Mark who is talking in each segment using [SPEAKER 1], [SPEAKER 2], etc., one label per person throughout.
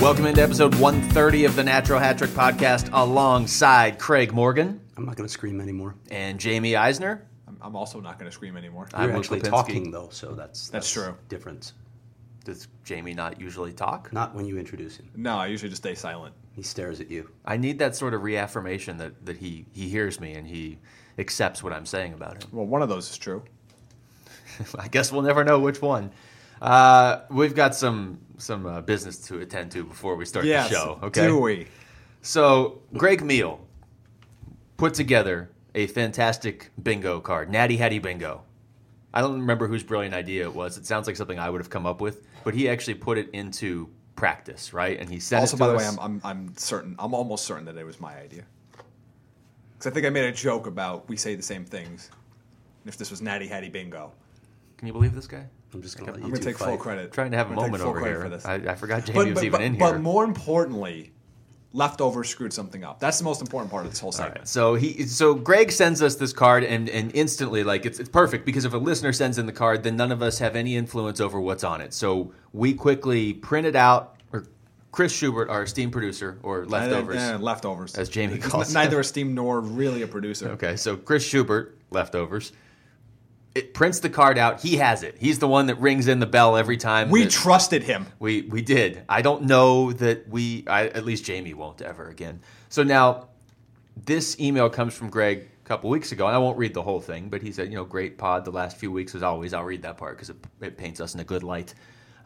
[SPEAKER 1] Welcome into episode 130 of the Natural Hat Trick Podcast alongside Craig Morgan
[SPEAKER 2] I'm not going to scream anymore.
[SPEAKER 1] and Jamie Eisner.
[SPEAKER 3] I'm, I'm also not going to scream anymore.
[SPEAKER 1] I'm
[SPEAKER 2] You're
[SPEAKER 1] Luke
[SPEAKER 2] actually
[SPEAKER 1] Lipinski.
[SPEAKER 2] talking though, so that's
[SPEAKER 3] That's true.
[SPEAKER 2] Difference.
[SPEAKER 1] Does Jamie not usually talk?
[SPEAKER 2] Not when you introduce him.
[SPEAKER 3] no, I usually just stay silent.
[SPEAKER 2] He stares at you.
[SPEAKER 1] I need that sort of reaffirmation that, that he, he hears me and he accepts what I'm saying about him.
[SPEAKER 3] Well, one of those is true.
[SPEAKER 1] I guess we'll never know which one. Uh, we've got some some uh, business to attend to before we start
[SPEAKER 3] Yes.
[SPEAKER 1] the show. Okay.
[SPEAKER 3] Do we?
[SPEAKER 1] So Greg Meal put together a fantastic bingo card, Natty Hattie Bingo. I don't remember whose brilliant idea it was. It sounds like something I would have come up with, but he actually put it into practice, right? And he sent
[SPEAKER 3] Also,
[SPEAKER 1] it
[SPEAKER 3] by
[SPEAKER 1] to
[SPEAKER 3] the way,
[SPEAKER 1] us.
[SPEAKER 3] I'm, I'm, I'm certain, I'm almost certain that it was my idea. Because I think I made a joke about we say the same things. And if this was Natty Hattie Bingo,
[SPEAKER 1] Can you believe this guy?
[SPEAKER 2] I'm just going to let you
[SPEAKER 3] I'm going
[SPEAKER 2] two
[SPEAKER 3] to take
[SPEAKER 2] fight.
[SPEAKER 3] full credit.
[SPEAKER 1] I'm trying to have a
[SPEAKER 3] I'm gonna
[SPEAKER 1] moment
[SPEAKER 3] take full
[SPEAKER 1] over
[SPEAKER 3] credit
[SPEAKER 1] here.
[SPEAKER 3] for this.
[SPEAKER 1] I, I forgot Jamie
[SPEAKER 3] But,
[SPEAKER 1] was
[SPEAKER 3] but,
[SPEAKER 1] even
[SPEAKER 3] but,
[SPEAKER 1] in here.
[SPEAKER 3] but more importantly, leftover screwed something up. That's the most important part of this whole segment.
[SPEAKER 1] So he, so Greg sends us this card, and and instantly, like it's it's perfect because if a listener sends in the card, then none of us have any influence over what's on it. So we quickly print it out, or Chris Schubert, our esteemed producer, or
[SPEAKER 3] And then-
[SPEAKER 1] leftovers.
[SPEAKER 3] yeah, Eh, leftovers.
[SPEAKER 1] As Jamie
[SPEAKER 3] Because
[SPEAKER 1] calls it.
[SPEAKER 3] Neither esteemed nor really a producer.
[SPEAKER 1] Okay, so Chris Schubert, leftovers. It prints the card out. He has it. He's the one that rings in the bell every time.
[SPEAKER 3] We
[SPEAKER 1] that-
[SPEAKER 3] trusted him.
[SPEAKER 1] We we did. I don't know that we. I, at least Jamie won't ever again. So now, this email comes from Greg a couple weeks ago, and I won't read the whole thing, but he said, you know, great pod the last few weeks as always. I'll read that part because it, it paints us in a good light.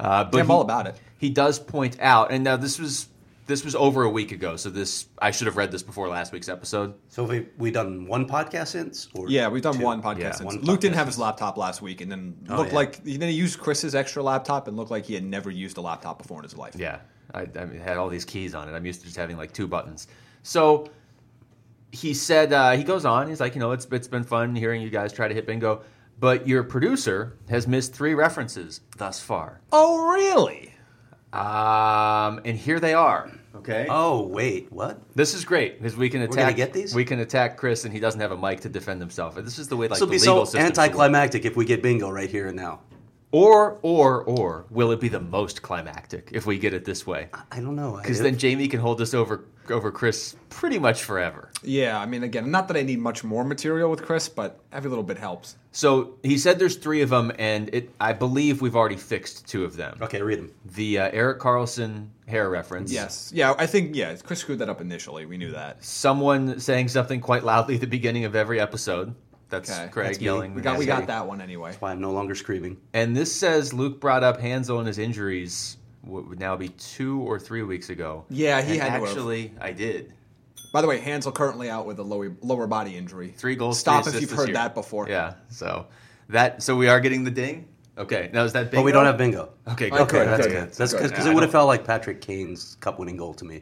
[SPEAKER 1] Uh, but
[SPEAKER 3] Yeah, I'm all about it.
[SPEAKER 1] He does point out, and now this was this was over a week ago, so this I should have read this before last week's episode.
[SPEAKER 2] So have we we done one podcast since? Or
[SPEAKER 3] Yeah, we've done
[SPEAKER 2] two?
[SPEAKER 3] one podcast.
[SPEAKER 1] Yeah,
[SPEAKER 3] since.
[SPEAKER 2] one
[SPEAKER 3] Luke didn't
[SPEAKER 2] podcast
[SPEAKER 3] have his laptop last week, and then
[SPEAKER 2] Oh,
[SPEAKER 3] looked
[SPEAKER 2] yeah.
[SPEAKER 3] like then he used Chris's extra laptop and looked like he had never used a laptop before in his life.
[SPEAKER 1] Yeah, I, I mean, it had all these keys on it. I'm used to just having like two buttons. So he said uh, he goes on. He's like, you know, it's it's been fun hearing you guys try to hit bingo, but your producer has missed three references thus far.
[SPEAKER 3] Oh, really?
[SPEAKER 1] Um, and here they are. Okay.
[SPEAKER 2] Oh wait, what?
[SPEAKER 1] This is great because we can
[SPEAKER 2] gonna
[SPEAKER 1] attack.
[SPEAKER 2] get these?
[SPEAKER 1] We can attack Chris, and he doesn't have a mic to defend himself. And this is the way like
[SPEAKER 2] this will
[SPEAKER 1] the
[SPEAKER 2] be
[SPEAKER 1] legal
[SPEAKER 2] so
[SPEAKER 1] system should work.
[SPEAKER 2] anticlimactic if we get bingo right here and now.
[SPEAKER 1] Or or or will it be the most climactic if we get it this way?
[SPEAKER 2] I don't know.
[SPEAKER 1] Because
[SPEAKER 2] I-
[SPEAKER 1] then Jamie can hold this over over Chris pretty much forever.
[SPEAKER 3] Yeah, I mean, again, not that I need much more material with Chris, but every little bit helps.
[SPEAKER 1] So he said there's three of them, and it, I believe we've already fixed two of them.
[SPEAKER 2] okay, read them.
[SPEAKER 1] The uh, Eric Carlson hair reference.
[SPEAKER 3] Yes, yeah, I think yeah, Chris screwed that up initially. We knew that.
[SPEAKER 1] Someone saying something quite loudly at the beginning of every episode. That's
[SPEAKER 3] Okay,
[SPEAKER 1] Craig
[SPEAKER 2] that's me.
[SPEAKER 1] yelling.
[SPEAKER 3] We got we
[SPEAKER 1] nasty.
[SPEAKER 3] got that one anyway.
[SPEAKER 2] Why I'm no longer screaming.
[SPEAKER 1] And this says Luke brought up Hansel and his injuries. What would now be two or three weeks ago?
[SPEAKER 3] Yeah, he
[SPEAKER 1] And
[SPEAKER 3] had to have.
[SPEAKER 1] actually. I did.
[SPEAKER 3] By the way, Hansel currently out with a lower lower body injury.
[SPEAKER 1] Three goals.
[SPEAKER 3] Stop
[SPEAKER 1] three
[SPEAKER 3] if you've
[SPEAKER 1] assists this
[SPEAKER 3] heard
[SPEAKER 1] year.
[SPEAKER 3] that before.
[SPEAKER 1] Yeah. So that. So we are getting the ding. Okay. Now is that? Bingo?
[SPEAKER 2] But we don't have bingo.
[SPEAKER 1] Okay. Good.
[SPEAKER 3] Okay,
[SPEAKER 2] Okay, that's
[SPEAKER 3] okay,
[SPEAKER 2] good.
[SPEAKER 3] good.
[SPEAKER 2] That's
[SPEAKER 3] Good.
[SPEAKER 2] because
[SPEAKER 3] I
[SPEAKER 2] it would have felt like Patrick Kane's cup-winning goal to me.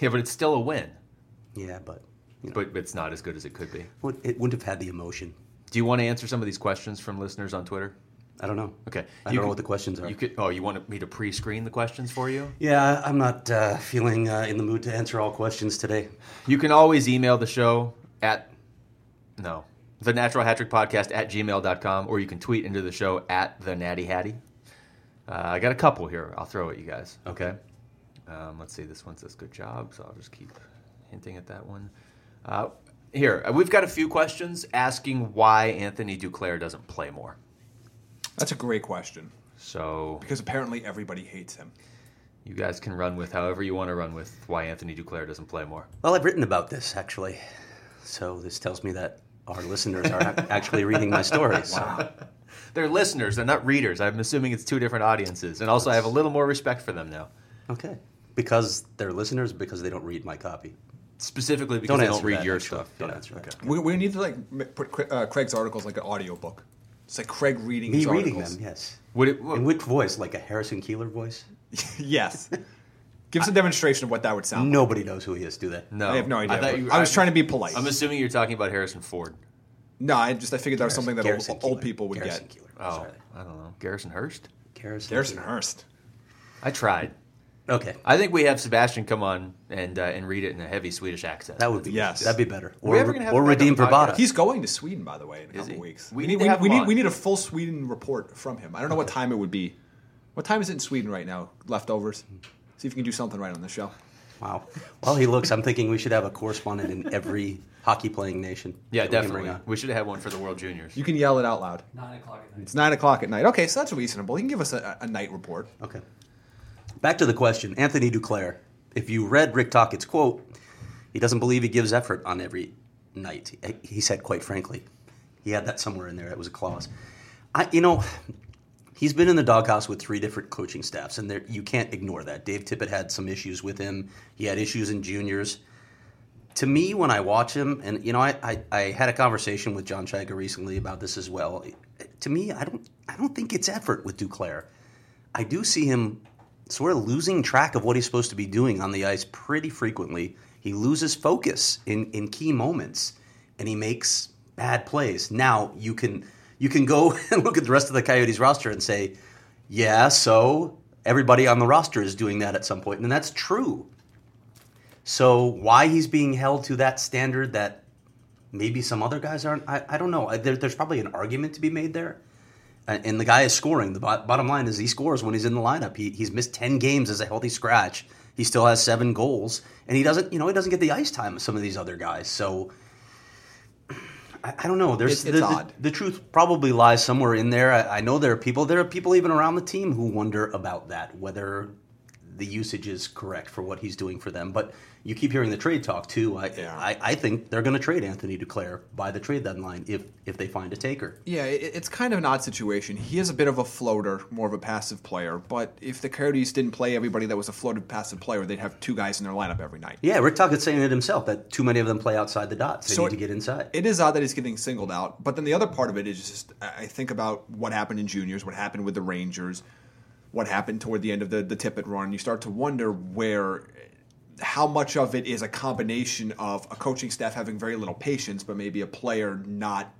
[SPEAKER 1] Yeah, but it's still a win.
[SPEAKER 2] Yeah, but you know,
[SPEAKER 1] But it's not as good as it could be.
[SPEAKER 2] would- it wouldn't have had the emotion.
[SPEAKER 1] Do you want to answer some of these questions from listeners on Twitter?
[SPEAKER 2] I don't know.
[SPEAKER 1] Okay.
[SPEAKER 2] I don't
[SPEAKER 1] You
[SPEAKER 2] know
[SPEAKER 1] could-
[SPEAKER 2] what the questions are.
[SPEAKER 1] You could. Oh, you want me to pre-screen the questions for you?
[SPEAKER 2] Yeah, I'm not uh, feeling uh, in the mood to answer all questions today.
[SPEAKER 1] You can always email the show at no the natural hat trick podcast at gmail.com or you can tweet into the show at the natty hattie uh, i got a couple here i'll throw at you guys okay um, let's see this one says good job so i'll just keep hinting at that one uh, here uh, we've got a few questions asking why anthony duclair doesn't play more
[SPEAKER 3] That's a great question
[SPEAKER 1] so
[SPEAKER 3] because apparently everybody hates him.
[SPEAKER 1] you guys can run with however you want to run with why anthony duclair doesn't play more
[SPEAKER 2] Well, I've written about this actually, so this tells me that our listeners are ac- actually reading my stories.
[SPEAKER 1] They're listeners. They're not readers. I'm assuming it's two different audiences, and also I have a little more respect for them now,
[SPEAKER 2] Okay, because they're listeners because they don't read my copy.
[SPEAKER 1] specifically because
[SPEAKER 2] Don't
[SPEAKER 1] they
[SPEAKER 2] answer
[SPEAKER 1] don't read
[SPEAKER 2] that,
[SPEAKER 1] your
[SPEAKER 2] actually.
[SPEAKER 1] stuff.
[SPEAKER 2] Don't
[SPEAKER 1] Yeah.
[SPEAKER 2] answer that.
[SPEAKER 3] We, we need to like m- put Cra- uh, Craig's articles like an audiobook. It's like Craig reading
[SPEAKER 2] Me
[SPEAKER 3] his
[SPEAKER 2] reading
[SPEAKER 3] articles.
[SPEAKER 2] them, yes.
[SPEAKER 1] Would it? Would,
[SPEAKER 2] In which voice? Like a Harrison Keeler voice?
[SPEAKER 3] yes. Give us a demonstration of what that would sound.
[SPEAKER 2] Nobody knows who he is, do they?
[SPEAKER 1] no,
[SPEAKER 3] like. I have no idea. but I,
[SPEAKER 1] thought you-
[SPEAKER 3] was
[SPEAKER 1] I-
[SPEAKER 3] trying to be polite.
[SPEAKER 1] I'm assuming you're talking about Harrison Ford.
[SPEAKER 3] no, I just I figured that was something that
[SPEAKER 2] Garrison
[SPEAKER 3] old, old
[SPEAKER 2] Keillor.
[SPEAKER 3] people would
[SPEAKER 2] Garrison
[SPEAKER 3] get.
[SPEAKER 2] Keillor.
[SPEAKER 1] Oh,
[SPEAKER 2] Sorry.
[SPEAKER 1] I don't know. Garrison Hurst.
[SPEAKER 2] Garrison.
[SPEAKER 3] Garrison
[SPEAKER 2] Keillor.
[SPEAKER 3] Hurst.
[SPEAKER 1] I tried.
[SPEAKER 2] Okay,
[SPEAKER 1] I think we have Sebastian come on and uh, and read it in a heavy Swedish accent.
[SPEAKER 2] that would be
[SPEAKER 3] Yes.
[SPEAKER 2] That'd be better.
[SPEAKER 1] we
[SPEAKER 2] Or,
[SPEAKER 1] ever gonna have
[SPEAKER 2] or
[SPEAKER 1] him back on
[SPEAKER 2] redeem
[SPEAKER 1] the podcast?
[SPEAKER 2] Bravada.
[SPEAKER 3] He's going to Sweden, by the way, in a couple
[SPEAKER 1] he?
[SPEAKER 3] weeks.
[SPEAKER 1] We
[SPEAKER 3] We
[SPEAKER 1] need
[SPEAKER 3] need
[SPEAKER 1] to
[SPEAKER 3] we,
[SPEAKER 1] have
[SPEAKER 3] we
[SPEAKER 1] him
[SPEAKER 3] need
[SPEAKER 1] on.
[SPEAKER 3] we need a full Sweden report from him. I don't know what time it would be. What time is it in Sweden right now? Leftovers. See if you can do something right on this show.
[SPEAKER 2] Wow. While he looks, I'm thinking we should have a correspondent in every hockey playing nation.
[SPEAKER 1] Yeah,
[SPEAKER 2] that we can bring
[SPEAKER 1] definitely.
[SPEAKER 2] on.
[SPEAKER 1] We should have had one for the World Juniors.
[SPEAKER 3] You can yell it out loud.
[SPEAKER 4] Nine o'clock at night.
[SPEAKER 3] It's nine o'clock at night. Okay, so that's reasonable. You can give us a, a night report.
[SPEAKER 2] Okay. Back to the question, Anthony Duclair. If you read Rick Tockett's quote, he doesn't believe he gives effort on every night. He said, quite frankly, he had that somewhere in there. That was a clause. I, you know, he's been in the doghouse with three different coaching staffs, and there, you can't ignore that. Dave Tippett had some issues with him. He had issues in juniors. To me, when I watch him, and you know, I, I, I had a conversation with John Chaga recently about this as well. To me, I don't I don't think it's effort with Duclair. I do see him sort of losing track of what he's supposed to be doing on the ice pretty frequently. He loses focus in, in key moments and he makes bad plays. Now you can you can go and look at the rest of the Coyotes roster and say, yeah, so everybody on the roster is doing that at some point, and that's true. So why he's being held to that standard that maybe some other guys aren't, I, I don't know. I, there, there's probably an argument to be made there and and the guy is scoring. The bo- bottom line is he scores when he's in the lineup. He, he's missed ten games as a healthy scratch. He still has seven goals, and he doesn't. You know, he doesn't get the ice time of some of these other guys. So I, I don't know. There's
[SPEAKER 3] It's- it's
[SPEAKER 2] the, the-
[SPEAKER 3] odd.
[SPEAKER 2] The, truth probably lies somewhere in there. I, I know there are people. There are people even around the team who wonder about that whether the usage is correct for what he's doing for them. But you keep hearing the trade talk too. I
[SPEAKER 3] Yeah.
[SPEAKER 2] I, I think they're going to trade Anthony Duclair by the trade deadline if if they find a taker.
[SPEAKER 3] Yeah, it, it's kind of an odd situation. He is a bit of a floater, more of a passive player. But if the Coyotes didn't play everybody that was a floated passive player, they'd have two guys in their lineup every night.
[SPEAKER 2] Yeah, Rick Tockett's saying it himself that too many of them play outside the dots. They
[SPEAKER 3] So
[SPEAKER 2] need to
[SPEAKER 3] it-
[SPEAKER 2] get inside.
[SPEAKER 3] It is odd that he's getting singled out. But then the other part of it is just I I think about what happened in juniors, what happened with the Rangers, what happened toward the end of the, the Tippett run. You start to wonder where how much of it is a combination of a coaching staff having very little patience, but maybe a player not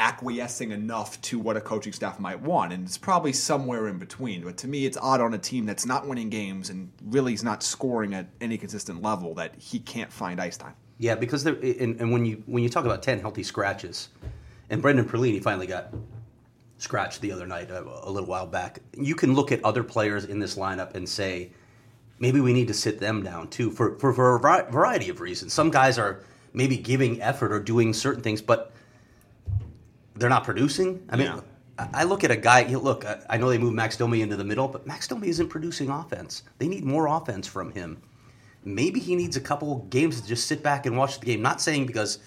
[SPEAKER 3] acquiescing enough to what a coaching staff might want. And it's probably somewhere in between. But to me, it's odd on a team that's not winning games and really is not scoring at any consistent level that he can't find ice time.
[SPEAKER 2] yeah, because there and, and when you when you talk about ten healthy scratches, and Brendan Perlini finally got scratched the other night a, a little while back. You can look at other players in this lineup and say maybe we need to sit them down too for for, for a vari- variety of reasons. Some guys are maybe giving effort or doing certain things, but they're not producing. I mean,
[SPEAKER 3] Yeah.
[SPEAKER 2] I I look at a guy. You know, look, I, I know they moved Max Domi into the middle, but Max Domi isn't producing offense. They need more offense from him. Maybe he needs a couple games to just sit back and watch the game. Not saying because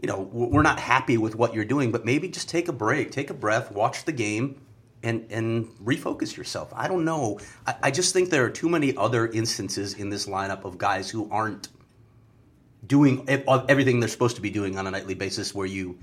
[SPEAKER 2] you know w- we're not happy with what you're doing, but maybe just take a break, take a breath, watch the game, and and refocus yourself. I don't know. I, I just think there are too many other instances in this lineup of guys who aren't doing ev- of everything they're supposed to be doing on a nightly basis where you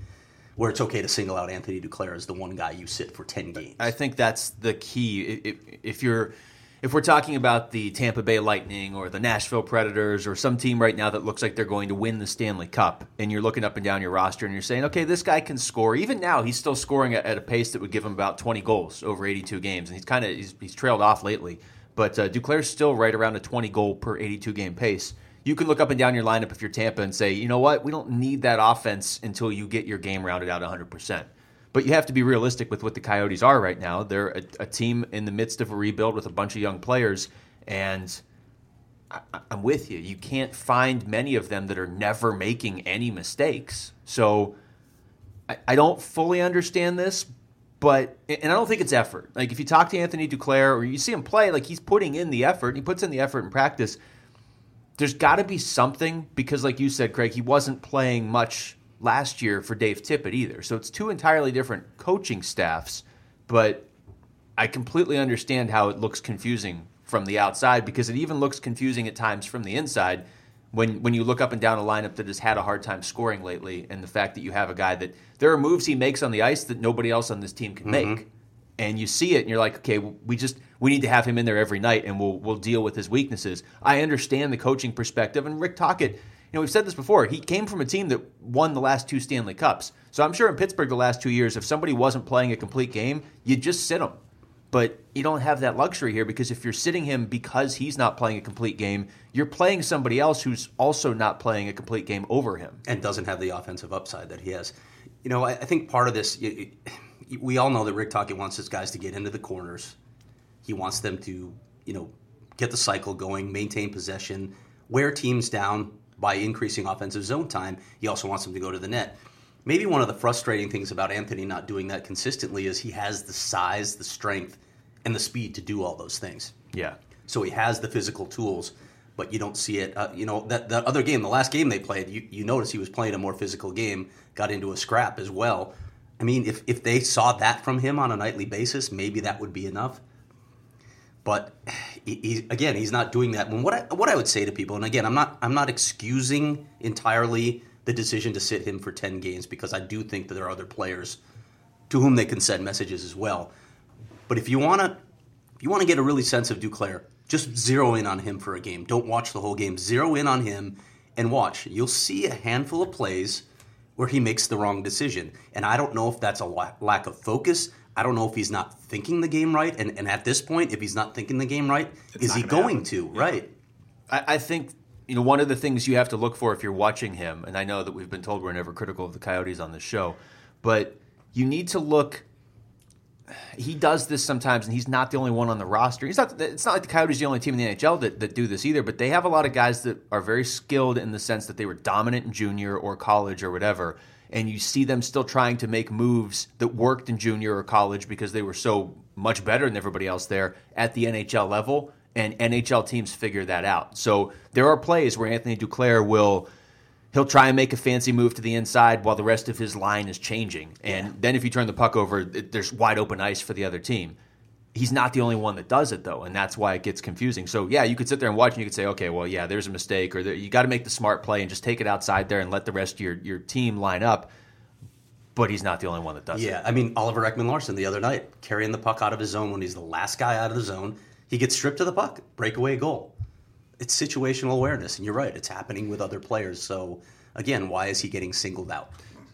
[SPEAKER 2] where it's okay to single out Anthony Duclair as the one guy you sit for 10 games.
[SPEAKER 1] I think that's the key. I- i- If you're if we're talking about the Tampa Bay Lightning or the Nashville Predators or some team right now that looks like they're going to win the Stanley Cup, and you're looking up and down your roster and you're saying, okay, this guy can score. Even now, he's still scoring at, at a pace that would give him about 20 goals over 82 games, and he's kind of he's, he's trailed off lately. But uh, Duclair's still right around a 20 goal per 82 game pace. You can look up and down your lineup if you're Tampa and say, you know what, we don't need that offense until you get your game rounded out 100 percent. But you have to be realistic with what the Coyotes are right now. They're a, a team in the midst of a rebuild with a bunch of young players, and I, I- I'm with you. You can't find many of them that are never making any mistakes. So I, I don't fully understand this, but and I don't think it's effort. Like if you talk to Anthony Duclair or you see him play, like he's putting in the effort. He puts in the effort in practice there's got to be something because, like you said, Craig, he wasn't playing much last year for Dave Tippett either. So it's two entirely different coaching staffs, but I completely understand how it looks confusing from the outside because it even looks confusing at times from the inside when when you look up and down a lineup that has had a hard time scoring lately and the fact that you have a guy that there are moves he makes on the ice that nobody else on this team can make and you see it and you're like okay we just we need to have him in there every night and we'll we'll deal with his weaknesses i understand the coaching perspective and rick tockett you know we've said this before he came from a team that won the last two stanley cups so i'm sure in pittsburgh the last two years if somebody wasn't playing a complete game you just sit him but you don't have that luxury here because if you're sitting him because he's not playing a complete game you're playing somebody else who's also not playing a complete game over him
[SPEAKER 2] and doesn't have the offensive upside that he has. You know, I, I think part of this, y y we all know that Rick Tockett wants his guys to get into the corners. He wants them to, you know, get the cycle going, maintain possession, wear teams down by increasing offensive zone time. He also wants them to go to the net. Maybe one of the frustrating things about Anthony not doing that consistently is he has the size, the strength, and the speed to do all those things.
[SPEAKER 1] Yeah.
[SPEAKER 2] So he has the physical tools, but you don't see it. Uh, you know that the other game, the last game they played, you, you notice he was playing a more physical game, got into a scrap as well. I mean, if if they saw that from him on a nightly basis, maybe that would be enough. But he, he, again, he's not doing that. When what I, what I would say to people, and again, I'm not I'm not excusing entirely the decision to sit him for ten games because I do think that there are other players to whom they can send messages as well. But if you want to, if you want to get a really sense of Duclair, just zero in on him for a game. Don't watch the whole game. Zero in on him and watch. You'll see a handful of plays where he makes the wrong decision, and I don't know if that's a la- lack of focus. I don't know if he's not thinking the game right, and, and at this point, if he's not thinking the game right,
[SPEAKER 3] It's
[SPEAKER 2] is
[SPEAKER 3] not
[SPEAKER 2] he
[SPEAKER 3] gonna
[SPEAKER 2] going
[SPEAKER 3] happen.
[SPEAKER 2] to? Right.
[SPEAKER 1] I, I think you know one of the things you have to look for if you're watching him, and I know that we've been told we're never critical of the Coyotes on this show, but you need to look. He does this sometimes, and he's not the only one on the roster. He's not. It's not like the Coyotes are the only team in the NHL that, that do this either. But they have a lot of guys that are very skilled in the sense that they were dominant in junior or college or whatever, and you see them still trying to make moves that worked in junior or college because they were so much better than everybody else there at the NHL level. And NHL teams figure that out. So there are plays where Anthony Duclair will he'll try and make a fancy move to the inside while the rest of his line is changing. And then if you turn the puck over, it- there's wide open ice for the other team. He's not the only one that does it though, and that's why it gets confusing. So yeah, you could sit there and watch, and you could say, okay, well, yeah, there's a mistake, or there, you got to make the smart play and just take it outside there and let the rest of your your team line up. But he's not the only one that does it.
[SPEAKER 2] Yeah, I mean Oliver Ekman Larson the other night carrying the puck out of his zone when he's the last guy out of the zone, he gets stripped of the puck, breakaway goal. It's situational awareness, and you're right, it's happening with other players. So again, why is he getting singled out?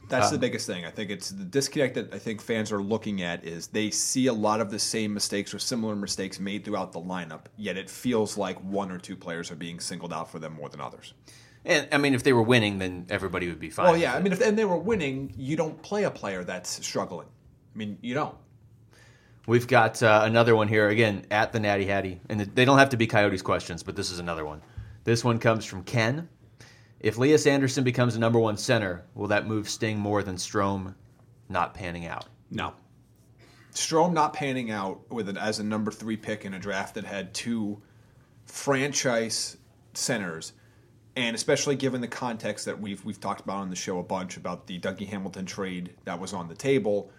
[SPEAKER 3] That's the biggest thing. I think it's the disconnect that I think fans are looking at is they see a lot of the same mistakes or similar mistakes made throughout the lineup, yet it feels like one or two players are being singled out for them more than others.
[SPEAKER 1] And I mean, if they were winning, then everybody would be fine.
[SPEAKER 3] Well, yeah, I mean, if and they were winning, you don't play a player that's struggling. I mean, you don't.
[SPEAKER 1] We've got uh, another one here again at the Natty Hattie, and they don't have to be Coyotes questions, but this is another one. This one comes from Ken. If Leah Anderson becomes a number one center, will that move Sting more than Strome not panning out?
[SPEAKER 3] No. Strom not panning out with an, as a number three pick in a draft that had two franchise centers, and especially given the context that we've we've talked about on the show a bunch about the Dougie Hamilton trade that was on the table,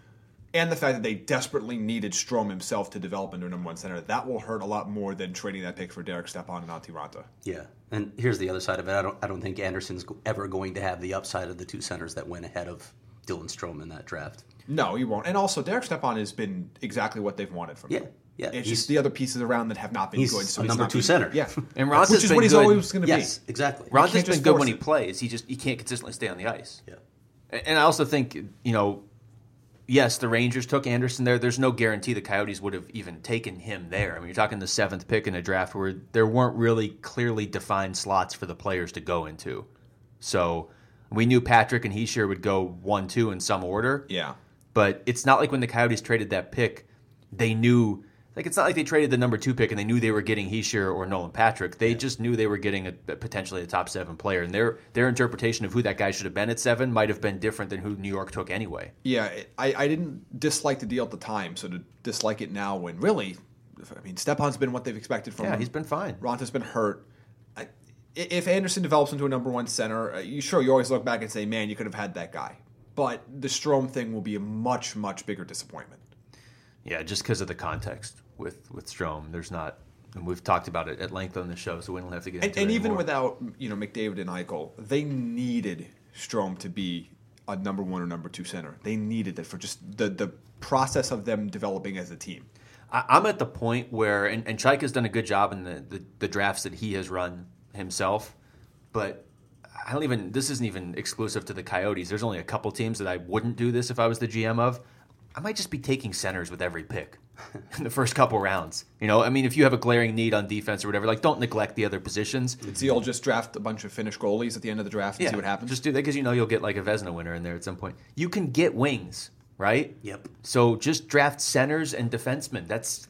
[SPEAKER 3] and the fact that they desperately needed Strom himself to develop into a number one center, that will hurt a lot more than trading that pick for Derek Stepan and Antti Ranta.
[SPEAKER 2] Yeah, and here's the other side of it. I don't, I don't think Anderson's go- ever going to have the upside of the two centers that went ahead of Dylan Strom in that draft.
[SPEAKER 3] No, he won't. And also, Derek Stepan has been exactly what they've wanted from
[SPEAKER 2] Yeah,
[SPEAKER 3] him.
[SPEAKER 2] yeah,
[SPEAKER 3] It's
[SPEAKER 2] he's-
[SPEAKER 3] just the other pieces around that have not been
[SPEAKER 2] He's
[SPEAKER 3] good. So
[SPEAKER 2] a
[SPEAKER 3] he's
[SPEAKER 2] number
[SPEAKER 3] not
[SPEAKER 2] two
[SPEAKER 3] being-
[SPEAKER 2] center.
[SPEAKER 3] Yeah,
[SPEAKER 1] And Ronta's
[SPEAKER 3] which is
[SPEAKER 1] been
[SPEAKER 3] what he's
[SPEAKER 1] good.
[SPEAKER 3] always going to
[SPEAKER 2] Yes,
[SPEAKER 3] be.
[SPEAKER 2] exactly.
[SPEAKER 3] Ron-
[SPEAKER 1] Ronta's been
[SPEAKER 3] just
[SPEAKER 1] good
[SPEAKER 3] force
[SPEAKER 1] when he
[SPEAKER 3] it.
[SPEAKER 1] plays. He just he can't consistently stay on the ice.
[SPEAKER 2] yeah.
[SPEAKER 1] A- And I also think, you know, yes, the Rangers took Anderson there. There's no guarantee the Coyotes would have even taken him there. I mean, you're talking the seventh pick in a draft where there weren't really clearly defined slots for the players to go into. So we knew Patrick and Heisher would go one, two in some order.
[SPEAKER 3] Yeah.
[SPEAKER 1] But it's not like when the Coyotes traded that pick, they knew. Like it's not like they traded the number two pick and they knew they were getting Heisher or Nolan Patrick. They just knew they were getting a, a potentially a top seven player, and their their interpretation of who that guy should have been at seven might have been different than who New York took anyway.
[SPEAKER 3] Yeah, it- I, I didn't dislike the deal at the time, so to dislike it now when really, I mean, Stepan's been what they've expected from
[SPEAKER 1] Yeah,
[SPEAKER 3] him.
[SPEAKER 1] he's been fine.
[SPEAKER 3] Ronta's been hurt. I, i- if Anderson develops into a number one center, uh, you sure you always look back and say, man, you could have had that guy. But the Strom thing will be a much, much bigger disappointment.
[SPEAKER 1] Yeah, just because of the context with with Strom, there's not, and we've talked about it at length on the show, so we don't have to get
[SPEAKER 3] And,
[SPEAKER 1] into
[SPEAKER 3] and
[SPEAKER 1] it
[SPEAKER 3] even
[SPEAKER 1] anymore.
[SPEAKER 3] without you know McDavid and Eichel, they needed Strom to be a number one or number two center. They needed it for just the the process of them developing as a team.
[SPEAKER 1] I, I'm at the point where, and, and Chyke has done a good job in the, the, the drafts that he has run himself, but I don't even, this isn't even exclusive to the Coyotes. There's only a couple teams that I wouldn't do this if I was the GM of. I might just be taking centers with every pick in the first couple rounds. You know, I mean, if you have a glaring need on defense or whatever, like don't neglect the other positions.
[SPEAKER 3] It's the old just draft a bunch of Finnish goalies at the end of the draft and see what happens.
[SPEAKER 1] Just do that because you know you'll get like a Vesna winner in there at some point. You can get wings, right?
[SPEAKER 2] Yep.
[SPEAKER 1] So just draft centers and defensemen. That's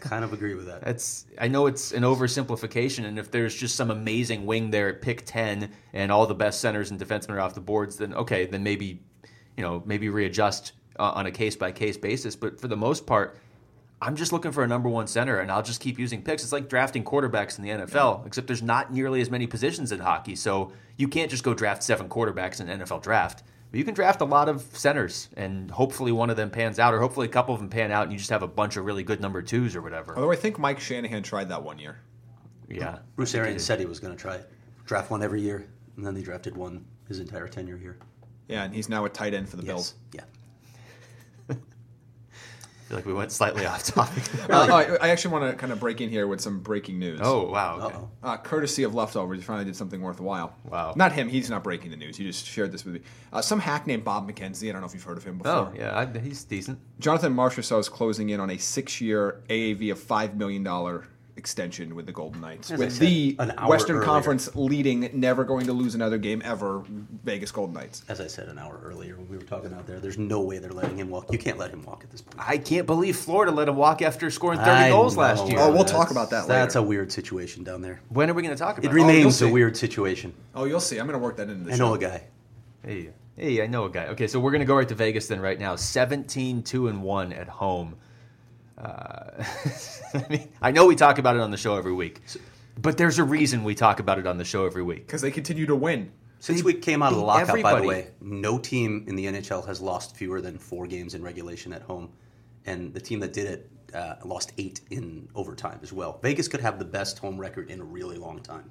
[SPEAKER 2] kind of agree with that.
[SPEAKER 1] That's I know it's an oversimplification, and if there's just some amazing wing there at pick ten, and all the best centers and defensemen are off the boards, then okay, then maybe you know maybe readjust uh, on a case by case basis. But for the most part, I'm just looking for a number one center, and I'll just keep using picks. It's like drafting quarterbacks in the NFL, except there's not nearly as many positions in hockey, so you can't just go draft seven quarterbacks in an NFL draft. But you can draft a lot of centers, and hopefully one of them pans out, or hopefully a couple of them pan out, and you just have a bunch of really good number twos or whatever.
[SPEAKER 3] Although I think Mike Shanahan tried that one year.
[SPEAKER 1] Yeah.
[SPEAKER 2] Bruce Arians said he was going to try it. Draft one every year, and then they drafted one his entire tenure here.
[SPEAKER 3] Yeah, and he's now a tight end for the Bills.
[SPEAKER 2] Yes. Yeah.
[SPEAKER 1] I feel like we went slightly off topic.
[SPEAKER 3] Uh, all right, I actually want to kind of break in here with some breaking news.
[SPEAKER 1] oh, wow. Okay.
[SPEAKER 2] Uh-oh.
[SPEAKER 3] Uh, courtesy of leftovers, he finally did something worthwhile.
[SPEAKER 1] Wow.
[SPEAKER 3] Not him. He's not breaking the news. He just shared this with me. Uh, some hack named Bob McKenzie. I don't know if you've heard of him before.
[SPEAKER 1] Oh, yeah. I, he's decent.
[SPEAKER 3] Jonathan Marchessault is closing in on a six-year AAV of five million dollar extension with the Golden Knights,
[SPEAKER 2] As I
[SPEAKER 3] with
[SPEAKER 2] said,
[SPEAKER 3] the
[SPEAKER 2] an hour
[SPEAKER 3] Western
[SPEAKER 2] earlier.
[SPEAKER 3] Conference leading, never going to lose another game ever. Vegas Golden Knights.
[SPEAKER 2] As I said an hour earlier when we were talking out there, there's no way they're letting him walk. You can't let him walk at this point.
[SPEAKER 1] I can't believe Florida let him walk after scoring 30
[SPEAKER 2] I
[SPEAKER 1] goals
[SPEAKER 2] know.
[SPEAKER 1] last year.
[SPEAKER 3] Oh, we'll
[SPEAKER 2] That's-
[SPEAKER 3] talk about that
[SPEAKER 2] That's a
[SPEAKER 3] later.
[SPEAKER 2] weird situation down there.
[SPEAKER 1] When are we going to talk about
[SPEAKER 2] It
[SPEAKER 1] it?
[SPEAKER 3] you'll
[SPEAKER 2] remains
[SPEAKER 3] see.
[SPEAKER 2] a weird situation.
[SPEAKER 3] Oh, you'll see. I'm going to work that into the
[SPEAKER 2] I know
[SPEAKER 3] show.
[SPEAKER 2] a guy.
[SPEAKER 1] Hey, hey, I know a guy. Okay, so we're gonna go right to Vegas then. Right now, 17-2 and one at home. Uh, I mean, I know we talk about it on the show every week, but there's a reason we talk about it on the show every week.
[SPEAKER 3] Because they continue to win.
[SPEAKER 2] Since we came out of the
[SPEAKER 1] beat
[SPEAKER 2] lockout, by
[SPEAKER 1] everybody.
[SPEAKER 2] the way, no team in the NHL has lost fewer than four games in regulation at home, and the team that did it uh, lost eight in overtime as well. Vegas could have the best home record in a really long time.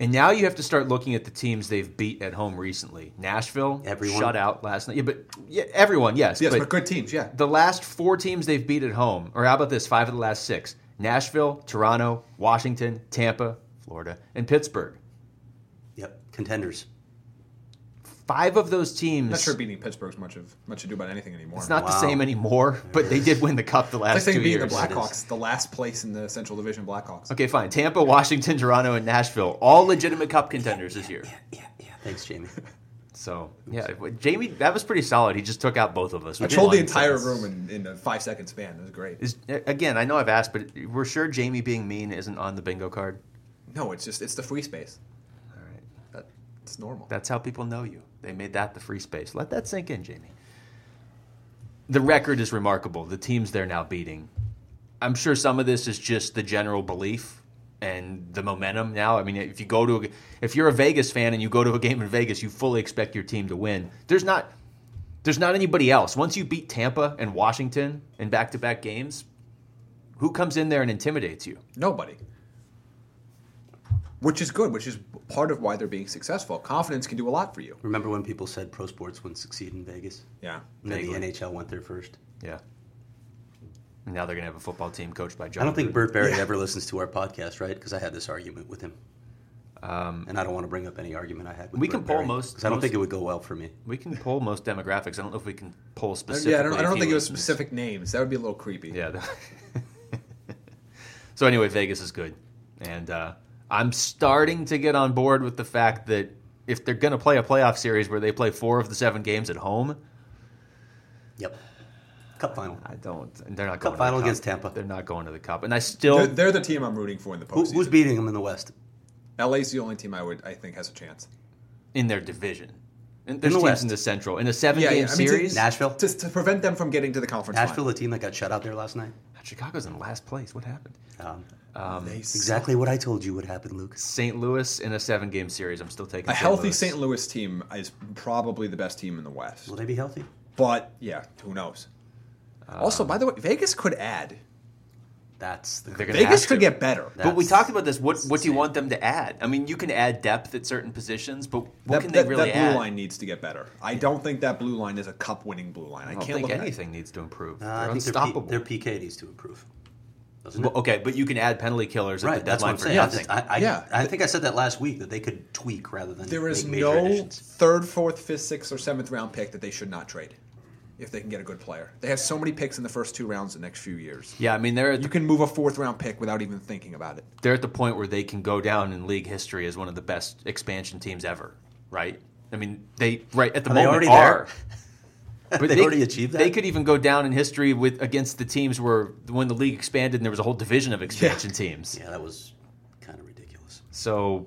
[SPEAKER 1] And now you have to start looking at the teams they've beat at home recently. Nashville,
[SPEAKER 2] Everyone.
[SPEAKER 1] shut out last night. Yeah, but yeah, everyone, yes,
[SPEAKER 3] Yes,
[SPEAKER 1] but-
[SPEAKER 3] but, good teams. Yeah.
[SPEAKER 1] the last four teams they've beat at home, or how about this? Five of the last six: Nashville, Toronto, Washington, Tampa, Florida, and Pittsburgh.
[SPEAKER 2] Yep, contenders.
[SPEAKER 1] Five of those teams.
[SPEAKER 3] Not sure beating Pittsburgh's much of much ado about anything anymore.
[SPEAKER 1] It's not the
[SPEAKER 2] Wow.
[SPEAKER 1] same anymore, but they did win the cup the
[SPEAKER 3] It's like
[SPEAKER 1] last
[SPEAKER 3] saying
[SPEAKER 1] two
[SPEAKER 3] beating the
[SPEAKER 1] years.
[SPEAKER 3] Blackhawks, the last place in the Central Division Blackhawks.
[SPEAKER 1] Okay, fine. Tampa, Washington, Toronto, and Nashville, all legitimate cup contenders this year.
[SPEAKER 2] Yeah, yeah. Thanks, Jamie.
[SPEAKER 1] So, yeah, Jamie, that was pretty solid. He just took out both of us.
[SPEAKER 3] I
[SPEAKER 1] which
[SPEAKER 3] trolled the
[SPEAKER 1] is-
[SPEAKER 3] entire room in, in a five second span. It was great.
[SPEAKER 1] Is, again, I know I've asked, but we're sure Jamie being mean isn't on the bingo card.
[SPEAKER 3] No, it's just it's the free space.
[SPEAKER 1] All right.
[SPEAKER 3] That, it's normal.
[SPEAKER 1] That's how people know you. They made that the free space. Let that sink in, Jamie. The record is remarkable. The teams they're now beating. I'm sure some of this is just the general belief and the momentum now. I mean, if you go to a, if you're a Vegas fan and you go to a game in Vegas, you fully expect your team to win. There's not there's not anybody else. Once you beat Tampa and Washington in back-to-back games, who comes in there and intimidates you?
[SPEAKER 3] Nobody. Which is good, which is part of why they're being successful. Confidence can do a lot for you.
[SPEAKER 2] Remember when people said pro sports wouldn't succeed in Vegas?
[SPEAKER 3] Yeah.
[SPEAKER 2] And then the
[SPEAKER 1] Vaguely.
[SPEAKER 2] NHL went there first.
[SPEAKER 1] Yeah. And now they're going to have a football team coached by John.
[SPEAKER 2] I don't think
[SPEAKER 1] Gruden.
[SPEAKER 2] Bert Berry ever listens to our podcast, right? Because I had this argument with him. Um, and I don't want to bring up any argument I had with
[SPEAKER 1] We
[SPEAKER 2] Bert
[SPEAKER 1] can poll
[SPEAKER 2] Berry,
[SPEAKER 1] most-
[SPEAKER 2] 'cause I don't
[SPEAKER 1] most-
[SPEAKER 2] think it would go well for me.
[SPEAKER 1] We can poll most demographics. I don't know if we can poll specifically.
[SPEAKER 3] Uh, Yeah, I don't, I
[SPEAKER 1] if
[SPEAKER 3] don't
[SPEAKER 1] he
[SPEAKER 3] think it was
[SPEAKER 1] listens.
[SPEAKER 3] specific names. That would be a little creepy.
[SPEAKER 1] Yeah. so anyway, Vegas is good, and uh, I'm starting to get on board with the fact that if they're going to play a playoff series where they play four of the seven games at home,
[SPEAKER 2] Yep. Cup final.
[SPEAKER 1] I don't. They're not
[SPEAKER 2] Cup
[SPEAKER 1] going
[SPEAKER 2] final
[SPEAKER 1] to the
[SPEAKER 2] against
[SPEAKER 1] cup.
[SPEAKER 2] Tampa.
[SPEAKER 1] They're not going to the cup, and I still.
[SPEAKER 3] They're, they're the team I'm rooting for in the
[SPEAKER 2] Who,
[SPEAKER 3] postseason.
[SPEAKER 2] who's beating them in the West?
[SPEAKER 3] LA's the only team I would I think has a chance.
[SPEAKER 1] in their division. And there's
[SPEAKER 2] the
[SPEAKER 1] teams
[SPEAKER 2] West.
[SPEAKER 1] in the Central in a seven
[SPEAKER 3] Yeah,
[SPEAKER 1] game
[SPEAKER 3] yeah, I mean, to-
[SPEAKER 1] series.
[SPEAKER 2] Nah. Nashville?
[SPEAKER 3] To, to prevent them from getting to the conference
[SPEAKER 2] Nashville,
[SPEAKER 3] final.
[SPEAKER 2] the team that got shut out there last night.
[SPEAKER 1] Chicago's in last place. What happened?
[SPEAKER 2] Um,
[SPEAKER 3] They suck.
[SPEAKER 2] exactly what I told you would happen, Luke.
[SPEAKER 1] St. Louis in a seven game series. I'm still taking
[SPEAKER 3] A
[SPEAKER 1] St.
[SPEAKER 3] healthy
[SPEAKER 1] Louis.
[SPEAKER 3] St. Louis team is probably the best team in the West.
[SPEAKER 2] Will they be healthy?
[SPEAKER 3] But yeah, who knows?
[SPEAKER 1] Um,
[SPEAKER 3] also, by the way, Vegas could add.
[SPEAKER 2] That's the
[SPEAKER 1] They're gonna
[SPEAKER 3] Vegas
[SPEAKER 1] have
[SPEAKER 3] could
[SPEAKER 1] to.
[SPEAKER 3] get better.
[SPEAKER 2] That-
[SPEAKER 1] But we
[SPEAKER 2] That's-
[SPEAKER 1] talked about this. What what do you
[SPEAKER 2] insane.
[SPEAKER 1] want them to add? I mean, you can add depth at certain positions, but what
[SPEAKER 3] That,
[SPEAKER 1] can
[SPEAKER 3] that-
[SPEAKER 1] they really
[SPEAKER 3] that blue
[SPEAKER 1] add?
[SPEAKER 3] line needs to get better. I don't think that blue line is a cup-winning blue line. I,
[SPEAKER 1] I don't
[SPEAKER 3] can't
[SPEAKER 1] think
[SPEAKER 3] look at it.
[SPEAKER 1] anything needs to improve.
[SPEAKER 2] Uh,
[SPEAKER 1] They're
[SPEAKER 2] I think their, P,
[SPEAKER 1] unstoppable.
[SPEAKER 2] their PK needs to improve. Doesn't
[SPEAKER 1] Well,
[SPEAKER 2] it?
[SPEAKER 1] okay, but you can add penalty killers at
[SPEAKER 2] Right,
[SPEAKER 1] the
[SPEAKER 2] that's what
[SPEAKER 1] deadline
[SPEAKER 2] I'm
[SPEAKER 1] for
[SPEAKER 2] saying. I,
[SPEAKER 1] nothing.
[SPEAKER 2] just, I, I,
[SPEAKER 3] Yeah.
[SPEAKER 2] I think I said that last week that they could tweak rather than
[SPEAKER 3] There is
[SPEAKER 2] make major
[SPEAKER 3] no
[SPEAKER 2] additions.
[SPEAKER 3] third, fourth, fifth, sixth, or seventh round pick that they should not trade if they can get a good player. They have so many picks in the first two rounds the next few years.
[SPEAKER 1] yeah, I mean they're at
[SPEAKER 3] You
[SPEAKER 1] the,
[SPEAKER 3] can move a fourth round pick without even thinking about it.
[SPEAKER 1] they're at the point where they can go down in league history as one of the best expansion teams ever, right? I mean they right at the
[SPEAKER 2] Are they
[SPEAKER 1] moment
[SPEAKER 2] already
[SPEAKER 1] are.
[SPEAKER 2] there?
[SPEAKER 1] But
[SPEAKER 2] They already achieved that?
[SPEAKER 1] They could even go down in history with against the teams where when the league expanded and there was a whole division of expansion teams.
[SPEAKER 2] Yeah, that was kind of ridiculous.
[SPEAKER 1] So,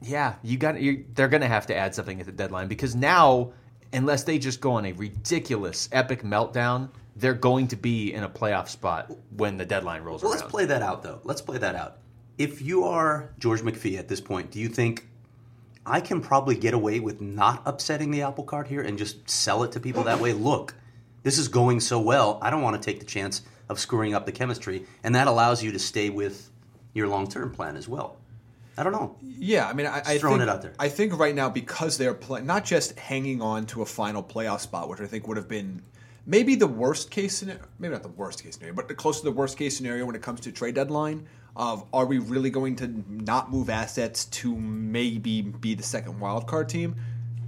[SPEAKER 1] yeah, you got you they're going to have to add something at the deadline because now, unless they just go on a ridiculous epic meltdown, they're going to be in a playoff spot when the deadline rolls
[SPEAKER 2] Well,
[SPEAKER 1] around.
[SPEAKER 2] let's play that out, though. Let's play that out. If you are George McPhee at this point, do you think I can probably get away with not upsetting the apple cart here and just sell it to people that way? Look, this is going so well. I don't want to take the chance of screwing up the chemistry, and that allows you to stay with your long-term plan as well. I don't know.
[SPEAKER 3] Yeah, I mean, I, I
[SPEAKER 2] throwing it
[SPEAKER 3] think,
[SPEAKER 2] out there.
[SPEAKER 3] I think right now because they're play- not just hanging on to a final playoff spot, which I think would have been maybe the worst case scenario, maybe not the worst case scenario, but the close to the worst case scenario when it comes to trade deadline. Of are we really going to not move assets to maybe be the second wild card team?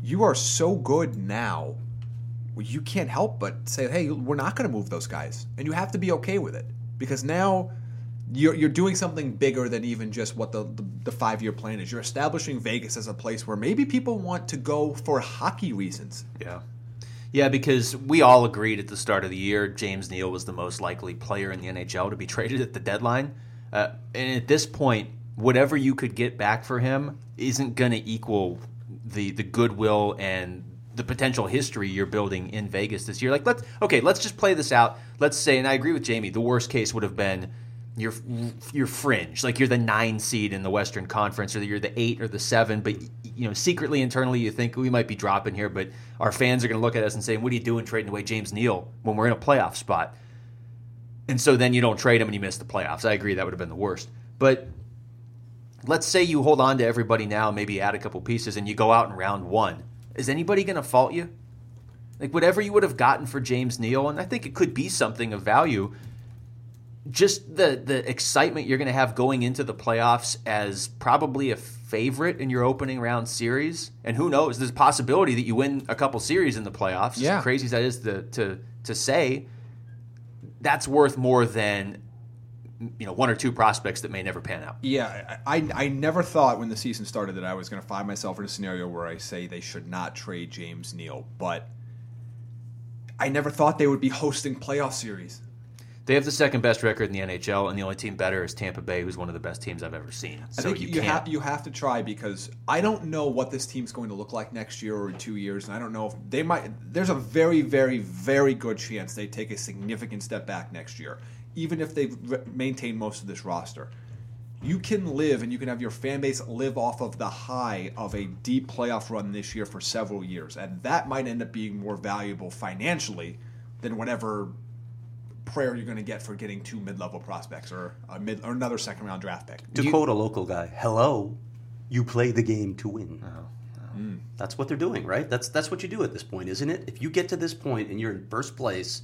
[SPEAKER 3] You are so good now, you can't help but say, "Hey, we're not going to move those guys," and you have to be okay with it because now you're, you're doing something bigger than even just what the, the, the five year plan is. You're establishing Vegas as a place where maybe people want to go for hockey reasons.
[SPEAKER 1] Yeah. Yeah, because we all agreed at the start of the year James Neal was the most likely player in the NHL to be traded at the deadline. Uh, and at this point, whatever you could get back for him isn't going to equal the the goodwill and the potential history you're building in Vegas this year. Like let's okay, let's just play this out. Let's say and I agree with Jamie, the worst case would have been you're you're fringe, like you're the nine seed in the Western Conference, or you're the eight or the seven. But you know, secretly internally, you think we might be dropping here, but our fans are going to look at us and say, "What are you doing trading away James Neal when we're in a playoff spot?" And so then you don't trade him and you miss the playoffs. I agree that would have been the worst. But let's say you hold on to everybody now, maybe add a couple pieces, and you go out in round one. Is anybody going to fault you? Like whatever you would have gotten for James Neal, and I think it could be something of value just the the excitement you're going to have going into the playoffs as probably a favorite in your opening round series, and who knows, there's a possibility that you win a couple series in the playoffs.
[SPEAKER 3] Yeah.
[SPEAKER 1] As crazy as that is to to to say, that's worth more than you know one or two prospects that may never pan out.
[SPEAKER 3] Yeah, I, I I never thought when the season started that I was going to find myself in a scenario where I say they should not trade James Neal, but I never thought they would be hosting playoff series.
[SPEAKER 1] They have the second best record in the NHL, and the only team better is Tampa Bay, who's one of the best teams I've ever seen.
[SPEAKER 3] I
[SPEAKER 1] So
[SPEAKER 3] think
[SPEAKER 1] you,
[SPEAKER 3] you,
[SPEAKER 1] can't.
[SPEAKER 3] have you have to try because I don't know what this team's going to look like next year or in two years, and I don't know if they might. There's a very, very, very good chance they take a significant step back next year, even if they re- maintain most of this roster. You can live and you can have your fan base live off of the high of a deep playoff run this year for several years, and that might end up being more valuable financially than whatever prayer you're going to get for getting two mid-level prospects or a mid or another second-round draft pick.
[SPEAKER 2] To quote a local guy, "Hello, you play the game to win."
[SPEAKER 3] Mm.
[SPEAKER 2] That's what they're doing, right? That's that's what you do at this point, isn't it? If you get to this point and you're in first place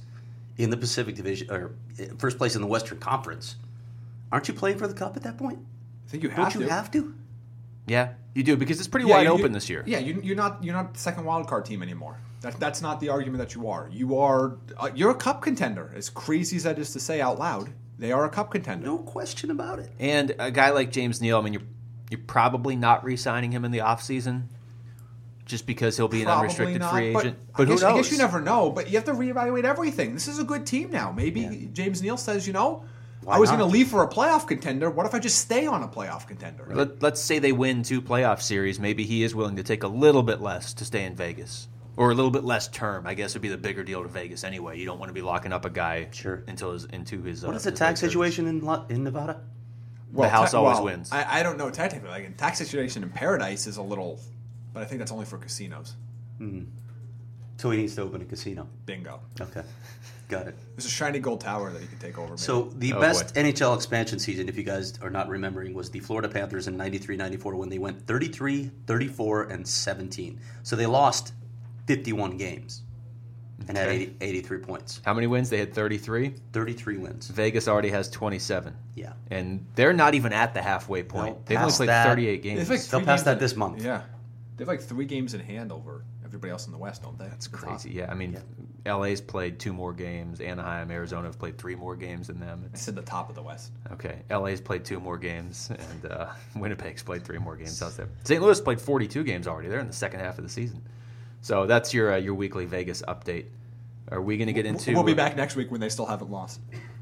[SPEAKER 2] in the Pacific Division or eh, first place in the Western Conference, aren't you playing for the cup at that point?
[SPEAKER 3] I think you
[SPEAKER 2] Don't
[SPEAKER 3] have
[SPEAKER 2] you
[SPEAKER 3] to.
[SPEAKER 2] have to?
[SPEAKER 1] yeah, you do because it's pretty
[SPEAKER 3] Yeah,
[SPEAKER 1] wide
[SPEAKER 3] you-
[SPEAKER 1] open this year.
[SPEAKER 3] Yeah, you, you're not you're not the second wild card team anymore. That, that's not the argument that you are. You are uh, you're a cup contender. As crazy as that is to say out loud, they are a cup contender.
[SPEAKER 2] No question about it.
[SPEAKER 1] And a guy like James Neal, I mean, you're you're probably not re-signing him in the offseason just because he'll be an
[SPEAKER 3] Probably
[SPEAKER 1] unrestricted
[SPEAKER 3] not,
[SPEAKER 1] free
[SPEAKER 3] but
[SPEAKER 1] agent.
[SPEAKER 3] I
[SPEAKER 1] But, who
[SPEAKER 3] guess-
[SPEAKER 1] knows?
[SPEAKER 3] I guess you never know. But you have to reevaluate everything. This is a good team now. Maybe James Neal says, you know,
[SPEAKER 2] Why
[SPEAKER 3] I was
[SPEAKER 2] not?
[SPEAKER 3] going to leave for a playoff contender. What if I just stay on a playoff contender?
[SPEAKER 1] Let, let's say they win two playoff series. Maybe he is willing to take a little bit less to stay in Vegas, or a little bit less term. I guess would be the bigger deal to Vegas anyway. You don't want to be locking up a guy
[SPEAKER 2] Sure.
[SPEAKER 1] until his into his.
[SPEAKER 2] What
[SPEAKER 1] uh,
[SPEAKER 2] is the
[SPEAKER 1] his
[SPEAKER 2] tax
[SPEAKER 1] late 30s.
[SPEAKER 2] situation in Lo- in Nevada?
[SPEAKER 1] the house always wins.
[SPEAKER 3] I, I don't know technically. Like in tax situation in paradise is a little, but I think that's only for casinos.
[SPEAKER 2] So he needs to open a casino.
[SPEAKER 3] Bingo.
[SPEAKER 2] Okay, got it.
[SPEAKER 3] There's a shiny gold tower that you can take over. Maybe.
[SPEAKER 2] So the
[SPEAKER 1] Oh,
[SPEAKER 2] best
[SPEAKER 1] boy.
[SPEAKER 2] NHL expansion season, if you guys are not remembering, was the Florida Panthers in 93-94 when they went 33, 34, and 17. So they lost 51 games and had
[SPEAKER 1] Okay.
[SPEAKER 2] 80, 83 points.
[SPEAKER 1] How many wins? They had thirty-three.
[SPEAKER 2] 33 wins.
[SPEAKER 1] Vegas already has twenty-seven.
[SPEAKER 2] Yeah.
[SPEAKER 1] And they're not even at the halfway point.
[SPEAKER 2] No,
[SPEAKER 1] They've only
[SPEAKER 2] past
[SPEAKER 1] played
[SPEAKER 2] that.
[SPEAKER 1] 38
[SPEAKER 3] They
[SPEAKER 1] games.
[SPEAKER 3] have, like,
[SPEAKER 2] They'll
[SPEAKER 3] three
[SPEAKER 2] pass
[SPEAKER 3] games
[SPEAKER 2] that
[SPEAKER 3] in-
[SPEAKER 2] this month.
[SPEAKER 3] Yeah, they have like three games in hand over everybody else in the West, don't they? That's
[SPEAKER 1] crazy. Yeah, I mean, LA's played two more games. Anaheim, Arizona have played three more games than them.
[SPEAKER 3] I
[SPEAKER 1] It's,
[SPEAKER 3] said the top of the West.
[SPEAKER 1] okay, LA's played two more games, and uh, Winnipeg's played three more games out there. St. Louis played 42 games already. They're in the second half of the season. So that's your uh, your weekly Vegas update. Are we going to get into? uh,
[SPEAKER 3] we'll be back next week when they still haven't lost.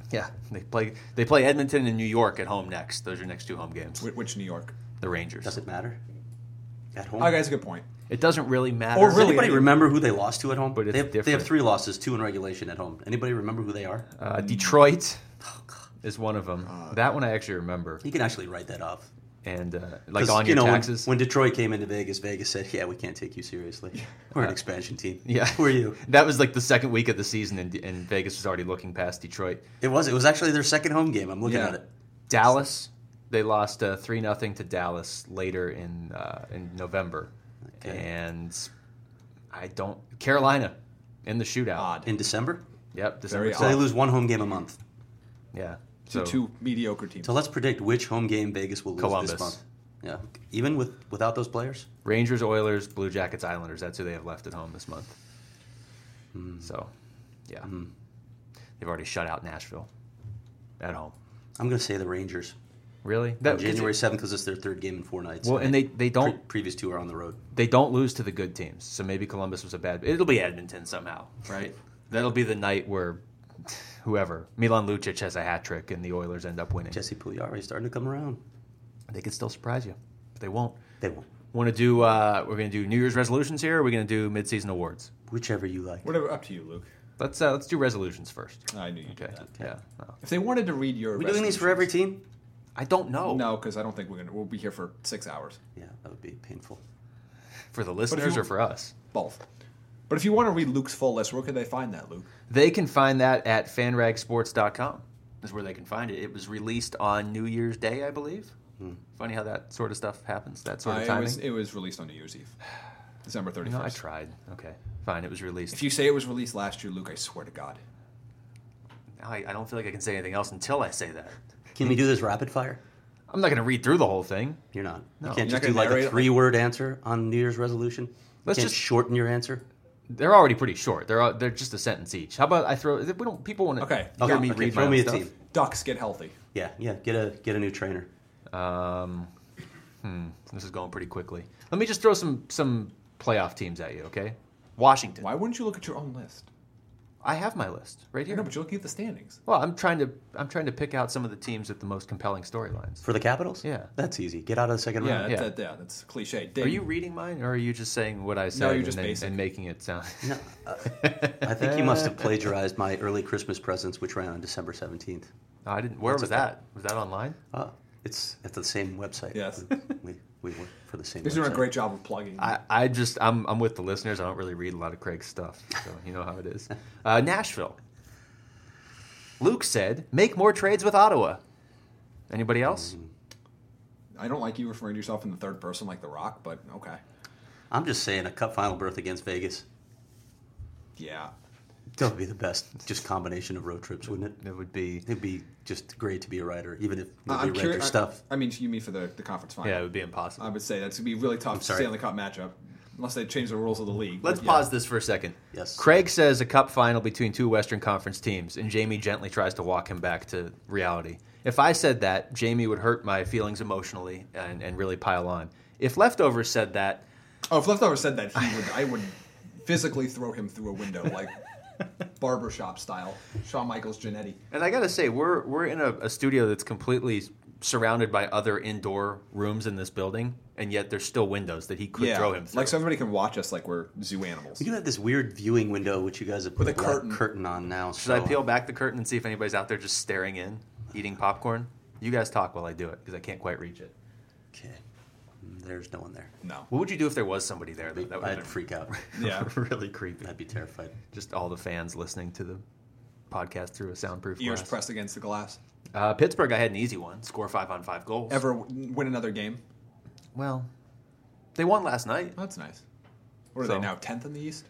[SPEAKER 1] Yeah, they play they play Edmonton and New York at home next. Those are your next two home games.
[SPEAKER 3] Wh- Which New York?
[SPEAKER 1] The Rangers.
[SPEAKER 2] Does it matter? At home?
[SPEAKER 3] Oh, that's a good point.
[SPEAKER 1] It doesn't Oh, really matter.
[SPEAKER 3] Or really-
[SPEAKER 2] Anybody remember who they lost to at home?
[SPEAKER 1] But it's
[SPEAKER 2] they, have, they have
[SPEAKER 1] different.
[SPEAKER 2] three losses, two in regulation at home. Anybody remember who they are?
[SPEAKER 1] Uh, Detroit
[SPEAKER 2] Oh,
[SPEAKER 1] is one of them.
[SPEAKER 2] Uh,
[SPEAKER 1] that one I actually remember.
[SPEAKER 2] You can actually write that off.
[SPEAKER 1] And uh, like
[SPEAKER 2] 'Cause,
[SPEAKER 1] on
[SPEAKER 2] you
[SPEAKER 1] your
[SPEAKER 2] know, when-
[SPEAKER 1] taxes.
[SPEAKER 2] When, Detroit came into Vegas, Vegas said, "Yeah, we can't take you seriously. We're an expansion team.
[SPEAKER 1] Uh, yeah,
[SPEAKER 2] who are you?
[SPEAKER 1] That was like the second week of the season, and, and Vegas was already looking past Detroit.
[SPEAKER 2] It was. It was actually their second home game. I'm looking
[SPEAKER 3] Yeah.
[SPEAKER 2] at it.
[SPEAKER 1] Dallas, they lost uh, three 0 nothing to Dallas later in uh, in November,
[SPEAKER 2] Okay.
[SPEAKER 1] and I don't Carolina in the shootout.
[SPEAKER 3] Odd.
[SPEAKER 2] In December,
[SPEAKER 1] Yep, December.
[SPEAKER 3] Very
[SPEAKER 2] so
[SPEAKER 1] tenth.
[SPEAKER 2] they
[SPEAKER 3] odd.
[SPEAKER 2] lose one home game a month.
[SPEAKER 1] Yeah,
[SPEAKER 3] Two,
[SPEAKER 1] so
[SPEAKER 3] two mediocre teams.
[SPEAKER 2] So let's predict which home game Vegas will lose
[SPEAKER 1] Columbus.
[SPEAKER 2] this month. Yeah, even with without those players,
[SPEAKER 1] Rangers, Oilers, Blue Jackets, Islanders. That's who they have left at home this month. So, yeah, they've already shut out Nashville at home.
[SPEAKER 2] I'm going to say the Rangers.
[SPEAKER 1] Really?
[SPEAKER 2] On
[SPEAKER 1] That,
[SPEAKER 2] January 7th because it's their third game in four nights.
[SPEAKER 1] Well, oh. and they, they
[SPEAKER 2] pre-
[SPEAKER 1] don't
[SPEAKER 2] previous two are on the road.
[SPEAKER 1] they don't lose to the good teams. So maybe Columbus was a bad. It'll be Edmonton somehow, right? That'll be the night where whoever Milan Lucic has a hat trick and the Oilers end up winning.
[SPEAKER 2] Jesse Puljujarvi is starting to come around.
[SPEAKER 1] they could still surprise you, but they won't.
[SPEAKER 2] They won't.
[SPEAKER 1] Want to do? Uh, we're going to do New Year's resolutions here. Or we're going to do midseason awards.
[SPEAKER 2] Whichever you like.
[SPEAKER 3] Whatever, up to you, Luke.
[SPEAKER 1] Let's uh, let's do resolutions first.
[SPEAKER 3] I knew you
[SPEAKER 1] Okay.
[SPEAKER 3] did that.
[SPEAKER 1] Yeah. no.
[SPEAKER 3] If they wanted to read your,
[SPEAKER 2] Are we doing these for every team?
[SPEAKER 1] I don't know.
[SPEAKER 3] No, because I don't think we're gonna. We'll be here for six hours.
[SPEAKER 2] Yeah, that would be painful.
[SPEAKER 1] For the listeners
[SPEAKER 3] you-
[SPEAKER 1] or for us?
[SPEAKER 3] Both. But if you want to read Luke's full list, where could they find that, Luke?
[SPEAKER 1] They can find that at fanragsports.com. Is where they can find it. It was released on New Year's Day, I believe. Funny how that sort of stuff happens. That sort
[SPEAKER 3] Uh,
[SPEAKER 1] of
[SPEAKER 3] it
[SPEAKER 1] timing.
[SPEAKER 3] Hmm. was it was released on New Year's Eve, December thirty
[SPEAKER 1] You know, I
[SPEAKER 3] first.
[SPEAKER 1] tried. Okay, fine. It was released.
[SPEAKER 3] if you say it was released last year, Luke, I swear to God.
[SPEAKER 1] I, I don't feel like I can say anything else until I say that.
[SPEAKER 2] Can we do this rapid fire?
[SPEAKER 1] I'm not going to read through the whole thing.
[SPEAKER 2] You're not.
[SPEAKER 1] No.
[SPEAKER 2] you can't
[SPEAKER 3] You're
[SPEAKER 2] just
[SPEAKER 3] not
[SPEAKER 2] do
[SPEAKER 3] gonna
[SPEAKER 2] like
[SPEAKER 3] narrate
[SPEAKER 2] a
[SPEAKER 3] it?
[SPEAKER 2] three word answer on New Year's resolution.
[SPEAKER 1] Let's
[SPEAKER 2] can't
[SPEAKER 1] just-
[SPEAKER 2] shorten your answer.
[SPEAKER 1] They're already pretty short. They're all- they're just a sentence each. How about I throw? We don't. People want to
[SPEAKER 3] Okay.
[SPEAKER 1] hear
[SPEAKER 3] Okay,
[SPEAKER 1] me
[SPEAKER 2] okay,
[SPEAKER 1] read
[SPEAKER 2] throw
[SPEAKER 1] my own
[SPEAKER 2] me a
[SPEAKER 1] stuff.
[SPEAKER 2] team.
[SPEAKER 3] Ducks get healthy.
[SPEAKER 2] Yeah, yeah. Get a get a new trainer.
[SPEAKER 1] Um, hmm, this is going pretty quickly. Let me just throw some some playoff teams at you, okay? Washington.
[SPEAKER 3] Why wouldn't you look at your own list?
[SPEAKER 1] I have my list right
[SPEAKER 3] You
[SPEAKER 1] here.
[SPEAKER 3] know, but you're looking at the standings.
[SPEAKER 1] Well, I'm trying to I'm trying to pick out some of the teams with the most compelling storylines.
[SPEAKER 2] For the Capitals?
[SPEAKER 1] Yeah.
[SPEAKER 2] That's easy. Get out of the second
[SPEAKER 3] Yeah,
[SPEAKER 2] round.
[SPEAKER 1] yeah.
[SPEAKER 3] That, that- yeah, that's cliche. Ding.
[SPEAKER 1] Are you reading mine, or are you just saying what I said
[SPEAKER 3] you're
[SPEAKER 1] and,
[SPEAKER 3] just
[SPEAKER 1] then-
[SPEAKER 3] basic.
[SPEAKER 1] and making it sound?
[SPEAKER 2] No, uh, I think you must have plagiarized my early Christmas presents, which ran on December 17th.
[SPEAKER 1] No, I didn't. Where
[SPEAKER 2] That's
[SPEAKER 1] was
[SPEAKER 2] okay.
[SPEAKER 1] that? Was that online?
[SPEAKER 2] Oh, it's at the same website.
[SPEAKER 3] Yes.
[SPEAKER 2] We, we work for the same
[SPEAKER 3] He's
[SPEAKER 2] website.
[SPEAKER 3] doing a great job of plugging.
[SPEAKER 1] I, I just I'm I'm with the listeners. I don't really read a lot of Craig's stuff, so you know how it is. Uh, Nashville. Luke said, "Make more trades with Ottawa." Anybody else?
[SPEAKER 3] I don't like you referring to yourself in the third person like The Rock, but okay.
[SPEAKER 2] I'm just saying a cup final berth against Vegas.
[SPEAKER 3] Yeah.
[SPEAKER 2] That would be the best just combination of road trips, wouldn't
[SPEAKER 3] Mm.
[SPEAKER 2] it?
[SPEAKER 1] It would be
[SPEAKER 2] It'd be just great to be a writer, even if
[SPEAKER 3] I-
[SPEAKER 2] nobody read
[SPEAKER 3] curi-
[SPEAKER 2] your
[SPEAKER 3] I-
[SPEAKER 2] stuff.
[SPEAKER 3] I, mean, you mean for the, the conference final.
[SPEAKER 1] yeah, it would be
[SPEAKER 3] I
[SPEAKER 1] impossible.
[SPEAKER 3] would say that's going to be really tough to
[SPEAKER 2] sorry.
[SPEAKER 3] stay on the cup matchup unless they change the rules of the league.
[SPEAKER 1] Let's
[SPEAKER 3] But, yeah.
[SPEAKER 1] pause this for a second.
[SPEAKER 2] Yes.
[SPEAKER 1] Craig says a cup final between two Western Conference teams, and Jamie gently tries to walk him back to reality. If I said that, Jamie would hurt my feelings emotionally and, and really pile on. If Leftovers said that,
[SPEAKER 3] Oh, if Leftover said that, he would. I would physically throw him through a window, like barbershop style. Shawn Michaels, Janetti.
[SPEAKER 1] And I gotta say, we're we're in a, a studio that's completely surrounded by other indoor rooms in this building, and yet there's still windows that he could throw him through.
[SPEAKER 3] like so everybody can watch us like we're zoo animals.
[SPEAKER 2] We do have this weird viewing window, which you guys have put
[SPEAKER 3] With a
[SPEAKER 2] black
[SPEAKER 3] curtain.
[SPEAKER 2] curtain on now.
[SPEAKER 1] Should I peel back the curtain and see if anybody's out there just staring in, eating popcorn? You guys talk while I do it because I can't quite reach it.
[SPEAKER 2] Okay. Mm, There's no one there.
[SPEAKER 3] No.
[SPEAKER 1] What would you do if there was somebody there? Though? That would have
[SPEAKER 2] I'd
[SPEAKER 1] been
[SPEAKER 2] freak out.
[SPEAKER 3] Yeah.
[SPEAKER 1] really creepy.
[SPEAKER 2] I'd be terrified.
[SPEAKER 1] Just all the fans listening to the podcast through a soundproof
[SPEAKER 3] Ears
[SPEAKER 1] glass.
[SPEAKER 3] pressed against the glass.
[SPEAKER 1] Uh, Pittsburgh, I had an easy one: score five on five goals.
[SPEAKER 3] Ever w- win another game?
[SPEAKER 1] Well, they won last night.
[SPEAKER 3] That's nice. What are
[SPEAKER 1] So-
[SPEAKER 3] they now? Tenth in the East?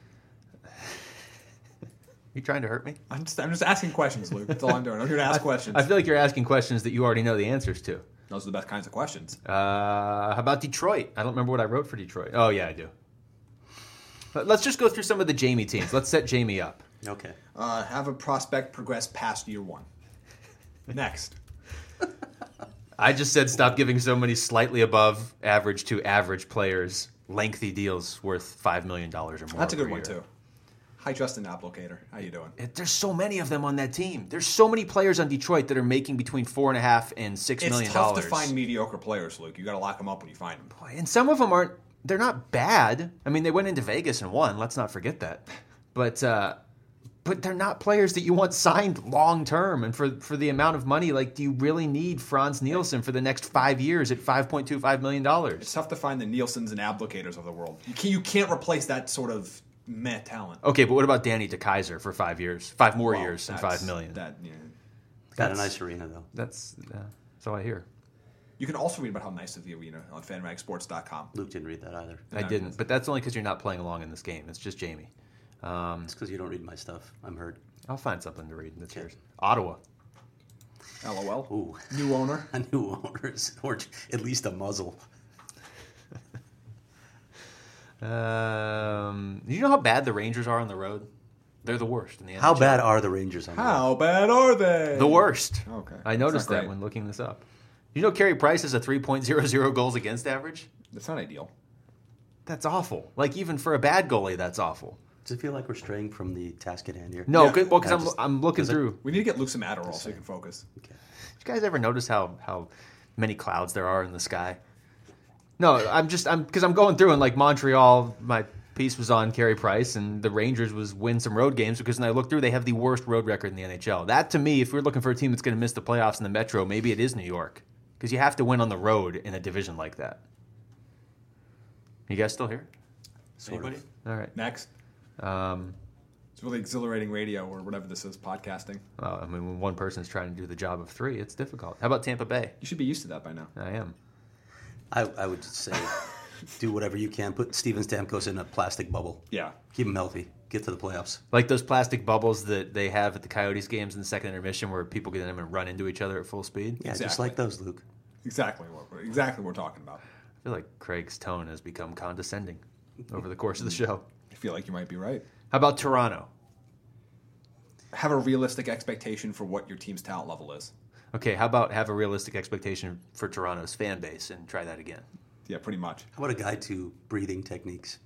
[SPEAKER 1] you trying to hurt me?
[SPEAKER 3] I'm just, I'm just asking questions, Luke. That's all I'm doing. I'm here to ask questions.
[SPEAKER 1] I feel like you're asking questions that you already know the answers to.
[SPEAKER 3] Those are the best kinds of questions.
[SPEAKER 1] Uh, how about Detroit? I don't remember what I wrote for Detroit. Oh yeah, I do. Let- Let's just go through some of the Jamie teams. Let's set Jamie up.
[SPEAKER 2] Okay.
[SPEAKER 3] Uh, have a prospect progress past year one. Next.
[SPEAKER 1] I just said stop giving so many slightly above average to average players lengthy deals worth five million dollars or more.
[SPEAKER 3] That's a good
[SPEAKER 1] per
[SPEAKER 3] one
[SPEAKER 1] year.
[SPEAKER 3] too. Hi, Justin Applicator. How you doing?
[SPEAKER 1] It- There's so many of them on that team. There's so many players on Detroit that are making between four and a half and six
[SPEAKER 3] It's
[SPEAKER 1] million
[SPEAKER 3] tough
[SPEAKER 1] dollars.
[SPEAKER 3] to find mediocre players, Luke. You got to lock them up when you find them.
[SPEAKER 1] and some of them aren't they're not bad i mean they went into vegas and won let's not forget that but uh but they're not players that you want signed long term and for for the amount of money like do you really need franz nielsen for the next five years at 5.25 million
[SPEAKER 3] It's
[SPEAKER 1] dollars
[SPEAKER 3] tough to find the Nielsen's and Applicators of the world. You can't, you can't replace that sort of meh talent.
[SPEAKER 1] okay but what about danny de kaiser for five years five more years and
[SPEAKER 3] That's-
[SPEAKER 1] five million
[SPEAKER 3] That, yeah.
[SPEAKER 2] Got a nice arena though.
[SPEAKER 1] that's uh, so i hear
[SPEAKER 3] You can also read about how nice of the arena on fanragsports.com.
[SPEAKER 2] Luke didn't read that either.
[SPEAKER 3] Mm.
[SPEAKER 1] i didn't but that's only because you're not playing along in this game it's just jamie
[SPEAKER 2] It's because you don't read my stuff. I'm heard.
[SPEAKER 1] i'll find something to read that's yours ottawa
[SPEAKER 3] LOL.
[SPEAKER 2] Ooh,
[SPEAKER 3] New owner.
[SPEAKER 2] a new owners or at least a muzzle.
[SPEAKER 1] Um, you know how bad the Rangers are on the road? They're the worst in the NHL.
[SPEAKER 2] How bad are the Rangers on the road?
[SPEAKER 3] How bad are they?
[SPEAKER 1] The worst.
[SPEAKER 3] Okay.
[SPEAKER 1] I
[SPEAKER 3] It's
[SPEAKER 1] noticed
[SPEAKER 3] not
[SPEAKER 1] that
[SPEAKER 3] great.
[SPEAKER 1] when looking this up. You know Carey Price is a 3.00 goals against average?
[SPEAKER 3] That's not ideal.
[SPEAKER 1] That's awful. Like, even for a bad goalie, that's awful.
[SPEAKER 2] Does it feel like we're straying from the task at hand here?
[SPEAKER 1] No,
[SPEAKER 3] Yeah.
[SPEAKER 1] good well, because
[SPEAKER 2] I
[SPEAKER 1] I'm,
[SPEAKER 2] just-
[SPEAKER 1] I'm looking
[SPEAKER 2] does it-
[SPEAKER 1] through.
[SPEAKER 3] We need to get Luke some Adderall so he can focus.
[SPEAKER 2] Okay.
[SPEAKER 1] Did you guys ever notice how, how many clouds there are in the sky? No, I'm just, I'm, because I'm going through and, like, Montreal, my piece was on Carey Price, and the Rangers was win some road games because when I look through, they have the worst road record in the NHL. That, to me, if we're looking for a team that's going to miss the playoffs in the Metro, maybe it is New York because you have to win on the road in a division like that. You guys still here?
[SPEAKER 2] Sort of.
[SPEAKER 3] Anybody?
[SPEAKER 1] All right.
[SPEAKER 3] Next.
[SPEAKER 1] Um,
[SPEAKER 3] It's really exhilarating radio or whatever this is, podcasting.
[SPEAKER 1] well, I mean, when one person's trying to do the job of three, it's difficult. How about Tampa Bay?
[SPEAKER 3] You should be used to that by now.
[SPEAKER 1] I am.
[SPEAKER 2] I, I would just say, do whatever you can. Put Steven Stamkos in a plastic bubble.
[SPEAKER 3] Yeah.
[SPEAKER 2] Keep him healthy. Get to the playoffs.
[SPEAKER 1] Like those plastic bubbles that they have at the Coyotes games in the second intermission where people get in them and run into each other at full speed.
[SPEAKER 2] Yeah, just
[SPEAKER 3] Exactly.
[SPEAKER 2] like those, Luke.
[SPEAKER 3] Exactly what we're, exactly what we're talking about.
[SPEAKER 1] I feel like Craig's tone has become condescending over the course of the show.
[SPEAKER 3] I feel like you might be right.
[SPEAKER 1] How about Toronto?
[SPEAKER 3] Have a realistic expectation for what your team's talent level is.
[SPEAKER 1] Okay, how about have a realistic expectation for Toronto's fan base and try that again?
[SPEAKER 3] Yeah, pretty much.
[SPEAKER 2] How about a guide to breathing techniques?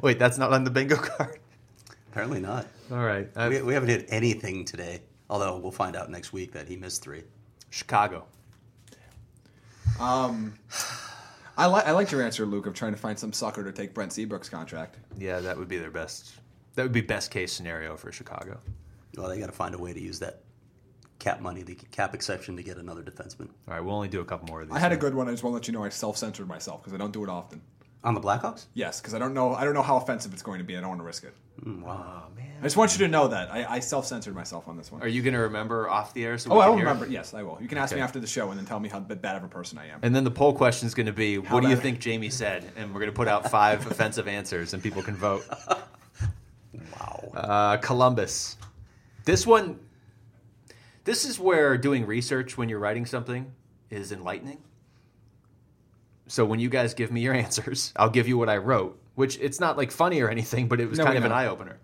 [SPEAKER 1] Wait, that's not on the bingo card.
[SPEAKER 2] Apparently not.
[SPEAKER 1] All right. uh,
[SPEAKER 2] We, we haven't hit anything today. Although we'll find out next week that he missed three.
[SPEAKER 1] Chicago.
[SPEAKER 3] Um, I, li- I liked your answer, Luke, of trying to find some sucker to take Brent Seabrook's contract.
[SPEAKER 1] Yeah, that would be their best. That would be best case scenario for Chicago.
[SPEAKER 2] Well, they got to find a way to use that cap money, the cap exception, to get another defenseman
[SPEAKER 1] All right, we'll only do a couple more of these.
[SPEAKER 3] I had a
[SPEAKER 1] now.
[SPEAKER 3] good one. I just want to let you know I self-censored myself because I don't do it often.
[SPEAKER 2] on the Blackhawks.
[SPEAKER 3] Yes, because I don't know I don't know how offensive it's going to be. I don't want to risk it.
[SPEAKER 2] Mm, wow.
[SPEAKER 1] Oh man.
[SPEAKER 3] I just want you to know that I, I self-censored myself on this one.
[SPEAKER 1] Are you going to remember off the air? So we
[SPEAKER 3] oh, I
[SPEAKER 1] can
[SPEAKER 3] will
[SPEAKER 1] hear it?
[SPEAKER 3] remember. Yes, I will. You can ask me
[SPEAKER 1] Okay.
[SPEAKER 3] after the show and then tell me how b- bad of a person I am.
[SPEAKER 1] And then the poll question is going to be,
[SPEAKER 3] How
[SPEAKER 1] what do you
[SPEAKER 3] bad-
[SPEAKER 1] think Jamie said? And we're going to put out five offensive answers, and people can vote.
[SPEAKER 2] Wow.
[SPEAKER 1] Uh, Columbus. This one. This is where doing research when you're writing something is enlightening. So when you guys give me your answers, I'll give you what I wrote, which it's not like funny or anything, but it was
[SPEAKER 3] No,
[SPEAKER 1] kind
[SPEAKER 3] we
[SPEAKER 1] of an
[SPEAKER 3] know.
[SPEAKER 1] eye opener.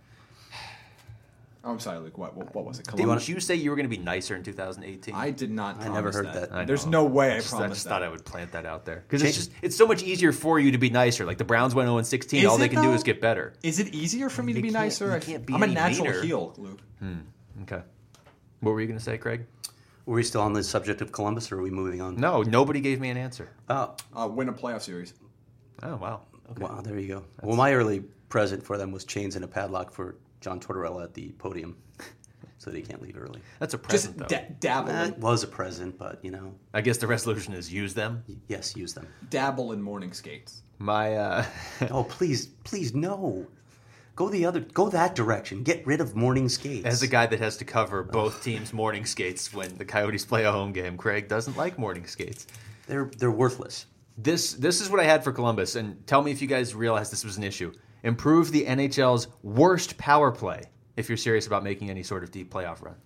[SPEAKER 3] Oh, I'm sorry, Luke. What what, what was it?
[SPEAKER 1] Didn't
[SPEAKER 3] Columbus.
[SPEAKER 1] you, say you were going to be nicer in 2018?
[SPEAKER 3] I did not.
[SPEAKER 2] I never
[SPEAKER 3] promise
[SPEAKER 2] heard that. I
[SPEAKER 3] There's
[SPEAKER 1] know.
[SPEAKER 3] no way I,
[SPEAKER 1] just,
[SPEAKER 3] promised
[SPEAKER 1] just
[SPEAKER 3] that.
[SPEAKER 1] thought I would plant that out there because it's just it's so much easier for you to be nicer. Like the Browns went 0 16,
[SPEAKER 3] Is
[SPEAKER 1] all they
[SPEAKER 3] it,
[SPEAKER 1] can do
[SPEAKER 3] though?
[SPEAKER 1] is get better.
[SPEAKER 3] Is it easier for me to
[SPEAKER 1] You
[SPEAKER 3] be
[SPEAKER 1] can't-
[SPEAKER 3] nicer?
[SPEAKER 1] you
[SPEAKER 3] I-
[SPEAKER 1] can't be
[SPEAKER 3] I'm a
[SPEAKER 1] any
[SPEAKER 3] natural
[SPEAKER 1] meaner.
[SPEAKER 3] heel, Luke.
[SPEAKER 1] Okay, what were you going to say, Craig?
[SPEAKER 2] Were we still on the subject of Columbus, or are we moving on?
[SPEAKER 1] No, nobody gave me an answer.
[SPEAKER 2] Oh,
[SPEAKER 3] Uh, win a playoff series.
[SPEAKER 1] Oh wow, okay.
[SPEAKER 2] wow. There you go. Well, my early present for them was chains and a padlock for John Tortorella at the podium, so that he can't leave early.
[SPEAKER 1] that's a
[SPEAKER 3] Just
[SPEAKER 1] present though.
[SPEAKER 3] da- dabble,
[SPEAKER 1] Uh,
[SPEAKER 3] in-
[SPEAKER 2] That was a present, but you know,
[SPEAKER 1] I guess the resolution is use them.
[SPEAKER 2] yes, use them.
[SPEAKER 3] dabble in morning skates.
[SPEAKER 1] My uh,
[SPEAKER 2] Oh, please, please, no. Go the other, go that direction. Get rid of morning skates.
[SPEAKER 1] as a guy that has to cover both teams' morning skates when the Coyotes play a home game, Craig doesn't like morning skates.
[SPEAKER 2] they're they're worthless.
[SPEAKER 1] This this is what I had for Columbus, and tell me if you guys realize this was an issue. Improve the NHL's worst power play if you're serious about making any sort of deep playoff run.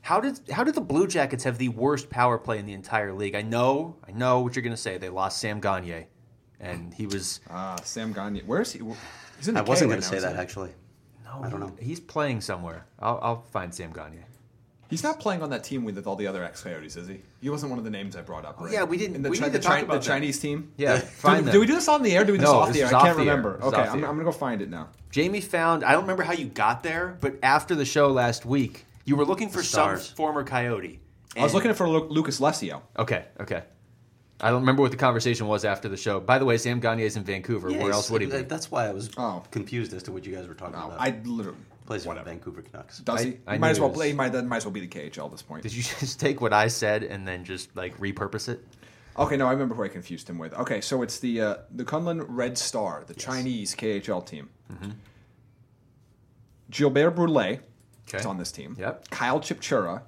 [SPEAKER 1] How did how did the Blue Jackets have the worst power play in the entire league? I know, I know what you're gonna say. They lost Sam Gagne, and he was
[SPEAKER 3] Ah, Sam Gagne. Where is he? He's in the
[SPEAKER 2] I wasn't
[SPEAKER 3] K
[SPEAKER 2] going
[SPEAKER 3] right
[SPEAKER 2] to
[SPEAKER 3] now,
[SPEAKER 2] say
[SPEAKER 3] isn't
[SPEAKER 2] that
[SPEAKER 3] he?
[SPEAKER 2] actually.
[SPEAKER 1] no,
[SPEAKER 2] I don't know.
[SPEAKER 1] He's playing somewhere. I'll, I'll find Sam Gagne.
[SPEAKER 3] He's not playing on that team with all the other ex Coyotes, is he? He wasn't one of the names I brought up. Right?
[SPEAKER 1] yeah, we didn't-
[SPEAKER 3] And the,
[SPEAKER 1] we
[SPEAKER 3] Chi-
[SPEAKER 1] need
[SPEAKER 3] the,
[SPEAKER 1] to talk
[SPEAKER 3] Chi-
[SPEAKER 1] about
[SPEAKER 3] the
[SPEAKER 1] that.
[SPEAKER 3] Chinese team.
[SPEAKER 1] Yeah,
[SPEAKER 3] Do,
[SPEAKER 1] find
[SPEAKER 3] we-
[SPEAKER 1] them.
[SPEAKER 3] do we do this on the air? Do we do this
[SPEAKER 1] No,
[SPEAKER 3] off
[SPEAKER 1] this
[SPEAKER 3] the air?
[SPEAKER 1] is
[SPEAKER 3] I
[SPEAKER 1] off
[SPEAKER 3] can't
[SPEAKER 1] the air.
[SPEAKER 3] remember.
[SPEAKER 1] This is
[SPEAKER 3] Okay,
[SPEAKER 1] off the
[SPEAKER 3] I'm,
[SPEAKER 1] air.
[SPEAKER 3] I'm gonna go find it now.
[SPEAKER 1] Jamie found. I don't remember how you got there, but after the show last week, you were looking for some
[SPEAKER 2] Stars.
[SPEAKER 1] former Coyote.
[SPEAKER 3] I was
[SPEAKER 1] and-
[SPEAKER 3] looking for Lu- Lucas Lesio.
[SPEAKER 1] Okay, okay. I don't remember what the conversation was after the show. By the way, Sam Gagne's in Vancouver. Where else would he be?
[SPEAKER 2] That's why I was
[SPEAKER 3] Oh.
[SPEAKER 2] confused as to what you guys were
[SPEAKER 1] Oh,
[SPEAKER 2] talking
[SPEAKER 3] No,
[SPEAKER 2] about.
[SPEAKER 3] I literally
[SPEAKER 2] plays for the
[SPEAKER 3] whatever.
[SPEAKER 2] Vancouver Canucks.
[SPEAKER 3] Does
[SPEAKER 1] I-
[SPEAKER 3] he?
[SPEAKER 1] I
[SPEAKER 3] He
[SPEAKER 1] knew
[SPEAKER 3] might as well
[SPEAKER 1] it was-
[SPEAKER 3] play. He might, that might as well be the KHL at this point.
[SPEAKER 1] Did you just take what I said and then just like repurpose it?
[SPEAKER 3] Okay, no, I remember who I confused him with. Okay, so it's the uh, the Kunlun Red Star, the Chinese KHL team.
[SPEAKER 1] Mm-hmm.
[SPEAKER 3] Gilbert Brule
[SPEAKER 1] Okay.
[SPEAKER 3] is on this team.
[SPEAKER 1] Yep.
[SPEAKER 3] Kyle Chipchura.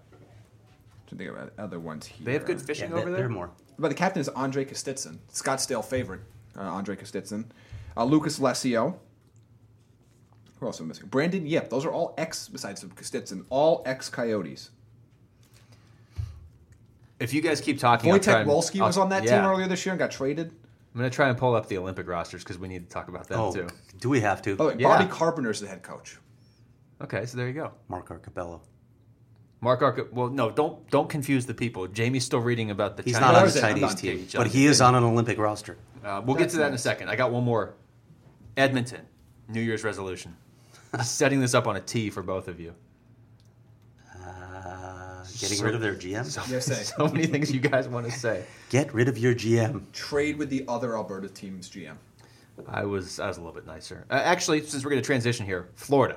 [SPEAKER 3] To think about other ones here.
[SPEAKER 1] They have good
[SPEAKER 2] Yeah,
[SPEAKER 1] fishing
[SPEAKER 2] they-
[SPEAKER 1] over there.
[SPEAKER 2] they're more.
[SPEAKER 3] But the captain is Andre Kostitsyn, Scottsdale favorite, uh, Andre Kostitsyn. Uh, Lucas Lesio. Who else am I missing? Brandon Yip. Those are all ex, besides Kostitsyn, all ex Coyotes.
[SPEAKER 1] If you guys keep talking, I'll try
[SPEAKER 3] Wojtek
[SPEAKER 1] and-
[SPEAKER 3] Wolski
[SPEAKER 1] I'll-
[SPEAKER 3] was on that
[SPEAKER 1] Uh, yeah.
[SPEAKER 3] team earlier this year and got traded.
[SPEAKER 1] I'm gonna try and pull up the Olympic rosters because we need to talk about that
[SPEAKER 2] Oh,
[SPEAKER 1] too.
[SPEAKER 2] do we have to?
[SPEAKER 3] By the way,
[SPEAKER 1] Yeah.
[SPEAKER 3] Bobby Carpenter's the head coach.
[SPEAKER 1] Okay, so there you go.
[SPEAKER 2] Mark Arcabello.
[SPEAKER 1] Mark Arca. Well, no, don't don't confuse the people. Jamie's still reading about the.
[SPEAKER 2] He's
[SPEAKER 1] Chinese-
[SPEAKER 2] not
[SPEAKER 3] Where
[SPEAKER 2] on
[SPEAKER 3] is
[SPEAKER 2] the
[SPEAKER 3] it? I'm
[SPEAKER 2] Chinese
[SPEAKER 3] not
[SPEAKER 2] team,
[SPEAKER 3] page.
[SPEAKER 2] but he is on an Olympic roster.
[SPEAKER 1] Uh, we'll get to that in a second. I got one more. Edmonton, New Year's resolution. Setting this up on a T for both of you.
[SPEAKER 2] Uh, getting rid of their GM.
[SPEAKER 3] Yes, say.
[SPEAKER 1] So many things you guys want to say.
[SPEAKER 2] Get rid of your GM.
[SPEAKER 3] trade with the other Alberta team's GM.
[SPEAKER 1] I was I was a little bit nicer. Uh, actually, since we're going to transition here, Florida.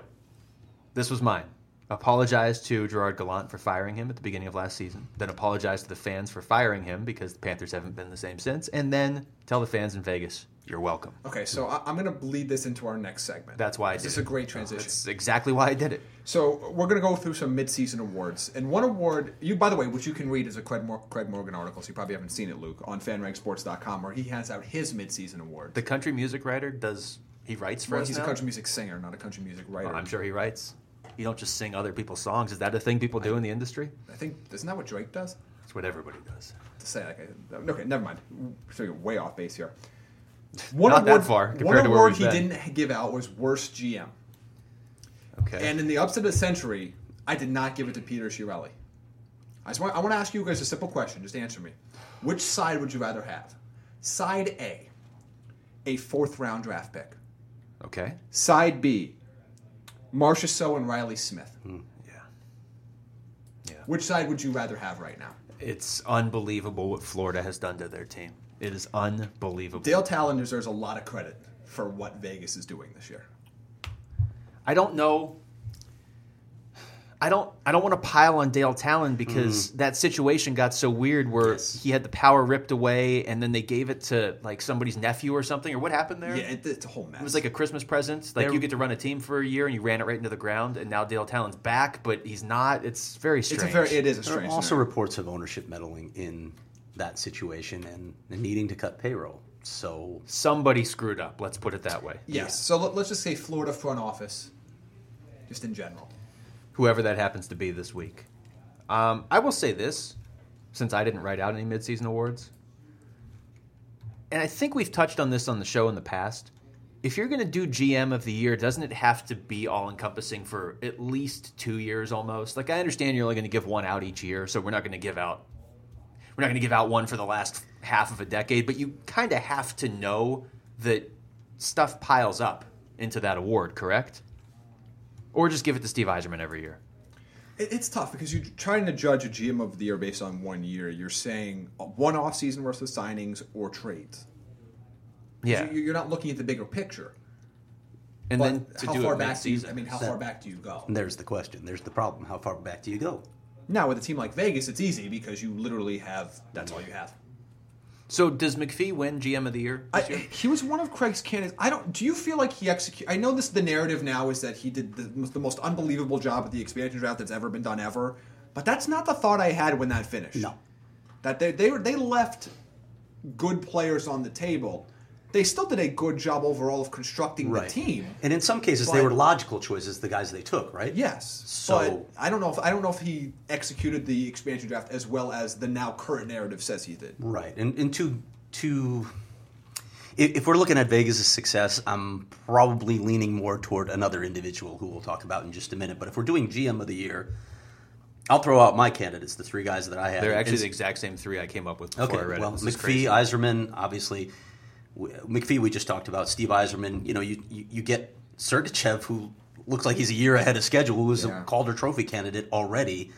[SPEAKER 1] This was mine. Apologized to Gerard Gallant for firing him at the beginning of last season. Then apologized to the fans for firing him because the Panthers haven't been the same since. And then tell the fans in Vegas, you're welcome.
[SPEAKER 3] Okay, so I, I'm going to bleed this into our next segment.
[SPEAKER 1] That's why I did
[SPEAKER 3] This is
[SPEAKER 1] it.
[SPEAKER 3] a great transition.
[SPEAKER 1] That's exactly why I did it.
[SPEAKER 3] so we're going to go through some midseason awards, and one award you, by the way, which you can read is a Craig, Mor- Craig Morgan article. So you probably haven't seen it, Luke, on FanRankSports.com, where he has out his midseason award.
[SPEAKER 1] The country music writer does he writes for
[SPEAKER 3] Well,
[SPEAKER 1] us
[SPEAKER 3] he's
[SPEAKER 1] now?
[SPEAKER 3] a country music singer, not a country music writer.
[SPEAKER 1] Well, Oh, I'm sure he writes. You don't just sing other people's songs. Is that a thing people do in the industry?
[SPEAKER 3] I think isn't that what Drake does?
[SPEAKER 1] It's what everybody does.
[SPEAKER 3] To say like, I- okay, never mind. We're sort of way off base here. One
[SPEAKER 1] Not that far
[SPEAKER 3] one
[SPEAKER 1] compared
[SPEAKER 3] award
[SPEAKER 1] to where we've
[SPEAKER 3] he
[SPEAKER 1] been.
[SPEAKER 3] didn't give out was worst GM,
[SPEAKER 1] Okay.
[SPEAKER 3] and in the upset of the century, I did not give it to Peter Chiarelli. I, just want, I want to ask you guys a simple question. Just answer me. Which side would you rather have? Side A, a fourth round draft pick.
[SPEAKER 1] okay.
[SPEAKER 3] Side B, Marcia So and Riley Smith.
[SPEAKER 1] Yeah.
[SPEAKER 3] Which side would you rather have right now?
[SPEAKER 1] It's unbelievable what Florida has done to their team. It is unbelievable.
[SPEAKER 3] Dale Talon deserves a lot of credit for what Vegas is doing this year.
[SPEAKER 1] I don't know. I don't. I don't want to pile on Dale Talon because
[SPEAKER 3] Mm-hmm.
[SPEAKER 1] that situation got so weird where
[SPEAKER 2] Yes.
[SPEAKER 1] he had the power ripped away and then they gave it to like somebody's nephew or something or what happened there?
[SPEAKER 3] Yeah, it, it's a whole mess.
[SPEAKER 1] It was like a Christmas present. Like
[SPEAKER 2] They're-
[SPEAKER 1] you get to run a team for a year, and you ran it right into the ground, and now Dale Talon's back, but he's not. It's very
[SPEAKER 3] it's
[SPEAKER 1] strange.
[SPEAKER 3] a very, it is a
[SPEAKER 2] There are
[SPEAKER 3] strange.
[SPEAKER 2] also
[SPEAKER 3] scenario.
[SPEAKER 2] reports of ownership meddling in that situation and, and needing to cut payroll. So
[SPEAKER 1] Somebody screwed up. Let's put it that way.
[SPEAKER 3] yes. So let, let's just say Florida front office, just in general.
[SPEAKER 1] Whoever that happens to be this week. Um, I will say this, since I didn't write out any midseason awards, and I think we've touched on this on the show in the past. If you're going to do GM of the year, doesn't it have to be all encompassing for at least two years almost? Like, I understand you're only going to give one out each year, so we're not going to give out we're not going to give out one for the last half of a decade, but you kind of have to know that stuff piles up into that award, correct? Or just give it to Steve Eiserman every year.
[SPEAKER 3] It, it's tough because you're trying to judge a GM of the year based on one year. You're saying one off season versus signings or trades.
[SPEAKER 1] Yeah,
[SPEAKER 3] You, you're not looking at the bigger picture.
[SPEAKER 1] and
[SPEAKER 3] But
[SPEAKER 1] then to
[SPEAKER 3] how
[SPEAKER 1] do
[SPEAKER 3] far
[SPEAKER 1] it
[SPEAKER 3] back do you?
[SPEAKER 1] mid-season.
[SPEAKER 3] I mean, how far back do you go?
[SPEAKER 1] Mm.
[SPEAKER 2] there's the question. There's the problem. How far back do you go?
[SPEAKER 3] Now with a team like Vegas, it's easy because you literally have that's all you have.
[SPEAKER 1] so does McPhee win GM of the year?
[SPEAKER 3] I,
[SPEAKER 1] this year?
[SPEAKER 3] he was one of Craig's candidates. I don't. Do you feel like he execute? I know this. The narrative now is that he did the, most- the most unbelievable job at the expansion draft that's ever been done ever. But that's not the thought I had when that finished.
[SPEAKER 2] No.
[SPEAKER 3] that they they were, they left good players on the table. They still did a good job overall of constructing the team.
[SPEAKER 2] And in some cases, they
[SPEAKER 3] But-
[SPEAKER 2] were logical choices. The guys they took, right?
[SPEAKER 3] Yes.
[SPEAKER 2] So-
[SPEAKER 3] but I don't know if I don't know if he executed the expansion draft as well as the now current narrative says he did.
[SPEAKER 2] Right. And and to to if if we're looking at Vegas' success, I'm probably leaning more toward another individual who we'll talk about in just a minute. But if we're doing GM of the year, I'll throw out my candidates, the three guys that I have.
[SPEAKER 1] They're actually
[SPEAKER 2] It's-
[SPEAKER 1] the exact same three I came up with before
[SPEAKER 2] Okay,
[SPEAKER 1] I read
[SPEAKER 2] well,
[SPEAKER 1] it. This is
[SPEAKER 2] McPhee,
[SPEAKER 1] crazy.
[SPEAKER 2] Iserman, obviously. W- McPhee, we just talked about. Steve Iserman, you know, you, you, you get Sergachev, who looks like he's a year ahead of schedule, who is
[SPEAKER 3] Yeah.
[SPEAKER 2] a Calder Trophy candidate already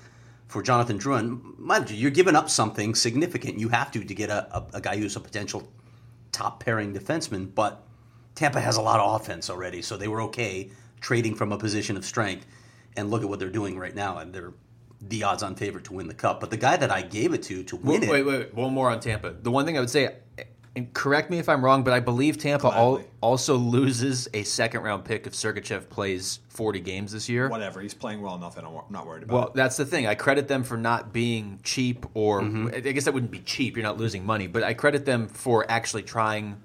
[SPEAKER 2] for Jonathan Druin. Mind you, you're giving up something significant. You have to to get a, a, a guy who's a potential top pairing defenseman, but Tampa has a lot of offense already, so they were okay trading from a position of strength. And look at what they're doing right now, and they're the odds-on favorite to win the cup. But the guy that I gave it to to win
[SPEAKER 1] wait,
[SPEAKER 2] it,
[SPEAKER 1] wait, wait. One more on Tampa. The one thing I would say, and correct me if I'm wrong, but I believe Tampa al-
[SPEAKER 3] Gladly.
[SPEAKER 1] also loses a second round pick if Sergachev plays 40 games this year.
[SPEAKER 3] Whatever. He's playing well enough that I'm wor- not worried about
[SPEAKER 1] Well,
[SPEAKER 3] it.
[SPEAKER 1] that's the thing. I credit them for not being cheap, or
[SPEAKER 2] Mm-hmm.
[SPEAKER 1] I guess that wouldn't be cheap. You're not losing money, but I credit them for actually trying,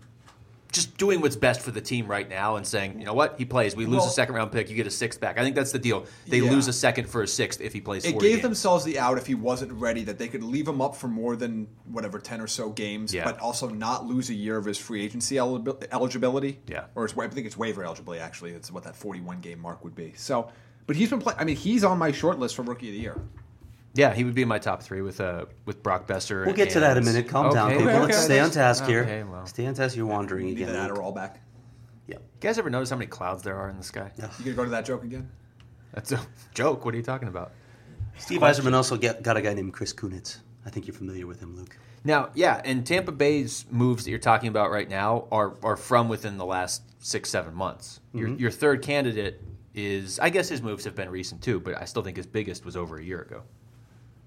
[SPEAKER 1] just doing what's best for the team right now, and saying, you know what, he plays. We lose
[SPEAKER 3] Well-
[SPEAKER 1] a second round pick, you get a sixth back. I think that's the deal. They
[SPEAKER 3] Yeah.
[SPEAKER 1] lose a second for a sixth if he plays.
[SPEAKER 3] It
[SPEAKER 1] 40
[SPEAKER 3] gave
[SPEAKER 1] games.
[SPEAKER 3] themselves the out if he wasn't ready that they could leave him up for more than whatever 10 or so games,
[SPEAKER 1] Yeah.
[SPEAKER 3] but also not lose a year of his free agency eligibil- eligibility.
[SPEAKER 1] Yeah.
[SPEAKER 3] Or it's, I think it's waiver eligibility, actually. It's what that 41 game mark would be. So, but he's been playing. I mean, he's on my short list for rookie of the year.
[SPEAKER 1] Yeah, he would be in my top three with uh with Brock Besser.
[SPEAKER 2] We'll get to that in
[SPEAKER 1] and-
[SPEAKER 2] a minute. Calm down,
[SPEAKER 1] Okay,
[SPEAKER 2] people.
[SPEAKER 3] okay,
[SPEAKER 2] Let's
[SPEAKER 3] okay.
[SPEAKER 2] stay on task here.
[SPEAKER 1] Okay, well.
[SPEAKER 2] Stay on task. You're wandering
[SPEAKER 3] You need
[SPEAKER 2] again.
[SPEAKER 3] that
[SPEAKER 2] Luke.
[SPEAKER 3] Adderall back.
[SPEAKER 2] Yeah.
[SPEAKER 1] You guys ever notice how many clouds there are in the sky?
[SPEAKER 2] Yeah.
[SPEAKER 3] You gonna go to that joke again?
[SPEAKER 1] That's a joke. What are you talking about?
[SPEAKER 2] Steve Eiserman also get, got a guy named Chris Kunitz. I think you're familiar with him, Luke.
[SPEAKER 1] Now, yeah, and Tampa Bay's moves that you're talking about right now are are from within the last six seven months. Your your third candidate is, I guess, his moves have been recent too, but I still think his biggest was over a year ago,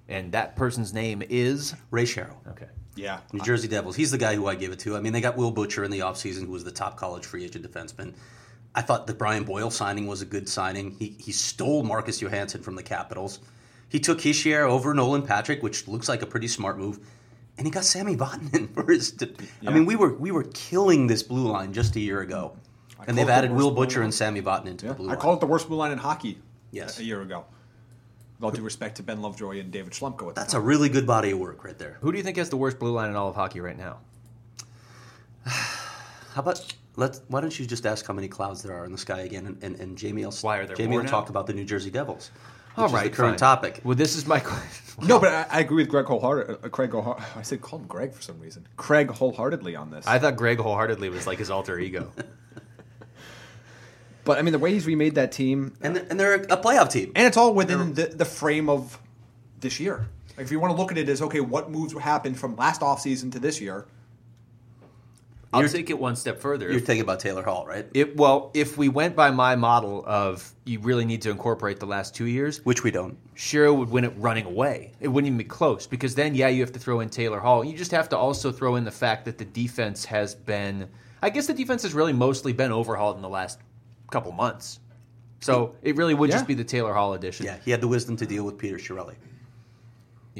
[SPEAKER 1] and that person's name is
[SPEAKER 2] Ray Sherrill,
[SPEAKER 1] okay.
[SPEAKER 3] Yeah.
[SPEAKER 2] New Jersey Devils. He's the guy who I gave it to. I mean, they got Will Butcher in the offseason, who was the top college free agent defenseman. I thought the Brian Boyle signing was a good signing. He, he stole Marcus Johansson from the Capitals. He took his share over Nolan Patrick, which looks like a pretty smart move. And he got Sammy Vatanen for his. de- I mean, we were we were killing this blue line just a year ago, and
[SPEAKER 3] called
[SPEAKER 2] they've
[SPEAKER 3] it
[SPEAKER 2] added
[SPEAKER 3] the
[SPEAKER 2] Will
[SPEAKER 3] worst blue
[SPEAKER 2] Butcher
[SPEAKER 3] line.
[SPEAKER 2] and Sammy Vatanen to the blue
[SPEAKER 3] I
[SPEAKER 2] line.
[SPEAKER 3] call it the worst blue line in hockey.
[SPEAKER 2] Yes.
[SPEAKER 3] A year ago. With all due respect to Ben Lovejoy and David Schlumko. At the
[SPEAKER 2] That's a really good body of work right there.
[SPEAKER 1] Who do you think has the worst blue line in all of hockey right now?
[SPEAKER 2] How about let? Why don't you just ask how many clouds there are in the sky again, and, and, and Jamie will
[SPEAKER 1] Why are there
[SPEAKER 2] Jamie
[SPEAKER 1] more
[SPEAKER 2] will
[SPEAKER 1] now?
[SPEAKER 2] talk about the New Jersey Devils. Which
[SPEAKER 1] All
[SPEAKER 2] is
[SPEAKER 1] right,
[SPEAKER 2] the current
[SPEAKER 1] fine.
[SPEAKER 2] topic.
[SPEAKER 1] Well, this is my question.
[SPEAKER 3] No, but I, I agree with Greg wholeheartedly. Uh, Craig wholeheart- I said call him Greg for some reason. Craig wholeheartedly on this.
[SPEAKER 1] I thought Greg wholeheartedly was like his alter ego.
[SPEAKER 3] but I mean, the way he's remade that team,
[SPEAKER 2] And they're, and they're a playoff team.
[SPEAKER 3] and it's all within the, the frame of this year. Like, if you want to look at it as okay, what moves happened from last offseason to this year?
[SPEAKER 1] I'll
[SPEAKER 2] You're-
[SPEAKER 1] take it one step further.
[SPEAKER 2] You're thinking about Taylor Hall, right?
[SPEAKER 1] It, well, if we went by my model of you really need to incorporate the last two years,
[SPEAKER 2] Which we don't.
[SPEAKER 1] Shiro would win it running away. It wouldn't even be close because then, yeah, you have to throw in Taylor Hall. You just have to also throw in the fact that the defense has been. I guess the defense has really mostly been overhauled in the last couple months. So it really would
[SPEAKER 3] Yeah.
[SPEAKER 1] just be the Taylor Hall addition.
[SPEAKER 2] Yeah, he had the wisdom to deal with Peter Chiarelli,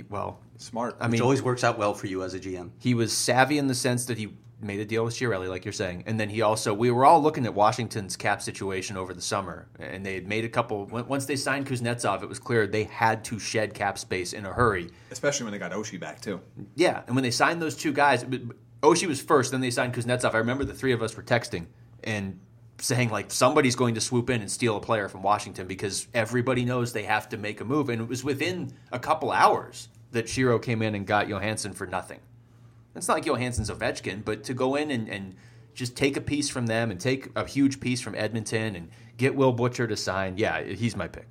[SPEAKER 1] Well,
[SPEAKER 3] Smart.
[SPEAKER 1] I
[SPEAKER 2] which
[SPEAKER 1] mean,
[SPEAKER 2] always works out well for you as a GM.
[SPEAKER 1] he was savvy in the sense that he made a deal with Chiarelli, like you're saying, and then he also we were all looking at Washington's cap situation over the summer, and they had made a couple. on- Once they signed Kuznetsov, it was clear they had to shed cap space in a hurry.
[SPEAKER 3] especially when they got Oshie back too.
[SPEAKER 1] Yeah, and when they signed those two guys, b- b- Oshie was first, then they signed Kuznetsov. I remember the three of us were texting and saying like somebody's going to swoop in and steal a player from Washington because everybody knows they have to make a move, and it was within a couple hours that Shiro came in and got Johansson for nothing. It's not like Johansson's Ovechkin, but to go in and, and just take a piece from them and take a huge piece from Edmonton and get Will Butcher to sign, yeah, he's my pick.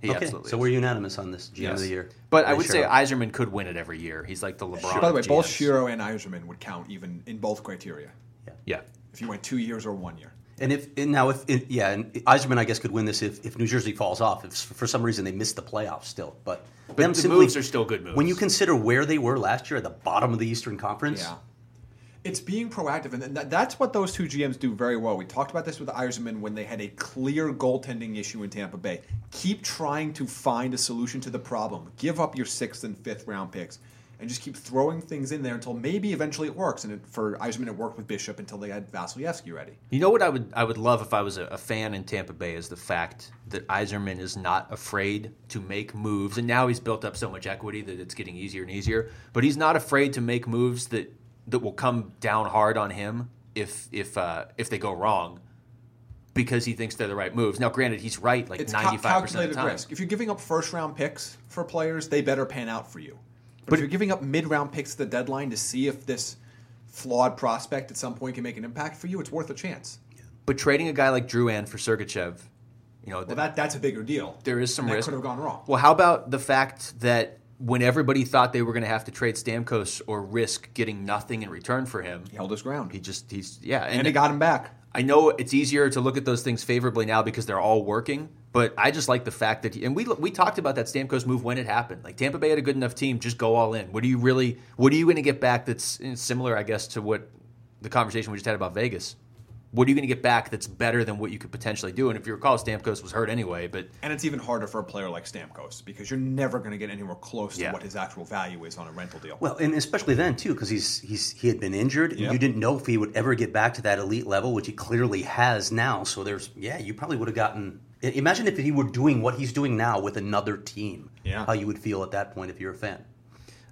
[SPEAKER 1] He
[SPEAKER 2] okay,
[SPEAKER 1] absolutely.
[SPEAKER 2] so
[SPEAKER 1] is.
[SPEAKER 2] we're unanimous on this GM
[SPEAKER 1] Yes.
[SPEAKER 2] of the year.
[SPEAKER 1] But I
[SPEAKER 2] Ray
[SPEAKER 1] would say
[SPEAKER 2] Sherrill.
[SPEAKER 1] Iserman could win it every year. He's like the LeBron.
[SPEAKER 3] By the way,
[SPEAKER 1] of
[SPEAKER 3] both
[SPEAKER 1] GMs.
[SPEAKER 3] Shiro and Eiserman would count even in both criteria.
[SPEAKER 1] Yeah.
[SPEAKER 3] If you went two years or one year,
[SPEAKER 2] And if and now if and- yeah, and Eiserman I guess could win this if, if New Jersey falls off. If for some reason they miss the playoffs still, but them
[SPEAKER 1] the
[SPEAKER 2] simply-
[SPEAKER 1] moves are still good moves.
[SPEAKER 2] When you consider where they were last year at the bottom of the Eastern Conference,
[SPEAKER 3] yeah. It's being proactive, and that, that's what those two GMs do very well. We talked about this with Eiserman when they had a clear goaltending issue in Tampa Bay. Keep trying to find a solution to the problem. Give up your sixth and fifth round picks, and just keep throwing things in there until maybe eventually it works. And it, for Eiserman, it worked with Bishop until they had Vasilevsky ready.
[SPEAKER 1] You know what I would I would love if I was a, a fan in Tampa Bay is the fact that Iserman is not afraid to make moves, and now he's built up so much equity that it's getting easier and easier. But he's not afraid to make moves that that will come down hard on him if if uh, if they go wrong. because he thinks they're the right moves. Now, granted, he's right like
[SPEAKER 3] It's
[SPEAKER 1] ninety
[SPEAKER 3] cal-
[SPEAKER 1] five percent of the
[SPEAKER 3] calculated
[SPEAKER 1] time.
[SPEAKER 3] risk. If you're giving up first round picks for players, they better pan out for you. But, if you're giving up mid round picks at the deadline to see if this flawed prospect at some point can make an impact for you, it's worth a chance.
[SPEAKER 1] But trading a guy like Drew Ann for Sergachev, you know,
[SPEAKER 3] Well, that that's a bigger deal.
[SPEAKER 1] there is some
[SPEAKER 3] that
[SPEAKER 1] risk.
[SPEAKER 3] could have gone wrong.
[SPEAKER 1] Well, how about the fact that when everybody thought they were going to have to trade Stamkos or risk getting nothing in return for him,
[SPEAKER 3] he held his ground,
[SPEAKER 1] he just he's yeah,
[SPEAKER 3] and he got him back.
[SPEAKER 1] I know it's easier to look at those things favorably now because they're all working, but I just like the fact that, and we we talked about that Stamkos move when it happened. Like Tampa Bay had a good enough team, just go all in. What are you really? What are you going to get back? That's eh, similar, I guess, to what the conversation we just had about Vegas. What are you going to get back that's better than what you could potentially do? And if you recall, Stamkos was hurt anyway, but
[SPEAKER 3] And it's even harder for a player like Stamkos because you're never going to get anywhere close
[SPEAKER 1] Yeah.
[SPEAKER 3] to what his actual value is on a rental deal.
[SPEAKER 2] Well, and especially then too, because he's he's he had been injured, and
[SPEAKER 3] Yeah.
[SPEAKER 2] you didn't know if he would ever get back to that elite level, which he clearly has now. So there's yeah, you probably would have gotten. i- Imagine if he were doing what he's doing now with another team.
[SPEAKER 3] Yeah.
[SPEAKER 2] how you would feel at that point if you're a fan.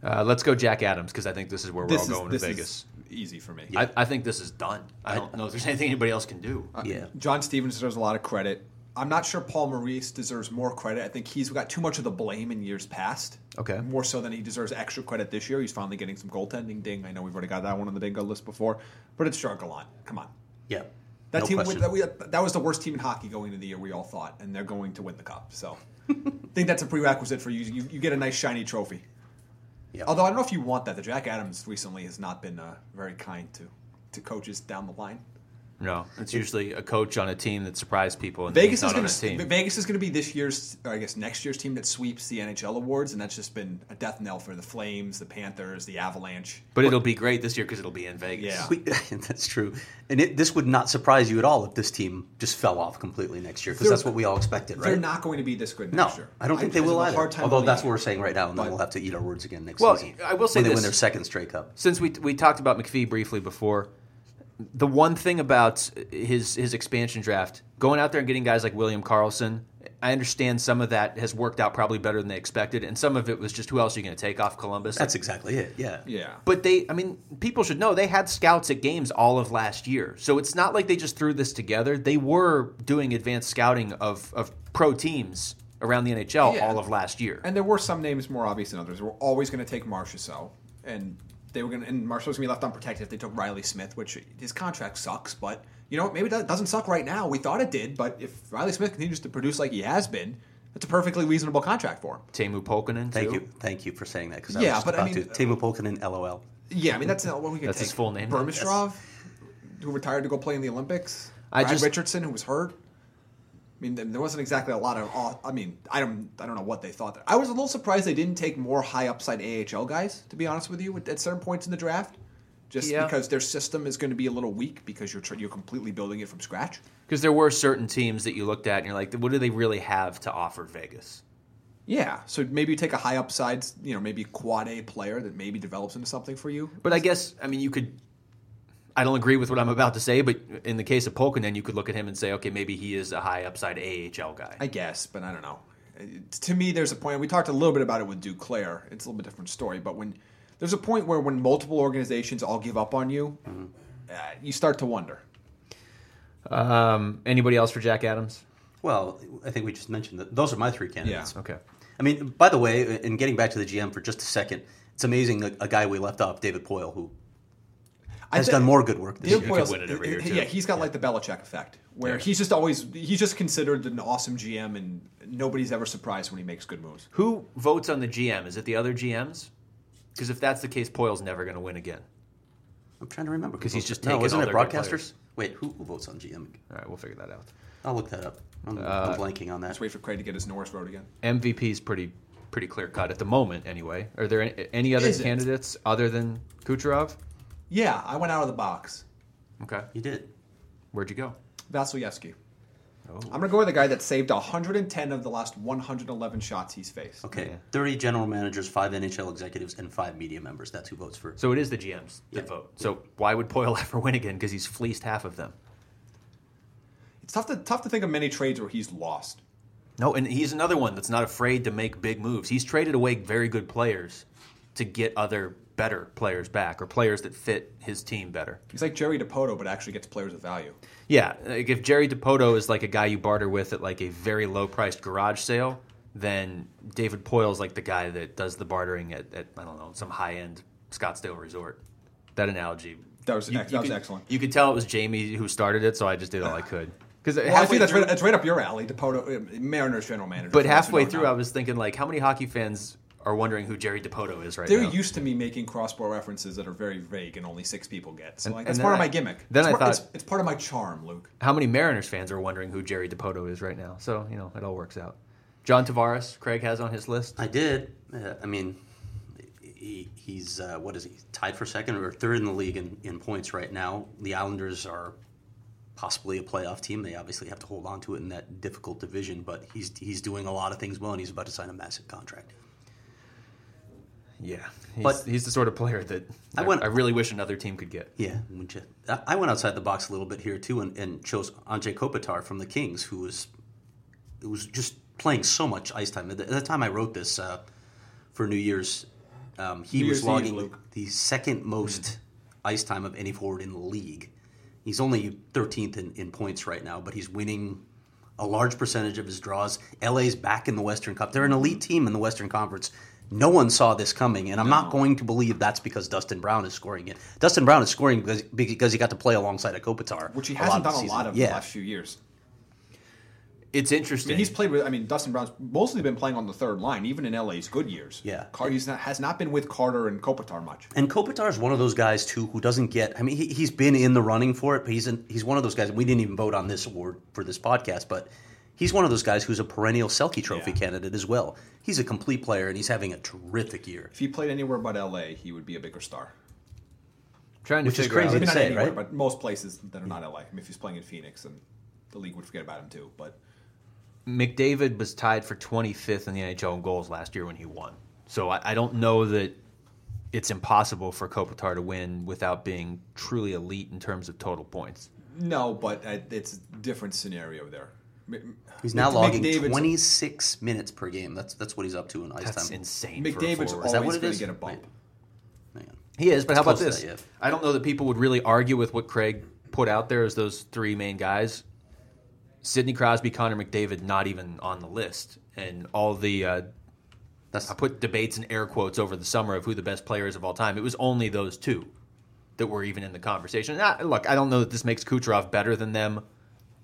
[SPEAKER 1] uh, let's go Jack Adams because I think this is where we're
[SPEAKER 3] this
[SPEAKER 1] all
[SPEAKER 3] is
[SPEAKER 1] going
[SPEAKER 3] this
[SPEAKER 1] to Vegas.
[SPEAKER 3] is easy for me.
[SPEAKER 1] I, I think this is done. I don't know if there's anything anybody else can do.
[SPEAKER 3] Uh,
[SPEAKER 2] yeah,
[SPEAKER 3] John Stevens deserves a lot of credit. I'm not sure Paul Maurice deserves more credit. I think he's got too much of the blame in years past.
[SPEAKER 1] Okay.
[SPEAKER 3] More so than he deserves extra credit this year. He's finally getting some goaltending ding. I know we've already got that one on the dingo list before, but it's Jargon. Come on.
[SPEAKER 2] yeah.
[SPEAKER 3] That
[SPEAKER 2] no
[SPEAKER 3] team
[SPEAKER 2] question.
[SPEAKER 3] that, we, that was the worst team in hockey going into the year we all thought, and they're going to win the cup. So I think that's a prerequisite for you. You, you get a nice shiny trophy.
[SPEAKER 2] Yeah.
[SPEAKER 3] Although I don't know if you want that. The Jack Adams recently has not been uh, very kind to, to coaches down the line.
[SPEAKER 1] No, it's usually a coach on a team that surprised people. And
[SPEAKER 3] Vegas
[SPEAKER 1] he's not
[SPEAKER 3] is
[SPEAKER 1] on
[SPEAKER 3] going
[SPEAKER 1] his team.
[SPEAKER 3] to Vegas is going to be this year's, or I guess next year's team that sweeps the NHL awards, and that's just been a death knell for the Flames, the Panthers, the Avalanche.
[SPEAKER 1] But it'll be great this year because it'll be in Vegas.
[SPEAKER 3] Yeah.
[SPEAKER 2] We- that's true, and it, this would not surprise you at all if this team just fell off completely next year because
[SPEAKER 3] They're-
[SPEAKER 2] that's what we all expected,
[SPEAKER 3] They're
[SPEAKER 2] right?
[SPEAKER 3] not going to be this good
[SPEAKER 2] no,
[SPEAKER 3] next year.
[SPEAKER 2] I don't think they
[SPEAKER 3] just
[SPEAKER 2] will
[SPEAKER 3] have a
[SPEAKER 2] either.
[SPEAKER 3] hard time
[SPEAKER 2] Although that's what
[SPEAKER 3] believing
[SPEAKER 2] we're saying right now, and then
[SPEAKER 3] But-
[SPEAKER 2] we'll have to eat our words again next
[SPEAKER 1] Well,
[SPEAKER 2] season.
[SPEAKER 1] I will say
[SPEAKER 2] when they
[SPEAKER 1] this.
[SPEAKER 2] win their second straight cup.
[SPEAKER 1] Since we we talked about McPhee briefly before, the one thing about his his expansion draft, going out there and getting guys like William Carlson, I understand some of that has worked out probably better than they expected, and some of it was just who else are you going to take off Columbus?
[SPEAKER 2] That's exactly it. Yeah.
[SPEAKER 3] it. Yeah.
[SPEAKER 1] But they, I mean, people should know they had scouts at games all of last year. So it's not like they just threw this together. They were doing advanced scouting of, of pro teams around the NHL
[SPEAKER 3] Yeah.
[SPEAKER 1] all of last year.
[SPEAKER 3] And there were some names more obvious than others. We're always going to take Marcia so, and they were going to, and Marcia was going to be left unprotected if they took Riley Smith, which his contract sucks, but you know maybe that doesn't suck right now. We thought it did, but if Riley Smith continues to produce like he has been, that's a perfectly reasonable contract for him.
[SPEAKER 1] Tamu Polkinen,
[SPEAKER 2] Thank
[SPEAKER 1] too.
[SPEAKER 2] you, thank you for saying that because I
[SPEAKER 3] Yeah,
[SPEAKER 2] was just
[SPEAKER 3] but I
[SPEAKER 2] about
[SPEAKER 3] mean- uh,
[SPEAKER 2] to. Timo Polkinen, LOL.
[SPEAKER 3] Yeah, I mean that's not what we could
[SPEAKER 1] That's
[SPEAKER 3] take.
[SPEAKER 1] his full name,
[SPEAKER 3] Burmistrov, who retired to go play in the Olympics.
[SPEAKER 1] I
[SPEAKER 3] Brad
[SPEAKER 1] just-
[SPEAKER 3] Richardson, who was hurt. I mean, there wasn't exactly a lot of. aw- I mean, I don't, I don't know what they thought. There. I was a little surprised they didn't take more high upside AHL guys. To be honest with you, at at certain points in the draft, just
[SPEAKER 1] Yeah.
[SPEAKER 3] because their system is going to be a little weak because you're tr- you're completely building it from scratch.
[SPEAKER 1] Because there were certain teams that you looked at and you're like, what do they really have to offer Vegas?
[SPEAKER 3] Yeah, so maybe you take a high upside, you know, maybe quad A player that maybe develops into something for you.
[SPEAKER 1] But I guess, I mean, you could. I don't agree with what I'm about to say, but in the case of Polkinen, you could look at him and say, okay, maybe he is a high upside AHL guy.
[SPEAKER 3] I guess, but I don't know. It- To me, there's a point. We talked a little bit about it with Duclair. It's a little bit different story, but when there's a point where when multiple organizations all give up on you,
[SPEAKER 1] Mm-hmm.
[SPEAKER 3] uh, you start to wonder.
[SPEAKER 1] Um, anybody else for Jack Adams?
[SPEAKER 2] Well, I think we just mentioned that. Those are my three candidates.
[SPEAKER 3] Yeah.
[SPEAKER 1] Okay.
[SPEAKER 2] I mean, by the way, and getting back to the GM for just a second, it's amazing a, a guy we left off, David Poyle, who
[SPEAKER 3] I
[SPEAKER 2] has
[SPEAKER 3] thi-
[SPEAKER 2] done more good work this
[SPEAKER 3] David
[SPEAKER 2] year.
[SPEAKER 1] could
[SPEAKER 3] Poile's-
[SPEAKER 1] win it every year, too.
[SPEAKER 3] Yeah, he's got like the Belichick effect, where he's just always he's just considered an awesome GM, and nobody's ever surprised when he makes good moves.
[SPEAKER 1] Who votes on the GM? Is it the other GMs? Because if that's the case, Poyle's never going to win again.
[SPEAKER 2] I'm trying to remember
[SPEAKER 1] 'Cause he's
[SPEAKER 2] who
[SPEAKER 1] just
[SPEAKER 2] votes- no,
[SPEAKER 1] taking
[SPEAKER 2] wasn't
[SPEAKER 1] all
[SPEAKER 2] it
[SPEAKER 1] their good
[SPEAKER 2] broadcasters?
[SPEAKER 1] players.
[SPEAKER 2] Wait, who, who votes on GM?
[SPEAKER 1] All right, we'll figure that out.
[SPEAKER 2] I'll look that up. I'm,
[SPEAKER 3] Uh,
[SPEAKER 2] I'm blanking on that.
[SPEAKER 3] Let's wait for Craig to get his Norris road again.
[SPEAKER 1] MVP is pretty pretty clear cut at the moment, anyway. Are there any, any other
[SPEAKER 3] Is it?
[SPEAKER 1] candidates other than Kucherov?
[SPEAKER 3] Yeah, I went out of the box.
[SPEAKER 1] Okay,
[SPEAKER 2] You did.
[SPEAKER 1] where'd you go?
[SPEAKER 3] Vasilevsky.
[SPEAKER 1] Oh.
[SPEAKER 3] I'm gonna go with the guy that saved 110 of the last 111 shots he's faced.
[SPEAKER 2] Okay.
[SPEAKER 1] Yeah.
[SPEAKER 2] 30 general managers, 5 NHL executives, and 5 media members. That's who votes for.
[SPEAKER 1] So it is the GMs that vote. So why would Poyle ever win again? Because he's fleeced half of them.
[SPEAKER 3] It's tough to tough to think of many trades where he's lost.
[SPEAKER 1] No, and he's another one that's not afraid to make big moves. He's traded away very good players to get other better players back or players that fit his team better.
[SPEAKER 3] He's like Jerry Dipoto, but actually gets players of value.
[SPEAKER 1] Yeah, like if Jerry Dipoto is like a guy you barter with at like a very low priced garage sale, then David Poyle's like the guy that does the bartering at, at I don't know some high end Scottsdale resort. That analogy.
[SPEAKER 3] That was ex- that was
[SPEAKER 1] could-
[SPEAKER 3] excellent.
[SPEAKER 1] You could tell it was Jamie who started it, so I just did all I could. Because
[SPEAKER 3] Well, I think that's right, that's right up your alley, Dipoto, uh, Mariners general
[SPEAKER 1] But
[SPEAKER 3] manager. for those who
[SPEAKER 1] halfway
[SPEAKER 3] don't
[SPEAKER 1] through,
[SPEAKER 3] know.
[SPEAKER 1] I was thinking like, how many hockey fans are wondering who Jerry Dipoto is right
[SPEAKER 3] They're
[SPEAKER 1] now?
[SPEAKER 3] used to me making crossbar references that are very vague and only six people get. So like,
[SPEAKER 1] and
[SPEAKER 3] that's
[SPEAKER 1] then
[SPEAKER 3] part of
[SPEAKER 1] I-
[SPEAKER 3] my gimmick.
[SPEAKER 1] then
[SPEAKER 3] it's
[SPEAKER 1] I
[SPEAKER 3] part,
[SPEAKER 1] thought-
[SPEAKER 3] it's, it's part of my charm, Luke.
[SPEAKER 1] how many Mariners fans are wondering who Jerry Dipoto is right now? So you know, it all works out. John Tavares, Craig has on his list.
[SPEAKER 2] I did. Uh, I mean, he, he's uh, what is he tied for second or third in the league in, in points right now. The Islanders are possibly a playoff team. They obviously have to hold on to it in that difficult division, but he's he's doing a lot of things well, and he's about to sign a massive contract.
[SPEAKER 1] Yeah, he's,
[SPEAKER 2] But-
[SPEAKER 1] he's the sort of player that
[SPEAKER 2] I
[SPEAKER 1] I,
[SPEAKER 2] went-
[SPEAKER 1] I really wish another team could get.
[SPEAKER 2] Yeah, wouldn't you? I I went outside the box a little bit here too, and, and chose Anje Kopitar from the Kings, who was who was just playing so much ice time. At the, at the time I wrote this uh, for New Year's, um, he
[SPEAKER 3] New
[SPEAKER 2] was
[SPEAKER 3] Year's Eve,
[SPEAKER 2] logging
[SPEAKER 3] Luke. Mm-hmm.
[SPEAKER 2] the second most ice time of any forward in the league. He's only 13th in, in points right now, but he's winning a large percentage of his draws. LA's back in the Western Cup. They're an elite team in the Western Conference. No one saw this coming, and I'm not going to believe that's because Dustin Brown is scoring it. Dustin Brown is scoring because, because he got to play alongside a Kopitar,
[SPEAKER 3] Which he hasn't
[SPEAKER 2] the
[SPEAKER 3] done a
[SPEAKER 2] season.
[SPEAKER 3] lot of in
[SPEAKER 2] Yeah,
[SPEAKER 3] the last few years.
[SPEAKER 1] It's
[SPEAKER 3] I
[SPEAKER 1] interesting.
[SPEAKER 3] mean, he's played with. I mean, Dustin Brown's mostly been playing on the third line, even in LA's good years.
[SPEAKER 2] Yeah.
[SPEAKER 3] Car, he's not, has not been with Carter and Kopitar much.
[SPEAKER 2] And Kopitar is one of those guys too who doesn't get. I mean, he, he's been in the running for it, but he's in, he's one of those guys. We didn't even vote on this award for this podcast, but he's one of those guys who's a perennial Selkie Trophy
[SPEAKER 3] Yeah.
[SPEAKER 2] candidate as well. He's a complete player, and he's having a terrific year.
[SPEAKER 3] If he played anywhere but LA, he would be a bigger star.
[SPEAKER 1] trying to
[SPEAKER 2] which is
[SPEAKER 1] figure out-
[SPEAKER 2] crazy.
[SPEAKER 3] Maybe
[SPEAKER 2] to
[SPEAKER 3] not
[SPEAKER 2] say,
[SPEAKER 3] anywhere,
[SPEAKER 2] right?
[SPEAKER 3] but most places that are not LA. I mean, if he's playing in Phoenix, then the league would forget about him too. But
[SPEAKER 1] McDavid was tied for 25th in the NHL in goals last year when he won. So I, I don't know that it's impossible for Kopitar to win without being truly elite in terms of total points.
[SPEAKER 3] no, but uh, it's a different scenario there. M-
[SPEAKER 2] He's now
[SPEAKER 3] Mc-
[SPEAKER 2] logging
[SPEAKER 3] McDavid's-
[SPEAKER 2] 26 minutes per game. That's that's what he's up to in ice
[SPEAKER 1] That's
[SPEAKER 2] time.
[SPEAKER 1] insane. for a
[SPEAKER 3] McDavid's
[SPEAKER 1] forward.
[SPEAKER 2] Is
[SPEAKER 3] always
[SPEAKER 2] that
[SPEAKER 3] going
[SPEAKER 2] what it
[SPEAKER 3] to
[SPEAKER 2] is?
[SPEAKER 3] get a bump.
[SPEAKER 2] Right. Man.
[SPEAKER 1] He is, but how about
[SPEAKER 2] close to
[SPEAKER 1] this?
[SPEAKER 2] that, yeah.
[SPEAKER 1] I don't know that people would really argue with what Craig put out there as those three main guys. Sidney Crosby, Connor McDavid, not even on the list, and all the uh,
[SPEAKER 2] That's
[SPEAKER 1] I put debates in air quotes over the summer of who the best players of all time. It was only those two that were even in the conversation. And I, look, I don't know that this makes Kucherov better than them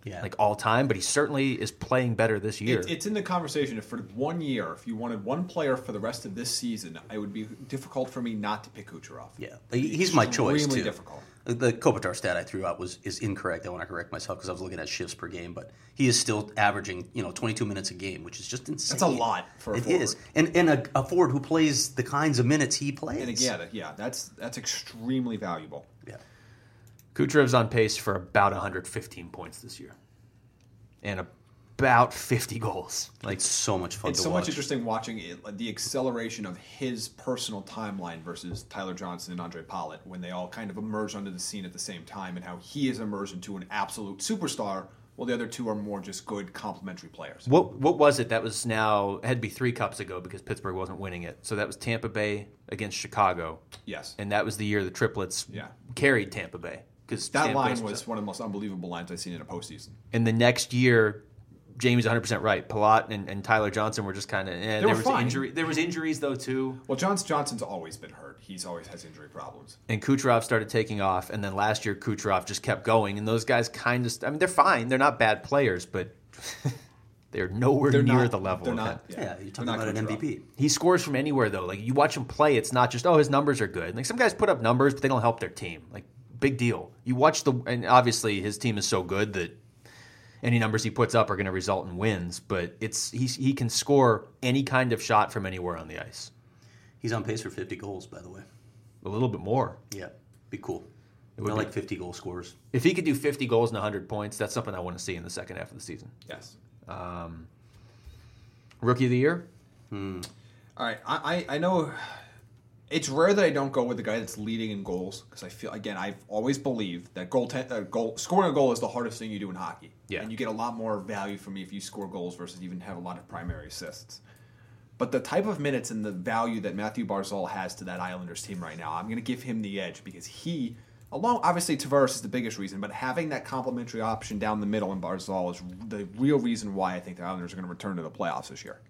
[SPEAKER 2] yeah.
[SPEAKER 1] like all time, but he certainly is playing better this year.
[SPEAKER 3] It, it's in the conversation. If for one year, if you wanted one player for the rest of this season, it would be difficult for me not to pick Kucherov.
[SPEAKER 2] Yeah, He- he's my choice
[SPEAKER 3] Extremely
[SPEAKER 2] too.
[SPEAKER 3] difficult.
[SPEAKER 2] The Kopitar stat I threw out was is incorrect. I want to correct myself because I was looking at shifts per game, but he is still averaging you know 22 minutes a game, which is just insane.
[SPEAKER 3] That's a lot for a
[SPEAKER 2] It
[SPEAKER 3] forward.
[SPEAKER 2] is. and and a, a forward who plays the kinds of minutes he plays.
[SPEAKER 3] And again, yeah, that's that's extremely valuable.
[SPEAKER 2] yeah,
[SPEAKER 1] Kucherov's on pace for about 115 points this year, and about 50 goals. Like
[SPEAKER 2] it's so much fun.
[SPEAKER 3] It's
[SPEAKER 2] to
[SPEAKER 3] so
[SPEAKER 2] watch.
[SPEAKER 3] much interesting watching it, like, the acceleration of his personal timeline versus Tyler Johnson and Andre Pollitt when they all kind of emerge onto the scene at the same time, and how he has emerged into an absolute superstar, while the other two are more just good complementary players.
[SPEAKER 1] What what was it that was now it had to be three cups ago because Pittsburgh wasn't winning it. So that was Tampa Bay against Chicago,
[SPEAKER 3] Yes,
[SPEAKER 1] and that was the year the triplets
[SPEAKER 3] Yeah.
[SPEAKER 1] carried Tampa Bay because
[SPEAKER 3] that line was one of the most unbelievable lines I've seen in a postseason.
[SPEAKER 1] And the next year, Jamie's 100 percent right. Palat and, and Tyler Johnson were just kind of eh, there
[SPEAKER 3] were
[SPEAKER 1] was
[SPEAKER 3] fine.
[SPEAKER 1] injury there was injuries though too.
[SPEAKER 3] Well, Johns Johnson's always been hurt. He's always has injury problems.
[SPEAKER 1] And Kucherov started taking off, and then last year Kucherov just kept going, and those guys kind of I mean they're fine, they're not bad players, but they're nowhere
[SPEAKER 3] They're
[SPEAKER 1] near
[SPEAKER 3] not-
[SPEAKER 1] the level.
[SPEAKER 3] They're
[SPEAKER 1] of him.
[SPEAKER 3] not.
[SPEAKER 2] yeah, you're
[SPEAKER 3] they're
[SPEAKER 2] talking
[SPEAKER 3] not
[SPEAKER 2] about an
[SPEAKER 3] Kucherov.
[SPEAKER 2] MVP.
[SPEAKER 1] He scores from anywhere though. Like you watch him play, it's not just oh his numbers are good. Like some guys put up numbers, but they don't help their team. Like big deal. You watch the and obviously his team is so good that any numbers he puts up are going to result in wins. But it's he he can score any kind of shot from anywhere on the ice.
[SPEAKER 2] He's on pace for 50 goals, by the way.
[SPEAKER 1] A little bit more.
[SPEAKER 2] Yeah, be cool.
[SPEAKER 1] would
[SPEAKER 2] We're
[SPEAKER 1] be-
[SPEAKER 2] like 50 goal scorers.
[SPEAKER 1] If he could do 50 goals and 100 points, that's something I want to see in the second half of the season.
[SPEAKER 3] Yes.
[SPEAKER 1] Rookie of the year,
[SPEAKER 3] All right, I, I I know it's rare that I don't go with the guy that's leading in goals because I feel again I've always believed that goal, ten, uh, goal scoring a goal is the hardest thing you do in hockey.
[SPEAKER 1] Yeah.
[SPEAKER 3] and you get a lot more value from me if you score goals versus even have a lot of primary assists. But the type of minutes and the value that Matthew Barzal has to that Islanders team right now, I'm going to give him the edge because he, along obviously Tavares is the biggest reason, but having that complementary option down the middle in Barzal is the real reason why I think the Islanders are going to return to the playoffs this year.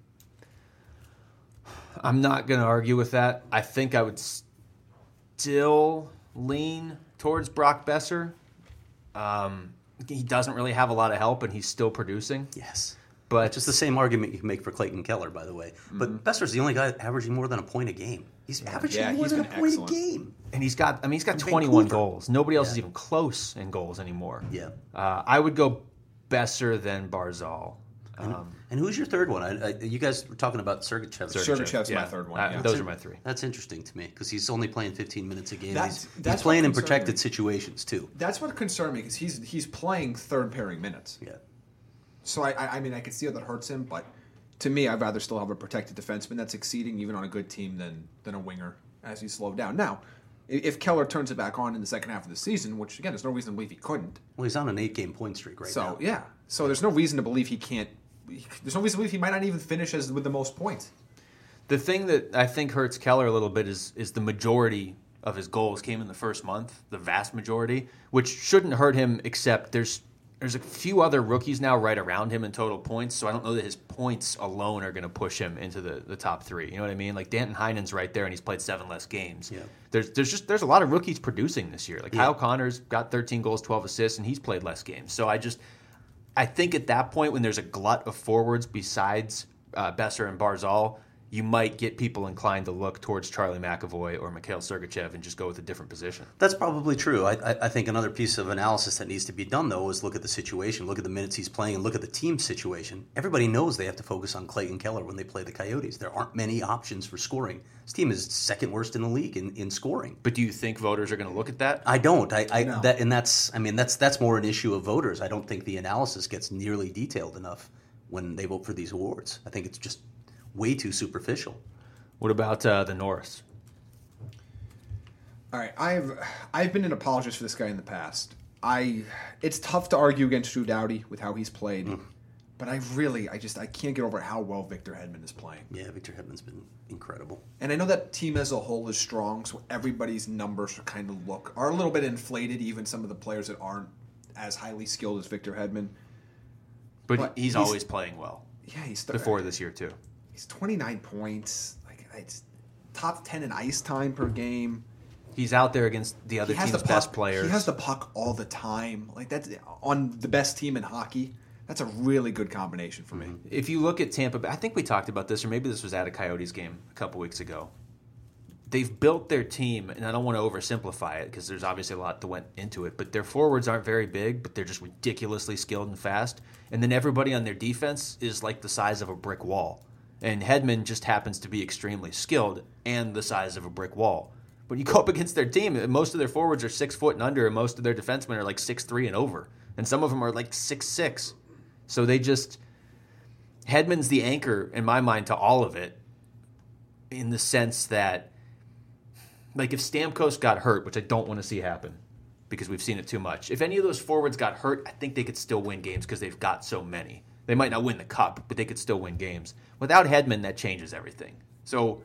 [SPEAKER 1] I'm not going to argue with that. I think I would still lean towards Brock Besser. Um, he doesn't really have a lot of help, and he's still producing.
[SPEAKER 2] Yes.
[SPEAKER 1] But
[SPEAKER 2] Just the same argument you can make for Clayton Keller, by the way. But Besser's the only guy averaging more than a point a game. He's averaging
[SPEAKER 3] Mm-hmm. Yeah,
[SPEAKER 2] more
[SPEAKER 3] he's
[SPEAKER 2] than a
[SPEAKER 3] been
[SPEAKER 2] point
[SPEAKER 3] excellent.
[SPEAKER 2] a game.
[SPEAKER 1] and he's got I mean he's got 21
[SPEAKER 2] Vancouver.
[SPEAKER 1] goals. Nobody else is
[SPEAKER 2] Yeah.
[SPEAKER 1] even close in goals anymore.
[SPEAKER 2] Yeah.
[SPEAKER 1] Uh, I would go Besser than Barzal. Um,
[SPEAKER 2] And who's your third one? I, I, you guys were talking about Sergachev.
[SPEAKER 1] Sergachev.
[SPEAKER 3] Sergachev's my third one.
[SPEAKER 1] I-
[SPEAKER 3] yeah.
[SPEAKER 1] Those are my three.
[SPEAKER 2] That's interesting to me because he's only playing 15 minutes a game.
[SPEAKER 3] That's-
[SPEAKER 2] he's,
[SPEAKER 3] that's
[SPEAKER 2] he's playing
[SPEAKER 3] what
[SPEAKER 2] in
[SPEAKER 3] concerns me.
[SPEAKER 2] protected situations too.
[SPEAKER 3] That's what concerned me because he's he's playing third pairing minutes.
[SPEAKER 2] Yeah.
[SPEAKER 3] So I, I, I mean, I can see how that hurts him, but to me, I'd rather still have a protected defenseman that's exceeding even on a good team than than a winger as he's slowed down. Now, i- if Keller turns it back on in the second half of the season, which again, there's no reason to believe he couldn't.
[SPEAKER 2] Well, he's on an eight-game point streak right
[SPEAKER 3] so
[SPEAKER 2] now.
[SPEAKER 3] yeah, so there's no reason to believe he can't. There's no reason to believe he might not even finish as with the most points.
[SPEAKER 1] The thing that I think hurts Keller a little bit is is the majority of his goals came in the first month, the vast majority, which shouldn't hurt him. Except there's there's a few other rookies now right around him in total points, so I don't know that his points alone are going to push him into the, the top three. You know what I mean? Like Danton Heinen's right there, and he's played seven less games.
[SPEAKER 2] Yeah.
[SPEAKER 1] There's there's just there's a lot of rookies producing this year. Like Kyle Connor's got 13 goals, 12 assists, and he's played less games. So I just I think at that point, when there's a glut of forwards besides uh, Besser and Barzal, you might get people inclined to look towards Charlie McAvoy or Mikhail Sergachev and just go with a different position.
[SPEAKER 2] That's probably true. I, I, I think another piece of analysis that needs to be done, though, is look at the situation, look at the minutes he's playing, and look at the team situation. Everybody knows they have to focus on Clayton Keller when they play the Coyotes. There aren't many options for scoring. This team is second worst in the league in, in scoring.
[SPEAKER 1] But do you think voters are going to look at that?
[SPEAKER 2] I don't. I, I
[SPEAKER 3] No.
[SPEAKER 2] that and that's. I mean, that's that's more an issue of voters. I don't think the analysis gets nearly detailed enough when they vote for these awards. I think it's just way too superficial.
[SPEAKER 1] What about uh, the Norris?
[SPEAKER 3] All right, I've I've been an apologist for this guy in the past. I it's tough to argue against Drew Doughty with how he's played, but I really I just I can't get over how well Victor Hedman is playing.
[SPEAKER 2] Yeah, Victor Hedman's been incredible.
[SPEAKER 3] And I know that team as a whole is strong, so everybody's numbers are kind of look are a little bit inflated. Even some of the players that aren't as highly skilled as Victor Hedman.
[SPEAKER 1] But,
[SPEAKER 3] But
[SPEAKER 1] he's,
[SPEAKER 3] he's-
[SPEAKER 1] always playing well
[SPEAKER 3] Yeah, he's th-
[SPEAKER 1] before this year too.
[SPEAKER 3] he's twenty nine points, like it's top ten in ice time per game.
[SPEAKER 1] He's out there against the other team's best players.
[SPEAKER 3] He has the puck all the time. Like that's on the best team in hockey. That's a really good combination for me.
[SPEAKER 1] if you look at Tampa, Bay, I think we talked about this, or maybe this was at a Coyotes game a couple weeks ago. They've built their team, and I don't want to oversimplify it because there's obviously a lot that went into it. But their forwards aren't very big, but they're just ridiculously skilled and fast. And then everybody on their defense is like the size of a brick wall. And Hedman just happens to be extremely skilled and the size of a brick wall. But you go up against their team, most of their forwards are six foot and under, and most of their defensemen are like six three and over, and some of them are like six six. So they just Hedman's the anchor in my mind to all of it, in the sense that, like, if Stamkos got hurt, which I don't want to see happen because we've seen it too much, if any of those forwards got hurt, I think they could still win games because they've got so many. They might not win the cup, but they could still win games. Without Hedman, that changes everything. So,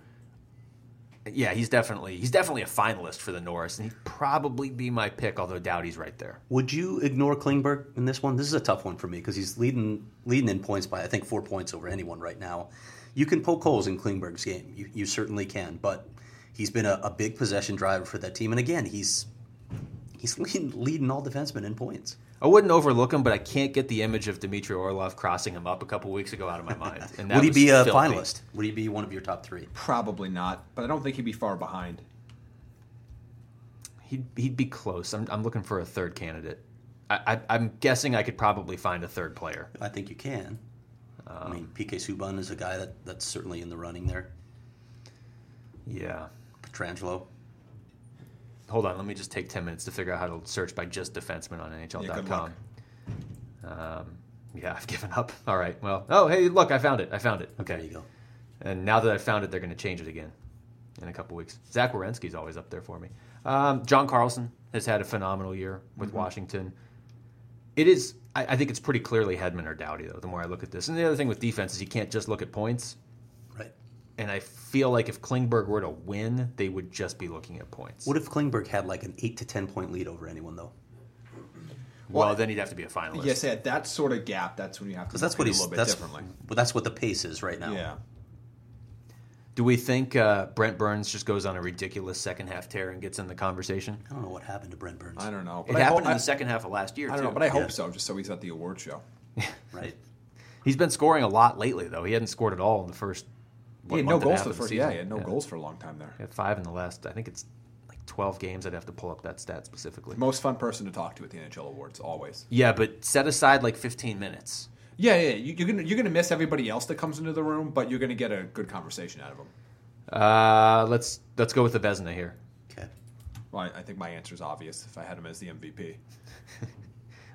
[SPEAKER 1] yeah, he's definitely he's definitely a finalist for the Norris, and he'd probably be my pick. Although Dowdy's right there.
[SPEAKER 2] Would you ignore Klingberg in this one? This is a tough one for me because he's leading leading in points by I think four points over anyone right now. You can poke holes in Klingberg's game. You, you certainly can, but he's been a, a big possession driver for that team. And again, he's he's leading, leading all defensemen in points.
[SPEAKER 1] I wouldn't overlook him, but I can't get the image of Dmitry Orlov crossing him up a couple weeks ago out of my mind. And that
[SPEAKER 2] Would he
[SPEAKER 1] was
[SPEAKER 2] be a
[SPEAKER 1] filthy.
[SPEAKER 2] finalist? Would he be one of your top three?
[SPEAKER 3] Probably not, but I don't think he'd be far behind.
[SPEAKER 1] He'd, he'd be close. I'm, I'm looking for a third candidate. I, I, I'm guessing I could probably find a third player.
[SPEAKER 2] I think you can.
[SPEAKER 1] Uh,
[SPEAKER 2] I mean, PK Subban is a guy that, that's certainly in the running there.
[SPEAKER 1] Yeah.
[SPEAKER 2] Petrangelo.
[SPEAKER 1] Hold on. Let me just take 10 minutes to figure out how to search by just defenseman on NHL.com.
[SPEAKER 3] Yeah, good luck.
[SPEAKER 1] um, yeah, I've given up. All right. Well, oh, hey, look, I found it. I found it.
[SPEAKER 2] There
[SPEAKER 1] Okay.
[SPEAKER 2] you go.
[SPEAKER 1] And now that I've found it, they're going to change it again in a couple weeks. Zach Wierenski's always up there for me. Um, John Carlson has had a phenomenal year with
[SPEAKER 3] Mm-hmm.
[SPEAKER 1] Washington. It is, I, I think it's pretty clearly Hedman or Dowdy, though, the more I look at this. And the other thing with defense is you can't just look at points.
[SPEAKER 2] Right.
[SPEAKER 1] And I feel like if Klingberg were to win, they would just be looking at points.
[SPEAKER 2] What if Klingberg had like an eight to ten point lead over anyone though?
[SPEAKER 1] well, then he'd have to be a finalist.
[SPEAKER 3] Yes, at that sort of gap, that's when you have to
[SPEAKER 2] Because that's
[SPEAKER 3] look
[SPEAKER 2] what
[SPEAKER 3] at it
[SPEAKER 2] he's
[SPEAKER 3] a little bit
[SPEAKER 2] that's,
[SPEAKER 3] differently.
[SPEAKER 2] But that's what the pace is right now.
[SPEAKER 3] Yeah.
[SPEAKER 1] Do we think uh, Brent Burns just goes on a ridiculous second half tear and gets in the conversation?
[SPEAKER 2] I don't know what happened to Brent Burns.
[SPEAKER 3] I don't know.
[SPEAKER 1] It
[SPEAKER 3] I
[SPEAKER 1] happened
[SPEAKER 3] hope-
[SPEAKER 1] in
[SPEAKER 3] I-
[SPEAKER 1] the second half of last year.
[SPEAKER 3] I don't
[SPEAKER 1] too.
[SPEAKER 3] know, but I hope
[SPEAKER 2] Yeah.
[SPEAKER 3] so, just so he's at the award show.
[SPEAKER 2] Right.
[SPEAKER 1] He's been scoring a lot lately, though. He hadn't scored at all in the first.
[SPEAKER 3] he
[SPEAKER 1] what,
[SPEAKER 3] had no
[SPEAKER 1] month and a
[SPEAKER 3] goals
[SPEAKER 1] half
[SPEAKER 3] for the
[SPEAKER 1] of
[SPEAKER 3] first.
[SPEAKER 1] season.
[SPEAKER 3] Yeah, he had no goals for a long time there.
[SPEAKER 1] He had five in the last. I think it's like twelve games. I'd have to pull up that stat specifically.
[SPEAKER 3] Most fun person to talk to at the NHL awards, always.
[SPEAKER 1] Yeah, but set aside like fifteen minutes.
[SPEAKER 3] Yeah, yeah. You, you're gonna you're gonna miss everybody else that comes into the room, but you're gonna get a good conversation out of them.
[SPEAKER 1] Uh, let's let's go with the Vesna here.
[SPEAKER 2] Okay.
[SPEAKER 3] Well, I, I think my answer is obvious. If I had him as the MVP,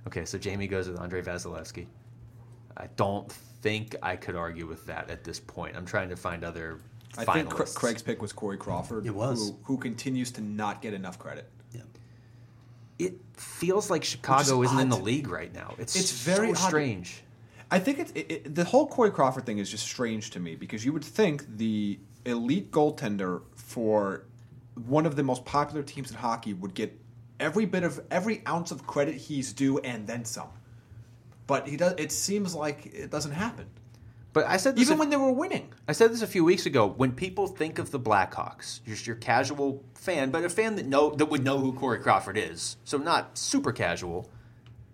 [SPEAKER 1] Okay, so Jamie goes with Andre Vasilevsky. I don't think I could argue with that at this point. I'm trying to find other
[SPEAKER 3] I
[SPEAKER 1] finalists.
[SPEAKER 3] think Cra- Craig's pick was Corey Crawford.
[SPEAKER 2] It was.
[SPEAKER 3] who, who continues to not get enough credit.
[SPEAKER 2] Yeah.
[SPEAKER 1] it feels like Chicago
[SPEAKER 3] Which is
[SPEAKER 1] isn't in the
[SPEAKER 3] odd.
[SPEAKER 1] league right now. It's
[SPEAKER 3] It's
[SPEAKER 1] so
[SPEAKER 3] very odd.
[SPEAKER 1] strange.
[SPEAKER 3] I think it's it, it, the whole Corey Crawford thing is just strange to me because you would think the elite goaltender for one of the most popular teams in hockey would get every bit of every ounce of credit he's due and then some. But he does. It seems like it doesn't happen,
[SPEAKER 1] But I said this
[SPEAKER 3] even
[SPEAKER 1] a-
[SPEAKER 3] when they were winning.
[SPEAKER 1] I said this a few weeks ago. When people think of the Blackhawks, just your casual fan, but a fan that know that would know who Corey Crawford is, so not super casual.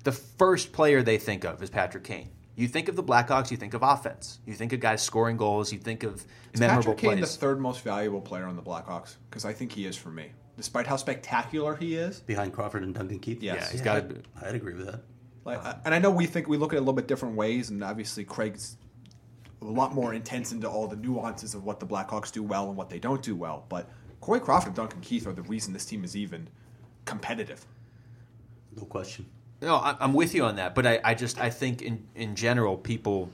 [SPEAKER 1] The first player they think of is Patrick Kane. You think of the Blackhawks, you think of offense. You think of guys scoring goals. You think of
[SPEAKER 3] Is
[SPEAKER 1] memorable
[SPEAKER 3] Patrick Kane
[SPEAKER 1] plays.
[SPEAKER 3] the third most valuable player on the Blackhawks? Because I think he is for me, despite how spectacular he is.
[SPEAKER 2] Behind Crawford and Duncan Keith.
[SPEAKER 3] Yes.
[SPEAKER 1] yeah, he's
[SPEAKER 3] Yeah.
[SPEAKER 1] got to.
[SPEAKER 2] I'd agree with that.
[SPEAKER 3] Like, I- and I know we think we look at it a little bit different ways, and obviously Craig's a lot more intense into all the nuances of what the Blackhawks do well and what they don't do well. But Corey Crawford and Duncan Keith are the reason this team is even competitive.
[SPEAKER 2] No question.
[SPEAKER 1] No, I- I'm with you on that, but I, I just I think in in general people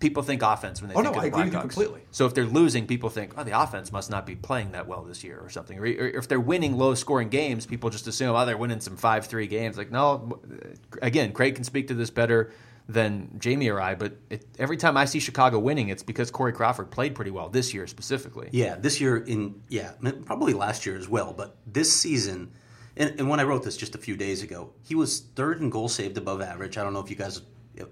[SPEAKER 1] people think offense when they
[SPEAKER 3] Oh,
[SPEAKER 1] think of
[SPEAKER 3] no,
[SPEAKER 1] the
[SPEAKER 3] I agree with you
[SPEAKER 1] Blackhawks.
[SPEAKER 3] completely.
[SPEAKER 1] So if they're losing, people think, oh, the offense must not be playing that well this year or something. Or, or if they're winning low scoring games, people just assume, oh, they're winning some five three games. Like no, again, Craig can speak to this better than Jamie or I, but it, every time I see Chicago winning, it's because Corey Crawford played pretty well this year specifically.
[SPEAKER 2] Yeah, this year in yeah, I mean, probably last year as well, but this season, and, and when I wrote this just a few days ago, he was third in goal saved above average. I don't know if you guys,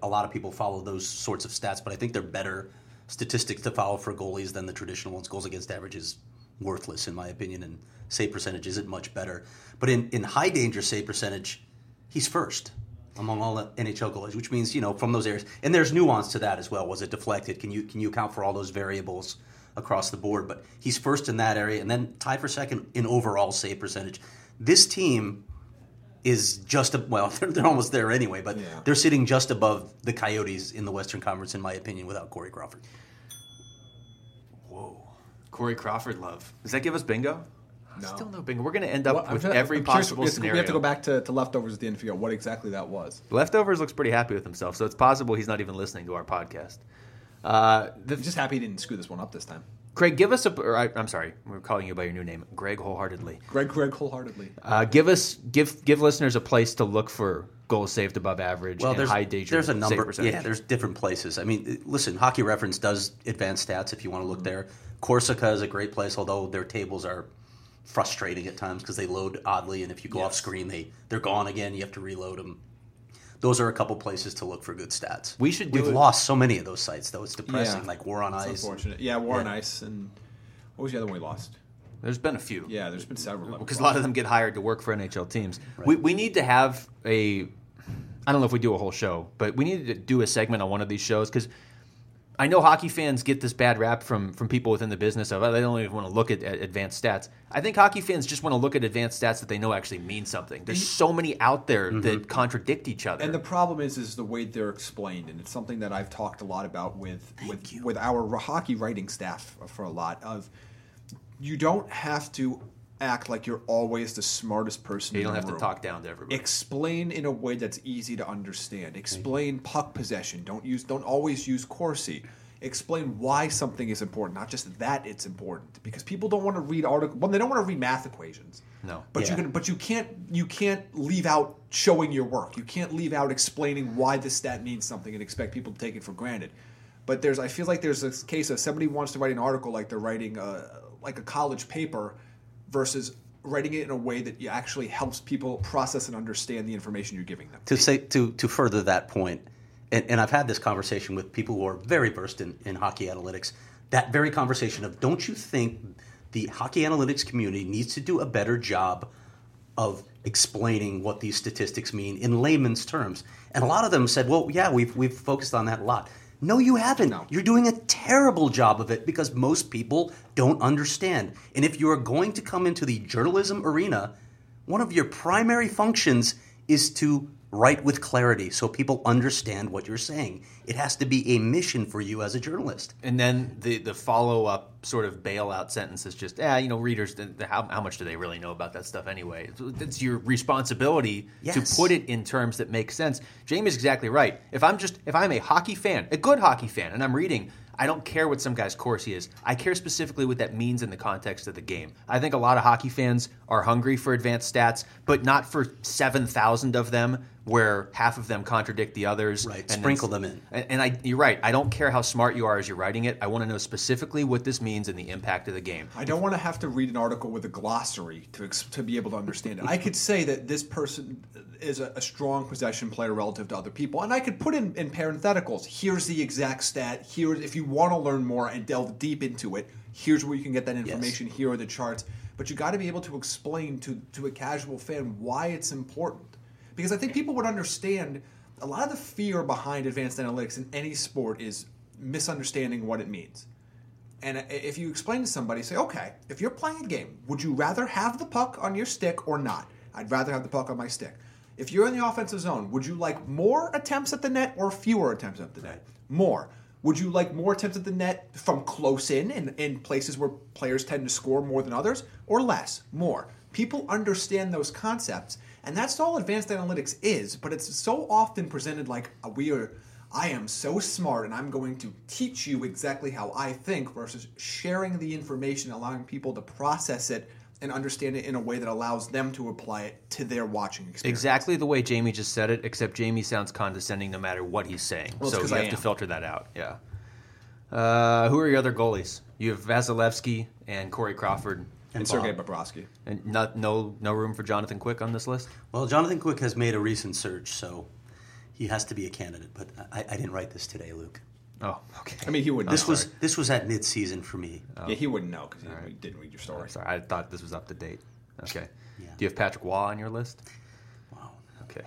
[SPEAKER 2] a lot of people follow those sorts of stats, but I think they're better statistics to follow for goalies than the traditional ones. Goals against average is worthless in my opinion, and save percentage isn't much better. But in in high danger save percentage, he's first among all the NHL goalies, which means you know from those areas. And there's nuance to that as well. Was it deflected? Can you can you account for all those variables across the board? But he's first in that area, and then tied for second in overall save percentage. This team is just a, well, they're, they're almost there anyway, but
[SPEAKER 3] Yeah.
[SPEAKER 2] they're sitting just above the Coyotes in the Western Conference, in my opinion, without Corey Crawford.
[SPEAKER 1] Whoa, Corey Crawford love. Does that give us bingo?
[SPEAKER 3] No.
[SPEAKER 1] Still no bingo. We're going to end up
[SPEAKER 3] I'm
[SPEAKER 1] with
[SPEAKER 3] trying-
[SPEAKER 1] every
[SPEAKER 3] I'm curious-
[SPEAKER 1] possible
[SPEAKER 3] we have to-
[SPEAKER 1] scenario.
[SPEAKER 3] We have to go back to, to leftovers at the end to figure out what exactly that was.
[SPEAKER 1] Leftovers looks pretty happy with himself, so it's possible he's not even listening to our podcast. Uh,
[SPEAKER 3] I'm
[SPEAKER 1] the,
[SPEAKER 3] just happy he didn't screw this one up this time.
[SPEAKER 1] Craig, give us a. Or I, I'm sorry, we're calling you by your new name, Greg, wholeheartedly.
[SPEAKER 3] Greg, Greg, wholeheartedly.
[SPEAKER 1] Uh, give us, give give listeners a place to look for goals saved above average
[SPEAKER 2] Well,
[SPEAKER 1] and
[SPEAKER 2] there's
[SPEAKER 1] high danger.
[SPEAKER 2] There's a
[SPEAKER 1] save
[SPEAKER 2] number.
[SPEAKER 1] percentage.
[SPEAKER 2] Yeah, there's different places. I mean, it- listen, Hockey Reference does advanced stats if you want to look
[SPEAKER 1] Mm-hmm.
[SPEAKER 2] there. Corsica is a great place, although their tables are frustrating at times because they load oddly, and if you go off
[SPEAKER 3] Yes.
[SPEAKER 2] screen, they they're gone again. You have to reload them. Those are a couple places to look for good stats.
[SPEAKER 1] We should do
[SPEAKER 2] We've
[SPEAKER 1] it-
[SPEAKER 2] lost so many of those sites, though. It's depressing.
[SPEAKER 3] Yeah.
[SPEAKER 2] Like War on
[SPEAKER 3] It's
[SPEAKER 2] Ice.
[SPEAKER 3] unfortunate. Yeah, War on
[SPEAKER 2] Yeah.
[SPEAKER 3] Ice, and what was the other one we lost?
[SPEAKER 1] there's been a few.
[SPEAKER 3] Yeah, there's been several. that we
[SPEAKER 1] because a
[SPEAKER 3] lost.
[SPEAKER 1] lot of them get hired to work for NHL teams. We, we need to have a. I don't know if we do a whole show, but we need to do a segment on one of these shows because I know hockey fans get this bad rap from from people within the business of oh, they don't even want to look at, at advanced stats. I think hockey fans just want to look at advanced stats that they know actually mean something. There's so many out there that contradict each other.
[SPEAKER 3] Mm-hmm. And the problem is, is the way they're explained, and it's something that I've talked a lot about with with, with our hockey writing staff for a lot of. You don't have to act like you're always the smartest person.
[SPEAKER 1] you
[SPEAKER 3] in
[SPEAKER 1] don't
[SPEAKER 3] the
[SPEAKER 1] have to
[SPEAKER 3] room.
[SPEAKER 1] talk down to everybody.
[SPEAKER 3] Explain in a way that's easy to understand. Explain puck possession. Don't use. Don't always use Corsi. Explain why something is important, not just that it's important. Because people don't want to read article. Well, they don't want to read math equations.
[SPEAKER 1] No.
[SPEAKER 3] But
[SPEAKER 2] Yeah.
[SPEAKER 3] you can. But you can't. You can't leave out showing your work. You can't leave out explaining why this stat means something and expect people to take it for granted. But there's, I feel like there's a case of somebody wants to write an article like they're writing a like a college paper, versus writing it in a way that actually helps people process and understand the information you're giving them.
[SPEAKER 2] to say to to further that point, and, and I've had this conversation with people who are very versed in, in hockey analytics. That very conversation of don't you think the hockey analytics community needs to do a better job of explaining what these statistics mean in layman's terms? And a lot of them said, "Well, yeah, we've we've focused on that a lot." No, you haven't.
[SPEAKER 3] No.
[SPEAKER 2] You're doing a terrible job of it because most people don't understand. And if you are going to come into the journalism arena, one of your primary functions is to write with clarity so people understand what you're saying. It has to be a mission for you as a journalist.
[SPEAKER 1] And then the, the follow up sort of bailout sentence is just, ah, you know, readers, th- th- how, how much do they really know about that stuff anyway? So It's your responsibility
[SPEAKER 2] Yes.
[SPEAKER 1] to put it in terms that make sense. Jamie's exactly right. If I'm just, if I'm a hockey fan, a good hockey fan, and I'm reading, I don't care what some guy's course he is. I care specifically what that means in the context of the game. I think a lot of hockey fans are hungry for advanced stats, but not for 7,000 of them where half of them contradict the others.
[SPEAKER 2] Right,
[SPEAKER 1] and then-
[SPEAKER 2] sprinkle them in.
[SPEAKER 1] and, and I, you're right. I don't care how smart you are as you're writing it. I want to know specifically what this means and the impact of the game.
[SPEAKER 3] I don't want to have to read an article with a glossary to ex- to be able to understand it. I could say that this person is a, a strong possession player relative to other people, and I could put in, in parentheticals. Here's the exact stat. Here, if you want to learn more and delve deep into it, here's where you can get that information. Here are the charts. But you got to be able to explain to to a casual fan why it's important, because I think people would understand. A lot of the fear behind advanced analytics in any sport is misunderstanding what it means. And if you explain to somebody, say, okay, if you're playing a game, would you rather have the puck on your stick or not? I'd rather have the puck on my stick. If you're in the offensive zone, would you like more attempts at the net or fewer attempts at the net? More. Would you like more attempts at the net from close in and in places where players tend to score more than others or less? More. People understand those concepts, and that's all advanced analytics is, but it's so often presented like uh, we are I am so smart and I'm going to teach you exactly how I think versus sharing the information, allowing people to process it and understand it in a way that allows them to apply it to their watching experience.
[SPEAKER 1] Exactly the way Jamie just said it, except Jamie sounds condescending no matter what he's saying.
[SPEAKER 3] Well, it's
[SPEAKER 1] so
[SPEAKER 3] 'cause
[SPEAKER 1] you
[SPEAKER 3] I
[SPEAKER 1] have to
[SPEAKER 3] am.
[SPEAKER 1] filter that out. Yeah. Uh, who are your other goalies? You have Vasilevsky and Corey Crawford,
[SPEAKER 3] And Sergei Bobrovsky.
[SPEAKER 1] and not, no no room for Jonathan Quick on this list.
[SPEAKER 2] Well, Jonathan Quick has made a recent surge, so he has to be a candidate. But I, I didn't write this today, Luke.
[SPEAKER 1] Oh, okay.
[SPEAKER 3] I mean, he wouldn't.
[SPEAKER 2] This
[SPEAKER 3] know.
[SPEAKER 2] was this was at midseason for me.
[SPEAKER 3] yeah, he wouldn't know because he didn't read your story.
[SPEAKER 1] Sorry, I thought this was up to date. Okay.
[SPEAKER 2] Yeah.
[SPEAKER 1] Do you have Patrick Waugh on your list?
[SPEAKER 2] Wow.
[SPEAKER 1] Okay.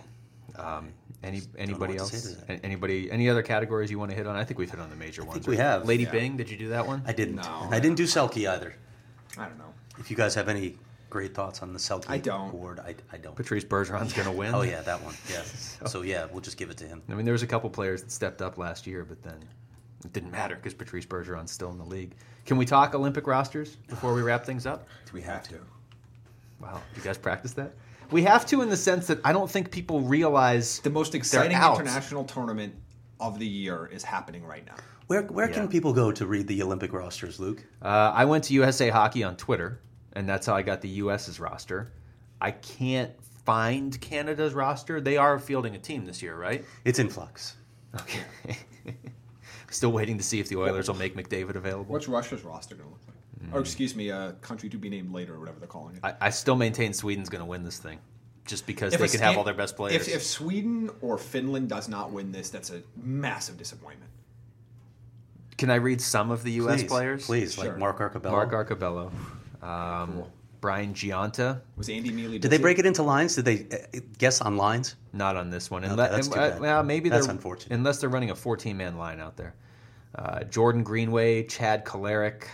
[SPEAKER 1] Um, any anybody
[SPEAKER 2] what to say
[SPEAKER 1] else?
[SPEAKER 2] to that.
[SPEAKER 1] An- Anybody? Any other categories you want to hit on? I think we've hit on the major ones.
[SPEAKER 2] we
[SPEAKER 1] right?
[SPEAKER 2] have,
[SPEAKER 1] Lady
[SPEAKER 3] yeah.
[SPEAKER 1] Bing. Did you do that one?
[SPEAKER 2] I didn't.
[SPEAKER 3] No.
[SPEAKER 2] And I didn't do Selkie either.
[SPEAKER 3] I don't know.
[SPEAKER 2] If you guys have any great thoughts on the Selkie
[SPEAKER 3] I don't.
[SPEAKER 2] award, I, I don't.
[SPEAKER 1] Patrice Bergeron's going to win.
[SPEAKER 2] Oh yeah, that one. Yeah. so yeah, we'll just give it to him.
[SPEAKER 1] I mean, there was a couple players that stepped up last year, but then it didn't matter because Patrice Bergeron's still in the league. Can we talk Olympic rosters before we wrap things up?
[SPEAKER 3] Do we have to?
[SPEAKER 1] Wow, you guys practice that? We have to, in the sense that I don't think people realize
[SPEAKER 3] The most exciting
[SPEAKER 1] out.
[SPEAKER 3] international tournament of the year is happening right now.
[SPEAKER 2] Where where
[SPEAKER 1] Yeah.
[SPEAKER 2] can people go to read the Olympic rosters, Luke?
[SPEAKER 1] Uh, I went to USA Hockey on Twitter, and that's how I got the US's roster. I can't find Canada's roster. They are fielding a team this year, right?
[SPEAKER 2] It's in flux.
[SPEAKER 1] Okay. Still waiting to see if the Oilers will make McDavid available.
[SPEAKER 3] What's Russia's roster going to look
[SPEAKER 1] Hmm.
[SPEAKER 3] like? Or excuse me, a country to be named later, or whatever they're calling it.
[SPEAKER 1] I, I still maintain Sweden's going to win this thing, just because they
[SPEAKER 3] a
[SPEAKER 1] can have
[SPEAKER 3] Scan-
[SPEAKER 1] all their best players.
[SPEAKER 3] If, if Sweden or Finland does not win this, that's a massive disappointment.
[SPEAKER 1] can I read some of the US
[SPEAKER 2] Please,
[SPEAKER 1] players?
[SPEAKER 2] please,
[SPEAKER 3] Sure.
[SPEAKER 2] like Mark Arcabella.
[SPEAKER 1] Mark Arcabello, um, Brian Gianta,
[SPEAKER 3] Was Andy Neely?
[SPEAKER 2] Did they break it into lines? Did they uh, guess on lines?
[SPEAKER 1] Not on this one.
[SPEAKER 2] Okay,
[SPEAKER 1] Unless,
[SPEAKER 2] that's too bad.
[SPEAKER 1] well, maybe
[SPEAKER 2] That's
[SPEAKER 1] they're,
[SPEAKER 2] unfortunate.
[SPEAKER 1] Unless they're running a 14 man line out there. Uh, Jordan Greenway, Chad Kalerick,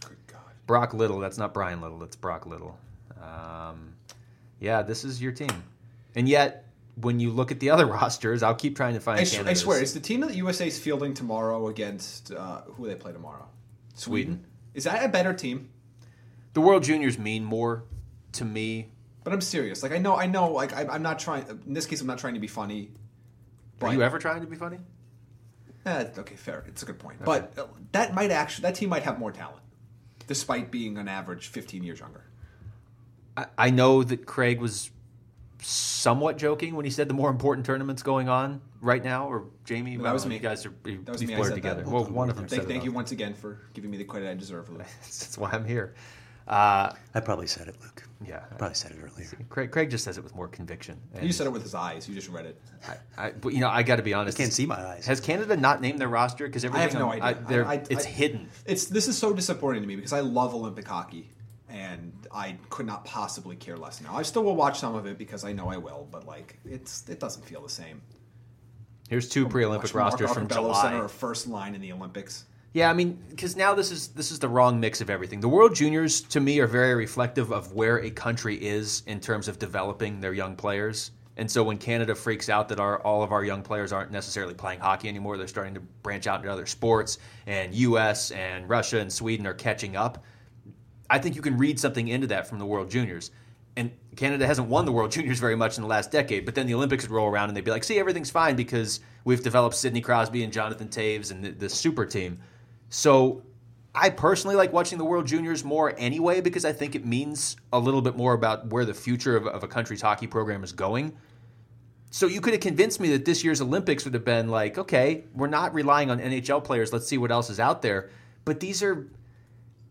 [SPEAKER 3] Good God.
[SPEAKER 1] Brock Little. That's not Brian Little. That's Brock Little. Um, yeah, this is your team. And yet, when you look at the other rosters, I'll keep trying to find.
[SPEAKER 3] I, s- I
[SPEAKER 1] Canada's.
[SPEAKER 3] swear, it's the team that USA's fielding tomorrow against uh, who they play tomorrow.
[SPEAKER 1] Sweden.
[SPEAKER 3] Is that a better team?
[SPEAKER 1] The World Juniors mean more to me.
[SPEAKER 3] But I'm serious. Like I know, I know. Like I, I'm not trying. In this case, I'm not trying to be funny.
[SPEAKER 1] Are you ever trying to be funny?
[SPEAKER 3] Eh, okay, fair. It's a good point. But uh, that might actually that team might have more talent, despite being on average 15 years younger.
[SPEAKER 1] I, I know that Craig was somewhat joking when he said the more important tournament's going on right now. Or Jamie,
[SPEAKER 3] That was
[SPEAKER 1] well,
[SPEAKER 3] me.
[SPEAKER 1] You guys are you,
[SPEAKER 3] That was
[SPEAKER 1] you
[SPEAKER 3] me, I
[SPEAKER 1] blurred
[SPEAKER 3] said that.
[SPEAKER 1] together.
[SPEAKER 3] Both
[SPEAKER 1] Well,
[SPEAKER 2] of them
[SPEAKER 1] one of
[SPEAKER 2] were
[SPEAKER 1] them.
[SPEAKER 3] Thank,
[SPEAKER 1] said it
[SPEAKER 3] thank
[SPEAKER 1] all.
[SPEAKER 3] you once again for giving me the credit I deserve. Lou.
[SPEAKER 1] That's why I'm here. Uh,
[SPEAKER 2] I probably said it, Luke.
[SPEAKER 1] yeah,
[SPEAKER 2] I probably said it earlier.
[SPEAKER 1] Craig, Craig just says it with more conviction. And
[SPEAKER 3] You said it with his eyes. You just read it.
[SPEAKER 1] I, but you know, I got to be honest.
[SPEAKER 2] Can't see my eyes.
[SPEAKER 1] Has Canada not named their roster? Because everything
[SPEAKER 3] I have no
[SPEAKER 1] on-
[SPEAKER 3] idea.
[SPEAKER 1] I- they're-
[SPEAKER 3] I- I-
[SPEAKER 1] it's
[SPEAKER 3] I-
[SPEAKER 1] hidden.
[SPEAKER 3] It's this is so disappointing to me because I love Olympic hockey, and I could not possibly care less now. I still will watch some of it because I know I will, but like it's it doesn't feel the same.
[SPEAKER 1] Here's two pre-Olympic
[SPEAKER 3] Watch Mark
[SPEAKER 1] rosters from
[SPEAKER 3] Archambault
[SPEAKER 1] July.
[SPEAKER 3] Center, first line in the Olympics.
[SPEAKER 1] Yeah, I mean, because now this is this is the wrong mix of everything. The World Juniors to me are very reflective of where a country is in terms of developing their young players. And so when Canada freaks out that our all of our young players aren't necessarily playing hockey anymore, they're starting to branch out into other sports. And U.S. and Russia and Sweden are catching up. I think you can read something into that from the World Juniors. And Canada hasn't won the World Juniors very much in the last decade, but then the Olympics would roll around and they'd be like, see, everything's fine because we've developed Sidney Crosby and Jonathan Taves and the, the super team. So I personally like watching the World Juniors more anyway because I think it means a little bit more about where the future of, of a country's hockey program is going. So you could have convinced me that this year's Olympics would have been like, okay, we're not relying on NHL players. Let's see what else is out there. But these are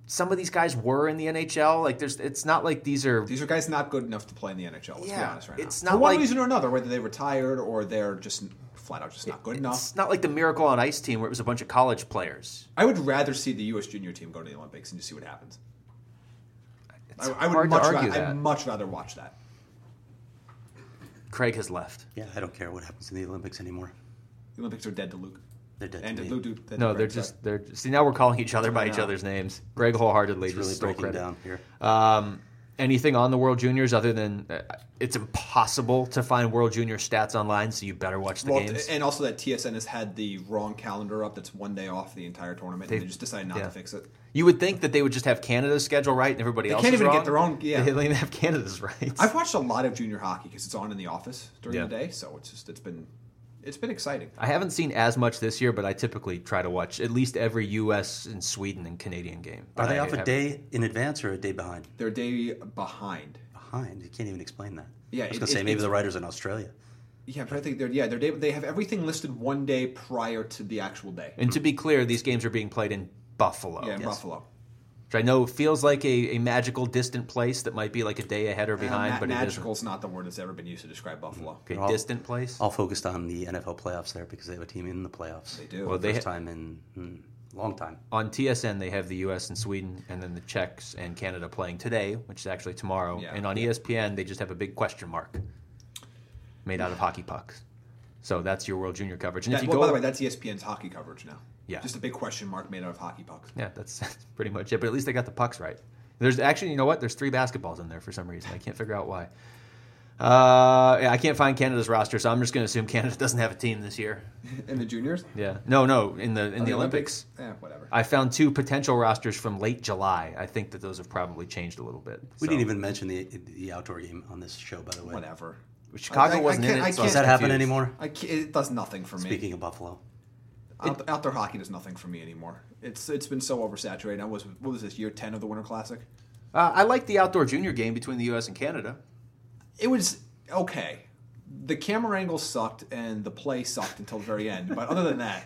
[SPEAKER 1] some of these guys were in the NHL. Like there's, it's not like these are.
[SPEAKER 3] These are guys not good enough to play in the NHL. Let's be
[SPEAKER 1] Yeah,
[SPEAKER 3] honest right
[SPEAKER 1] it's
[SPEAKER 3] now.
[SPEAKER 1] not
[SPEAKER 3] For one
[SPEAKER 1] like-
[SPEAKER 3] reason or another, whether they retired or they're just flat out just not good enough.
[SPEAKER 1] It's not like the Miracle on Ice team where it was a bunch of college players.
[SPEAKER 3] I would rather see the U.S. junior team go to the Olympics and just see what happens. I, I would
[SPEAKER 1] hard to
[SPEAKER 3] much
[SPEAKER 1] argue
[SPEAKER 3] rather,
[SPEAKER 1] that.
[SPEAKER 3] I'd much rather watch that.
[SPEAKER 1] Craig has left.
[SPEAKER 2] Yeah, I don't care what happens in the Olympics anymore.
[SPEAKER 3] The Olympics are dead to Luke.
[SPEAKER 2] They're dead.
[SPEAKER 3] And
[SPEAKER 2] to
[SPEAKER 3] did
[SPEAKER 2] me.
[SPEAKER 3] Luke do dead to
[SPEAKER 1] No,
[SPEAKER 3] Greg,
[SPEAKER 1] they're
[SPEAKER 3] sorry.
[SPEAKER 1] just they're see now we're calling each other by
[SPEAKER 3] I
[SPEAKER 1] each
[SPEAKER 3] know.
[SPEAKER 1] other's names. Greg wholeheartedly
[SPEAKER 2] It's really
[SPEAKER 1] just stole
[SPEAKER 2] breaking
[SPEAKER 1] credit.
[SPEAKER 2] down here.
[SPEAKER 1] Um, anything on the World Juniors other than uh, it's impossible to find World Junior stats online, so you better watch the
[SPEAKER 3] Well,
[SPEAKER 1] games.
[SPEAKER 3] and also that TSN has had the wrong calendar up. That's one day off the entire tournament, and they just decided not
[SPEAKER 1] yeah.
[SPEAKER 3] to fix it.
[SPEAKER 1] you would think that they would just have Canada's schedule right and everybody else
[SPEAKER 3] can't
[SPEAKER 1] is
[SPEAKER 3] even
[SPEAKER 1] wrong.
[SPEAKER 3] get their own- yeah.
[SPEAKER 1] they don't even have Canada's right.
[SPEAKER 3] I've watched a lot of junior hockey because it's on in the office during
[SPEAKER 1] Yeah.
[SPEAKER 3] the day, so it's just it's been it's been exciting.
[SPEAKER 1] I haven't seen as much this year, but I typically try to watch at least every U.S. and Sweden and Canadian game.
[SPEAKER 2] Are they
[SPEAKER 1] I
[SPEAKER 2] off a
[SPEAKER 1] have-
[SPEAKER 2] day in advance or a day behind?
[SPEAKER 3] They're a day behind.
[SPEAKER 2] Behind. You can't even explain that.
[SPEAKER 3] Yeah,
[SPEAKER 2] I was
[SPEAKER 3] it-
[SPEAKER 2] gonna
[SPEAKER 3] it-
[SPEAKER 2] say maybe
[SPEAKER 3] it's-
[SPEAKER 2] the writers in Australia.
[SPEAKER 3] Yeah, but I think they're yeah they're day, they have everything listed one day prior to the actual day.
[SPEAKER 1] And to be clear, these games are being played in Buffalo,
[SPEAKER 3] yeah, in
[SPEAKER 1] Yes.
[SPEAKER 3] Buffalo.
[SPEAKER 1] which I know feels like a, a magical, distant place that might be like a day ahead or behind,
[SPEAKER 3] Uh, Ma-
[SPEAKER 1] but it isn't.
[SPEAKER 3] magical is not the word that's ever been used to describe Buffalo.
[SPEAKER 1] Okay,
[SPEAKER 2] Well,
[SPEAKER 1] distant place.
[SPEAKER 2] All focused on the NFL playoffs there because they have a team in the playoffs.
[SPEAKER 3] They do.
[SPEAKER 1] Well, they
[SPEAKER 2] First
[SPEAKER 1] ha-
[SPEAKER 2] time in hmm, long time.
[SPEAKER 1] on TSN they have the U.S. and Sweden, and then the Czechs and Canada playing today, which is actually tomorrow.
[SPEAKER 3] Yeah.
[SPEAKER 1] And on E ESPN they just have a big question mark made out of hockey pucks. So that's your World Junior coverage. And if
[SPEAKER 3] That-
[SPEAKER 1] you
[SPEAKER 3] well,
[SPEAKER 1] go,
[SPEAKER 3] by the way, that's E ESPN's hockey coverage now.
[SPEAKER 1] Yeah.
[SPEAKER 3] just a big question mark made out of hockey pucks.
[SPEAKER 1] Yeah, that's, that's pretty much it. But at least they got the pucks right. There's actually, you know what? There's three basketballs in there for some reason. I can't figure out why. Uh, yeah, I can't find Canada's roster, so I'm just going to assume Canada doesn't have a team this year.
[SPEAKER 3] And the juniors
[SPEAKER 1] Yeah, no, no, in
[SPEAKER 3] Oh,
[SPEAKER 1] the in the, Olympics.
[SPEAKER 3] Yeah, Eh, whatever.
[SPEAKER 1] I found two potential rosters from late July. I think that those have probably changed a little bit.
[SPEAKER 2] We
[SPEAKER 1] So-
[SPEAKER 2] didn't even mention the the outdoor game on this show, by the way.
[SPEAKER 3] whatever.
[SPEAKER 1] Chicago
[SPEAKER 3] I- I
[SPEAKER 1] wasn't in
[SPEAKER 3] can't-
[SPEAKER 1] it.
[SPEAKER 3] I
[SPEAKER 1] so I
[SPEAKER 2] Does
[SPEAKER 1] was
[SPEAKER 2] that happen
[SPEAKER 1] confused.
[SPEAKER 2] anymore?
[SPEAKER 3] I ca it does nothing for me.
[SPEAKER 2] Speaking of Buffalo,
[SPEAKER 3] Out, outdoor hockey does nothing for me anymore. It's it's been so oversaturated. I was what was this year ten of the Winter Classic?
[SPEAKER 1] Uh, I like the outdoor junior game between the U.S. and Canada.
[SPEAKER 3] It was okay. The camera angle sucked and the play sucked until the very end. But other than that,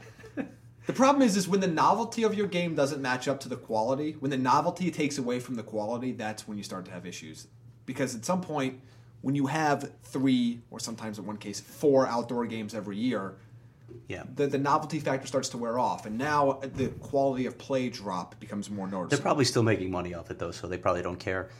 [SPEAKER 3] the problem is is when the novelty of your game doesn't match up to the quality. When the novelty takes away from the quality, that's when you start to have issues. Because at some point, when you have three or sometimes in one case four outdoor games every year,
[SPEAKER 2] yeah.
[SPEAKER 3] the, the novelty factor starts to wear off, and now the quality of play drop becomes more
[SPEAKER 2] They're
[SPEAKER 3] noticeable.
[SPEAKER 2] probably still making money off it though, so they probably don't care.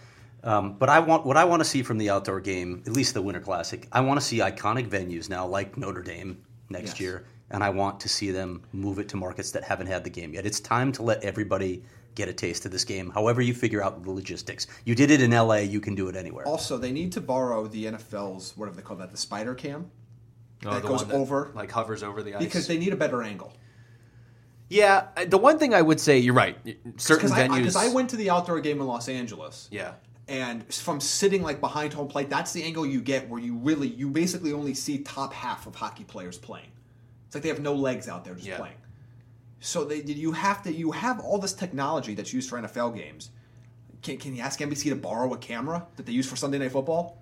[SPEAKER 2] Um, but I want what I want to see from the outdoor game, at least the Winter Classic. I want to see iconic venues now, like Notre Dame next
[SPEAKER 3] Yes.
[SPEAKER 2] year, and I want to see them move it to markets that haven't had the game yet. It's time to let everybody get a taste of this game. However, you figure out the logistics. You did it in LA, you can do it anywhere.
[SPEAKER 3] also, they need to borrow the NFL's whatever they call that, the spider cam,
[SPEAKER 1] Oh,
[SPEAKER 3] that
[SPEAKER 1] the
[SPEAKER 3] goes
[SPEAKER 1] one
[SPEAKER 3] over
[SPEAKER 1] like hovers over the ice.
[SPEAKER 3] because they need a better angle.
[SPEAKER 1] yeah, I- the one thing I would say, you're right. Certain
[SPEAKER 3] Because I, I-
[SPEAKER 1] venues.
[SPEAKER 3] 'cause I went to the outdoor game in Los Angeles,
[SPEAKER 1] Yeah.
[SPEAKER 3] and from sitting like behind home plate, that's the angle you get where you really, you basically only see top half of hockey players playing. It's like they have no legs out there just
[SPEAKER 1] Yeah.
[SPEAKER 3] playing. So they, you have to, you have all this technology that's used for NFL games. Can, can you ask NBC to borrow a camera that they use for Sunday Night Football?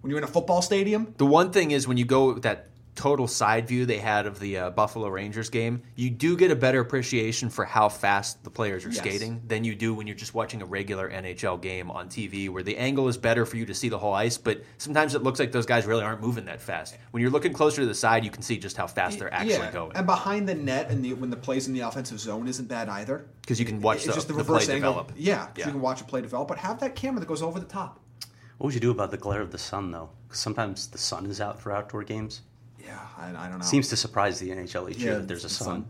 [SPEAKER 3] when you're in a football stadium.
[SPEAKER 1] The one thing is when you go with that total side view they had of the uh, Buffalo Rangers game, you do get a better appreciation for how fast the players are
[SPEAKER 3] Yes.
[SPEAKER 1] skating than you do when you're just watching a regular NHL game on TV where the angle is better for you to see the whole ice, but sometimes it looks like those guys really aren't moving that fast. When you're looking closer to the side, you can see just how fast they're actually
[SPEAKER 3] yeah.
[SPEAKER 1] going
[SPEAKER 3] And behind the net and the, when the plays in the offensive zone isn't bad either.
[SPEAKER 1] because you can watch
[SPEAKER 3] It's
[SPEAKER 1] the,
[SPEAKER 3] just the
[SPEAKER 1] the play
[SPEAKER 3] reverse angle.
[SPEAKER 1] develop.
[SPEAKER 3] Yeah, 'cause
[SPEAKER 1] Yeah.
[SPEAKER 3] you can watch a play develop, but have that camera that goes over the top.
[SPEAKER 2] What would you do about the glare of the sun, though? 'Cause sometimes the sun is out for outdoor games.
[SPEAKER 3] Yeah, I, I don't know.
[SPEAKER 2] Seems to surprise Oh. the NHL each year
[SPEAKER 3] Yeah,
[SPEAKER 2] that there's a
[SPEAKER 3] the
[SPEAKER 2] sun.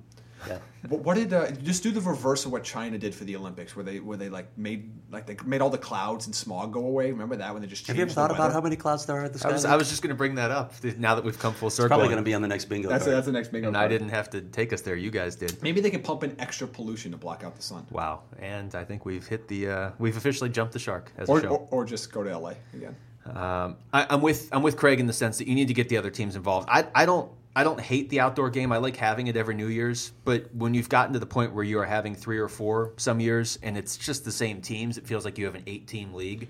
[SPEAKER 2] Yeah.
[SPEAKER 3] What, what did uh, just do the reverse of what China did for the Olympics, where they where they like made like they made all the clouds and smog go away. Remember that when they just
[SPEAKER 2] Have
[SPEAKER 3] changed
[SPEAKER 2] you ever thought
[SPEAKER 3] the
[SPEAKER 2] about
[SPEAKER 3] weather?
[SPEAKER 2] how many clouds there are at the sky?
[SPEAKER 1] I was, I was just going to bring that up th- now that we've come full circle.
[SPEAKER 2] probably going to be on the next bingo
[SPEAKER 3] that's
[SPEAKER 2] card.
[SPEAKER 3] that's the next bingo.
[SPEAKER 1] and I
[SPEAKER 3] card.
[SPEAKER 1] didn't have to take us there. You guys did.
[SPEAKER 3] Maybe they can pump in extra pollution to block out the sun,
[SPEAKER 1] Wow. And I think we've hit the, uh, we've officially jumped the shark as a
[SPEAKER 3] or,
[SPEAKER 1] show.
[SPEAKER 3] or or just go to LA again.
[SPEAKER 1] Um, I, I'm with I'm with Craig in the sense that you need to get the other teams involved. I, I don't I don't hate the outdoor game. I like having it every New Year's, but when you've gotten to the point where you are having three or four some years and it's just the same teams, it feels like you have an eight team league.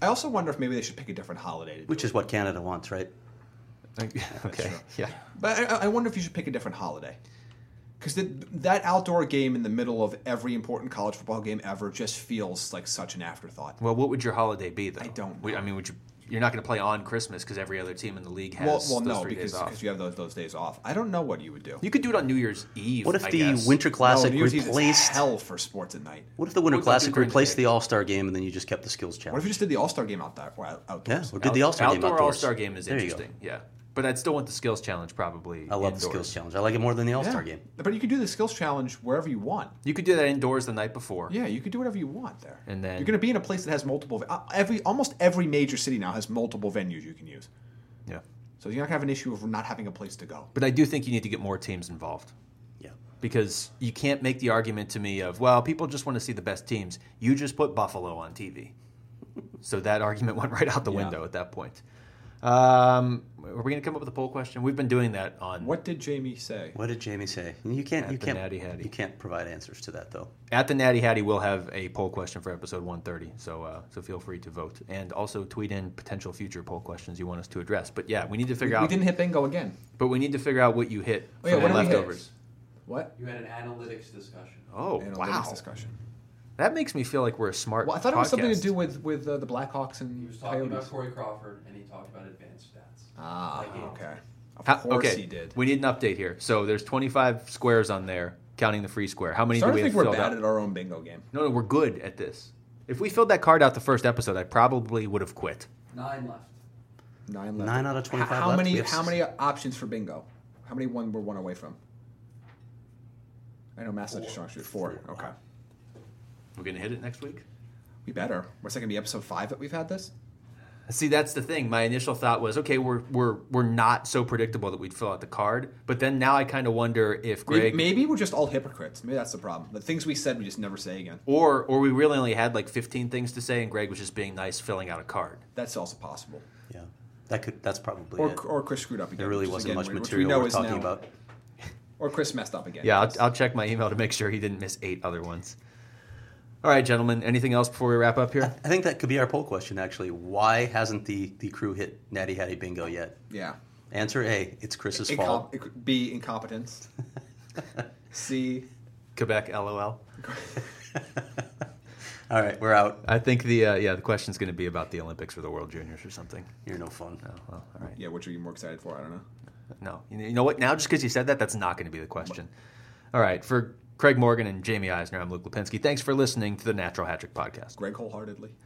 [SPEAKER 3] I also wonder if maybe they should pick a different holiday. To do
[SPEAKER 2] Which is what Canada wants, right?
[SPEAKER 1] okay, yeah.
[SPEAKER 3] it. But I, I wonder if you should pick a different holiday. Because that outdoor game in the middle of every important college football game ever just feels like such an afterthought.
[SPEAKER 1] Well, what would your holiday be though? I
[SPEAKER 3] don't
[SPEAKER 1] I mean, would you? You're not going to play on Christmas because every other team in the league has
[SPEAKER 3] Well, well
[SPEAKER 1] those
[SPEAKER 3] no,
[SPEAKER 1] three
[SPEAKER 3] because
[SPEAKER 1] days off.
[SPEAKER 3] 'cause you have those those days off. I don't know what you would do.
[SPEAKER 1] You could do it on New Year's Eve.
[SPEAKER 2] What if
[SPEAKER 1] I
[SPEAKER 2] the
[SPEAKER 1] guess.
[SPEAKER 2] Winter Classic
[SPEAKER 3] No, Oh, New Year's Eve is
[SPEAKER 2] replaced?
[SPEAKER 3] hell for sports at night.
[SPEAKER 2] What if the Winter
[SPEAKER 1] What about
[SPEAKER 2] Classic
[SPEAKER 1] the Green
[SPEAKER 2] replaced
[SPEAKER 1] Bay?
[SPEAKER 2] the All Star Game and then you just kept the skills
[SPEAKER 3] What if
[SPEAKER 2] challenge?
[SPEAKER 3] you just did the All Star game out there, well,
[SPEAKER 2] Yeah,
[SPEAKER 3] outdoors?
[SPEAKER 2] or did the All Star Game
[SPEAKER 1] outdoor
[SPEAKER 2] outdoors?
[SPEAKER 1] All Star game is
[SPEAKER 2] There you go.
[SPEAKER 1] interesting. Yeah, but I'd still want the skills challenge probably.
[SPEAKER 2] I love
[SPEAKER 1] indoors.
[SPEAKER 2] the skills challenge. I like it more than the All Star
[SPEAKER 3] Yeah.
[SPEAKER 2] Game.
[SPEAKER 3] But you could do the skills challenge wherever you want.
[SPEAKER 1] You could do that indoors the night before.
[SPEAKER 3] Yeah, you could do whatever you want there.
[SPEAKER 1] And then-
[SPEAKER 3] you're going to be in a place that has multiple uh, every almost every major city now has multiple venues you can use.
[SPEAKER 1] Yeah.
[SPEAKER 3] So you're not going to have an issue of not having a place to go.
[SPEAKER 1] But I do think you need to get more teams involved
[SPEAKER 2] Yeah.
[SPEAKER 1] because you can't make the argument to me of, well, people just want to see the best teams. You just put Buffalo on TV. so that argument went right out the
[SPEAKER 3] Yeah.
[SPEAKER 1] window at that point. Um, are we going to come up with a poll question? We've been doing that on
[SPEAKER 3] What did Jamie say?
[SPEAKER 2] What did Jamie say? You can't.
[SPEAKER 1] At
[SPEAKER 2] you
[SPEAKER 1] the
[SPEAKER 2] can't.
[SPEAKER 1] Natty Hattie.
[SPEAKER 2] You can't provide answers to that though.
[SPEAKER 1] at the Natty Hattie. We'll have a poll question for episode 130. So, uh, so feel free to vote and also tweet in potential future poll questions you want us to address. But yeah, we need to figure
[SPEAKER 3] We
[SPEAKER 1] out.
[SPEAKER 3] didn't hit bingo again.
[SPEAKER 1] but we need to figure out what you hit
[SPEAKER 3] Oh, yeah,
[SPEAKER 1] from
[SPEAKER 3] what
[SPEAKER 1] the
[SPEAKER 3] did we hit?
[SPEAKER 1] leftovers.
[SPEAKER 3] What?
[SPEAKER 4] You had an analytics discussion.
[SPEAKER 1] Oh
[SPEAKER 3] Analytics
[SPEAKER 1] wow,
[SPEAKER 3] discussion.
[SPEAKER 1] that makes me feel like we're a smart.
[SPEAKER 3] Well, I thought it was something to
[SPEAKER 1] podcast.
[SPEAKER 3] do with with uh, the Blackhawks and
[SPEAKER 4] He was talking
[SPEAKER 3] Coyotes.
[SPEAKER 4] about Corey Crawford, and he talked about advanced stats.
[SPEAKER 3] ah,
[SPEAKER 4] Like, yeah.
[SPEAKER 3] okay. Of
[SPEAKER 1] How-
[SPEAKER 3] course
[SPEAKER 1] okay,
[SPEAKER 3] he did.
[SPEAKER 1] We need an update here. So there's 25 squares on there, counting the free square. How many
[SPEAKER 3] Starting
[SPEAKER 1] do
[SPEAKER 3] to
[SPEAKER 1] we
[SPEAKER 3] think
[SPEAKER 1] have
[SPEAKER 3] we're
[SPEAKER 1] filled
[SPEAKER 3] bad
[SPEAKER 1] out?
[SPEAKER 3] at our own bingo game.
[SPEAKER 1] No, no, we're good at this. If we filled that card out the first episode, I probably would have quit.
[SPEAKER 4] Nine left.
[SPEAKER 3] Nine left.
[SPEAKER 2] Nine out of
[SPEAKER 3] H-
[SPEAKER 2] 25
[SPEAKER 3] How
[SPEAKER 2] left. We
[SPEAKER 3] many?
[SPEAKER 2] have
[SPEAKER 3] How
[SPEAKER 2] s-
[SPEAKER 3] many options for bingo? How many one were one away from? I know Master
[SPEAKER 4] Four.
[SPEAKER 3] Destruction. Four.
[SPEAKER 2] Four.
[SPEAKER 3] Okay.
[SPEAKER 1] We're gonna hit it next week.
[SPEAKER 3] We better. What's that gonna be? Episode five that we've had this.
[SPEAKER 1] See, that's the thing. My initial thought was, okay, we're we're we're not so predictable that we'd fill out the card. But then now I kind of wonder if
[SPEAKER 3] Maybe,
[SPEAKER 1] Greg
[SPEAKER 3] maybe we're just all hypocrites. Maybe that's the problem. The things we said, we just never say again.
[SPEAKER 1] or or we really only had like 15 things to say, and Greg was just being nice, filling out a card.
[SPEAKER 3] That's also possible.
[SPEAKER 2] Yeah. That could. That's probably
[SPEAKER 3] Or,
[SPEAKER 2] it.
[SPEAKER 3] or Chris screwed up again.
[SPEAKER 2] there really
[SPEAKER 3] which is,
[SPEAKER 2] wasn't
[SPEAKER 3] again,
[SPEAKER 2] much
[SPEAKER 3] which we
[SPEAKER 2] material
[SPEAKER 3] know
[SPEAKER 2] we're
[SPEAKER 3] is
[SPEAKER 2] talking
[SPEAKER 3] now-
[SPEAKER 2] about.
[SPEAKER 3] Or Chris messed up again.
[SPEAKER 1] Yeah, I'll, I'll check my email to make sure he didn't miss eight other ones. All right, gentlemen. Anything else before we wrap up here?
[SPEAKER 2] I think that could be our poll question actually. Why hasn't the the crew hit Natty Hattie Bingo yet?
[SPEAKER 3] yeah.
[SPEAKER 2] Answer A. It's Chris's fault.
[SPEAKER 3] Incom- it could be incompetence. C.
[SPEAKER 1] Quebec, lol.
[SPEAKER 2] All right, we're out.
[SPEAKER 1] I think the uh, yeah the question's going to be about the Olympics or the World Juniors or something.
[SPEAKER 2] You're no fun.
[SPEAKER 1] Oh, well, all right.
[SPEAKER 3] Yeah, which are you more excited for? I don't know.
[SPEAKER 1] No, you you know what? Now just because you said that, that's not going to be the question. All right, for Craig Morgan and Jamie Eisner, I'm Luke Lipinski. Thanks for listening to the Natural Hat Trick Podcast.
[SPEAKER 3] Greg wholeheartedly.